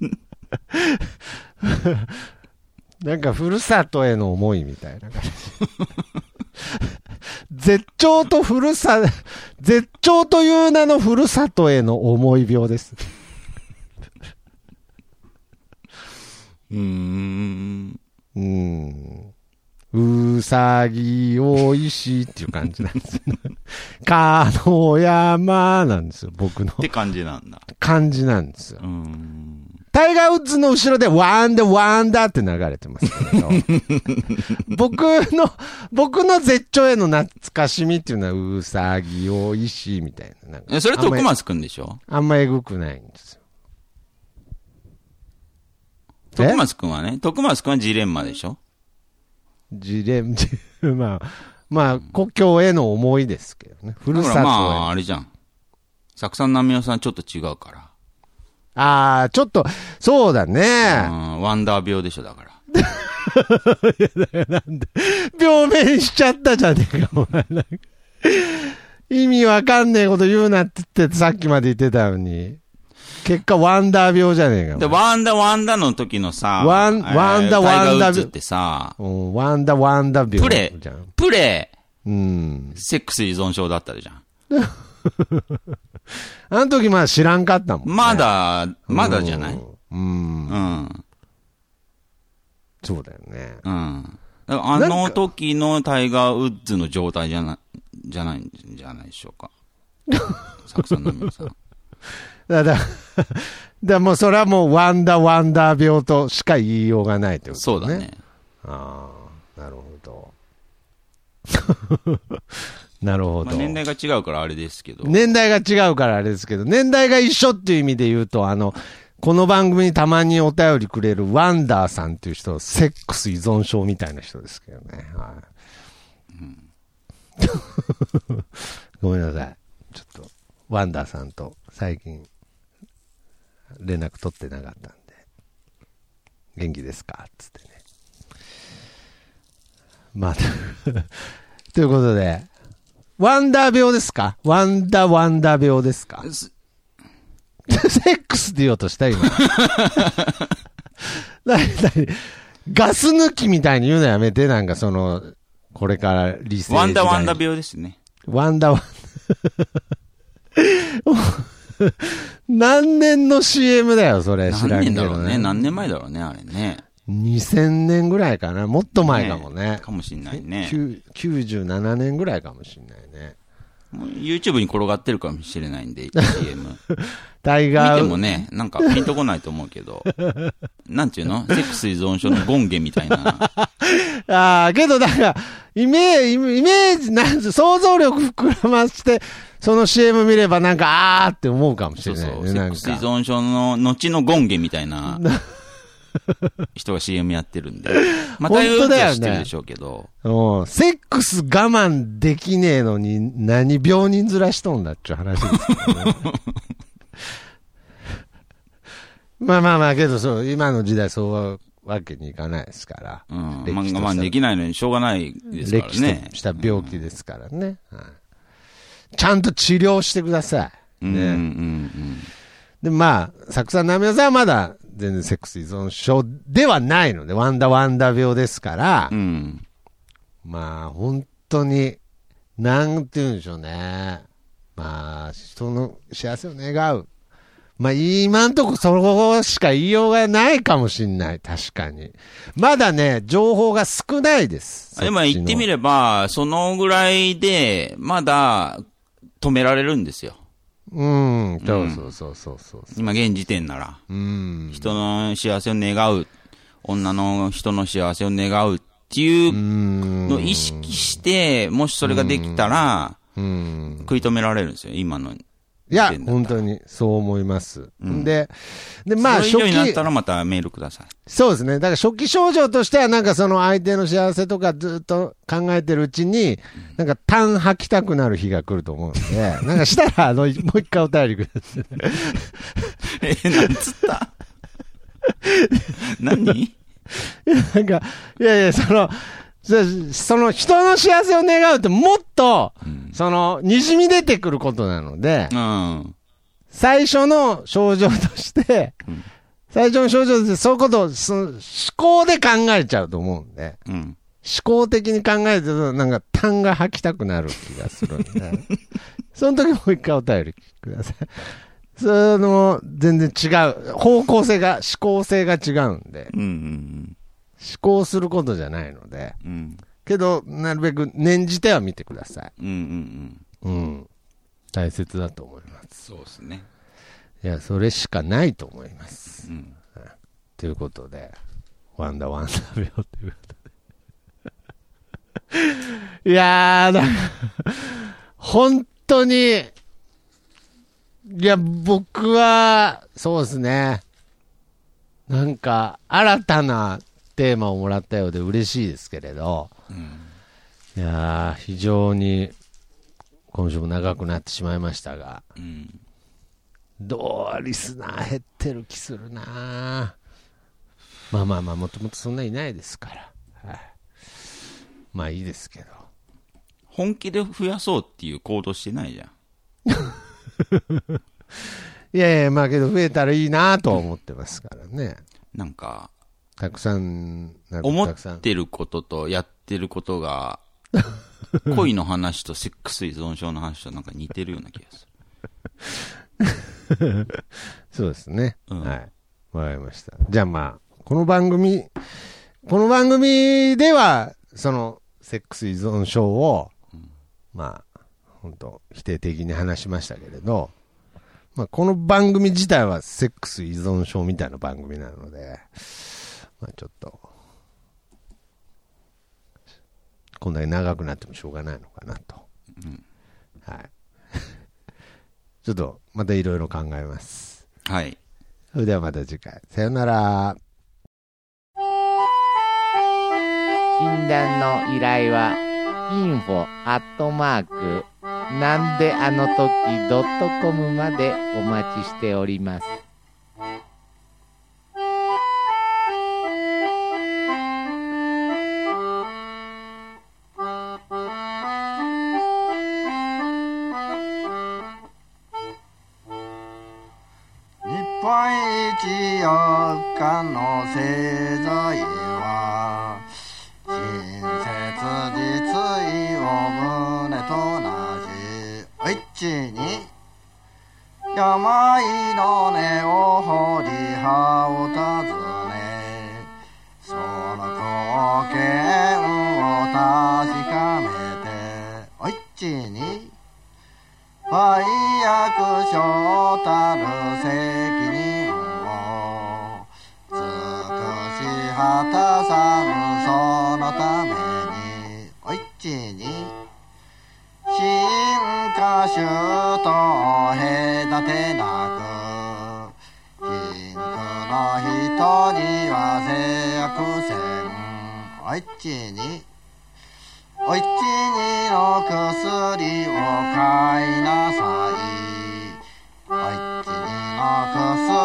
S1: なんか、ふるさとへの思いみたいな感じ。 絶頂とふるさ、絶頂という名のふるさとへの思い病です。
S2: うーん。
S1: うーん。うさぎおいしいっていう感じなんですよ。かの山なんですよ、僕の
S2: って感じなんだ。
S1: 感じなんですよ
S2: う。ーん。
S1: タイガー・ウッズの後ろでワンダワンダって流れてますけ れど。僕の、僕の絶頂への懐かしみっていうのは、うさぎおいしいみたいな。なんか
S2: えそれ
S1: あんま
S2: 徳松くんでしょ
S1: あんまえぐくないんですよ。え
S2: 徳松くんはね、徳松くんはジレンマでしょ
S1: ジレン、ジまあ、 まあ、故郷への思いですけどね。ふ
S2: だ
S1: る
S2: か
S1: さ
S2: ら
S1: とへ。
S2: まあ、あれじゃん。サクさん、ナミオさんちょっと違うか
S1: ああ、ちょっと、そうだ
S2: ら。
S1: ね。
S2: うん、ワンダー病でしょ、だから。
S1: 病名しちゃったじゃねえか、お前なんか。意味わかんねえこと言うなって言って、さっきまで言ってたのに。結果、ワンダー病じゃねえか。お
S2: で、
S1: 前
S2: ワンダ、ワンダの時のさ、
S1: ワンワンダ
S2: ワンダ。タイガ
S1: ワ
S2: ー
S1: ン
S2: ウ
S1: ダ
S2: ッズってさ、
S1: うんワンダー、ワンダー病。
S2: プレ
S1: じゃん。、
S2: プレ、
S1: うん。
S2: セックス依存症だったじゃん。
S1: あの時、まあ知らんかったもん。
S2: まだ、まだじゃない
S1: うん。うん
S2: うん。
S1: そうだよね。
S2: うん。だからあの時のタイガー・ウッズの状態じゃな、じゃないんじゃないでしょうか。 サクさんの皆さん。
S1: だ、 だ、だもうそれはもうワンダー、ワンダー病としか言いようがないってこと
S2: そうだね。
S1: ああ、なるほど。 なるほ
S2: ま
S1: ど、
S2: あ、年代が違うからあれですけど。
S1: 年代が違うからあれですけど、年代が一緒っていう意味で言うと、あの、この番組にたまにお便りくれるワンダーさんっていう人、セックス依存症みたいな人ですけどね。はい。ごめんなさい。ちょっと、ワンダーさんと最近、連絡取ってなかったんで、元気ですかつってね。まあ、 ということで、ワンダー病ですかワンダーワンダー病ですか
S2: す
S1: セックスって言おうとした今。 なになにガス抜きみたいに言うのやめて、なんかその、これからリセ
S2: ワンダ、ワンダ
S1: 病。
S2: 病ですね。
S1: ワンダワン。 何年の CM だよ、それ。知ら
S2: 何
S1: んけ
S2: 年だ
S1: ど
S2: ろうね。何年前だろうね、あれね。
S1: 2000年ぐらいかな。もっと前かもね。
S2: かもしんないね。
S1: 9 97年ぐらいかもしんないね。
S2: もう YouTube に転がってるかもしれないん で、CM。
S1: タイガー
S2: 見てもね、なんかピンとこないと思う けど。なんていうのセックス依存症のゴンゲみたいな。
S1: ああ、けどなんか、イメージ、イメージ、なんつ想像力膨らまして、その CM 見ればなんか、あーって思うかもし
S2: そ
S1: れ
S2: う
S1: ないね。
S2: そう。セ
S1: な
S2: ッ
S1: ん
S2: クス依
S1: か。
S2: 存症の後のゴンゲみた いな人が CM やってるんで。まあ、
S1: 本
S2: 大
S1: 当
S2: 分
S1: だよね
S2: は知ってるでしょうけど。
S1: うん。セックス我慢できねえのに、何病人ずらしとんだっちゅう話ですけ どね。まあまあまあ、けどそう、今の時代そうはわけにいかないですから。
S2: うん。ま
S1: 歴
S2: あ、我
S1: 史と
S2: 慢
S1: しては
S2: できないのにしょうがないですから
S1: 歴史
S2: ね
S1: と。した病気ですからね。はいちゃんと治療してください。
S2: うんうん
S1: ね。
S2: うん
S1: で、まあ、サクさん、ナミオさんはまだ全然セックス依存症ではないので、ワンダワンダ病ですから、
S2: うん。うん。
S1: まあ、本当に、なんて言うんでしょうね。まあ、人の幸せを願う。まあ、今んとこそこしか言いようがないかもしんない。確かに。まだね、情報が少ないです。
S2: でも言ってみ
S1: れ
S2: れば、そのぐらいで、まだ止められるんですよ。
S1: うん、そうそうそうそうそう。
S2: 今現時点なら。
S1: うん。
S2: 人の幸せを願う、女の人の幸せを願うっていう
S1: うん。
S2: のを意識して、もしそれができたら、
S1: うん。
S2: 食い止められるんですよ、今の。
S1: いや
S2: 時点、だ
S1: 本当にそう思います。で、で、まあ、初
S2: それ以上になっ
S1: 期
S2: た、らまたメールください。
S1: そうですね。だから初期症状としては、なんかその相手の幸せとかずっと考えてるうちに、なんか痰吐きたくなる日が来ると思うんで、 なんかしたら、あの、もう一回お便りください。
S2: え、なんつった何
S1: なんか、いやいや、その、そその人の幸せを願うってもっと、
S2: うん。
S1: その、滲み出てくることなので、
S2: うん。
S1: 最初の症状として
S2: うん、
S1: 最初の症状で、そういうことを、その、思考で考えちゃうと思うんで、
S2: うん。
S1: 思考的に考えてると、なんか、痰が吐きたくなる気がするん で、その時もう一回お便りください。その、全然違う。方向性が、思考性が違うんで、
S2: うんうん
S1: 思考することじゃないので、
S2: うん。うん。
S1: けど、なるべく念じては見てください。
S2: うんうんうん。
S1: うん。大切だと思います。
S2: そうですね。
S1: いや、それしかないと思います。
S2: うん。
S1: ということで、ワンダワンダ病ということで。い やー、だから本当に、いや、僕は、そうですね。なんか、新たなテーマをもらったようで嬉しいですけれど、
S2: うん。
S1: いやー、非常に、今週も長くなってしまいましたが、
S2: うん。
S1: どうリスナー減ってる気するなまあまあまあもともとそんないないですから、はい、まあいいですけど
S2: 本気で増やそうっていう行動してないじゃん。
S1: いやいやまあけど増えたらいいなとは思ってますからね
S2: なんか、
S1: たくさんなんか
S2: 思
S1: たくさ
S2: っ
S1: ん
S2: てることとやってることが、 恋の話とセックス依存症の話となんか似てるような気がす
S1: そうですね、
S2: うん
S1: はいわかりましたじゃあまあこの番組この番組ではそのセックス依存症を、まあ本当否定的に話しましたけれど、まあ、この番組自体はセックス依存症みたいな番組なので、まあ、ちょっとこんだけ長くなってもしょうがないのかなと、はい ちょっとまたいろいろ考えます
S2: る。はい。
S1: それではまた次回。さよなら。
S3: 診断の依頼は info アットマークなんであの時ドットコムまでお待ちしております。
S4: 日本一四日の製材は親切実意を胸と同じ一に病の根を掘り葉を訪ねその貢献を確かめて一に愛役所たる責任を尽くし果たさぬそのためにおいちに進化種と隔てなく貧苦の人には制約せんおいちにおいちにの薬を買いなさい。おいちにの薬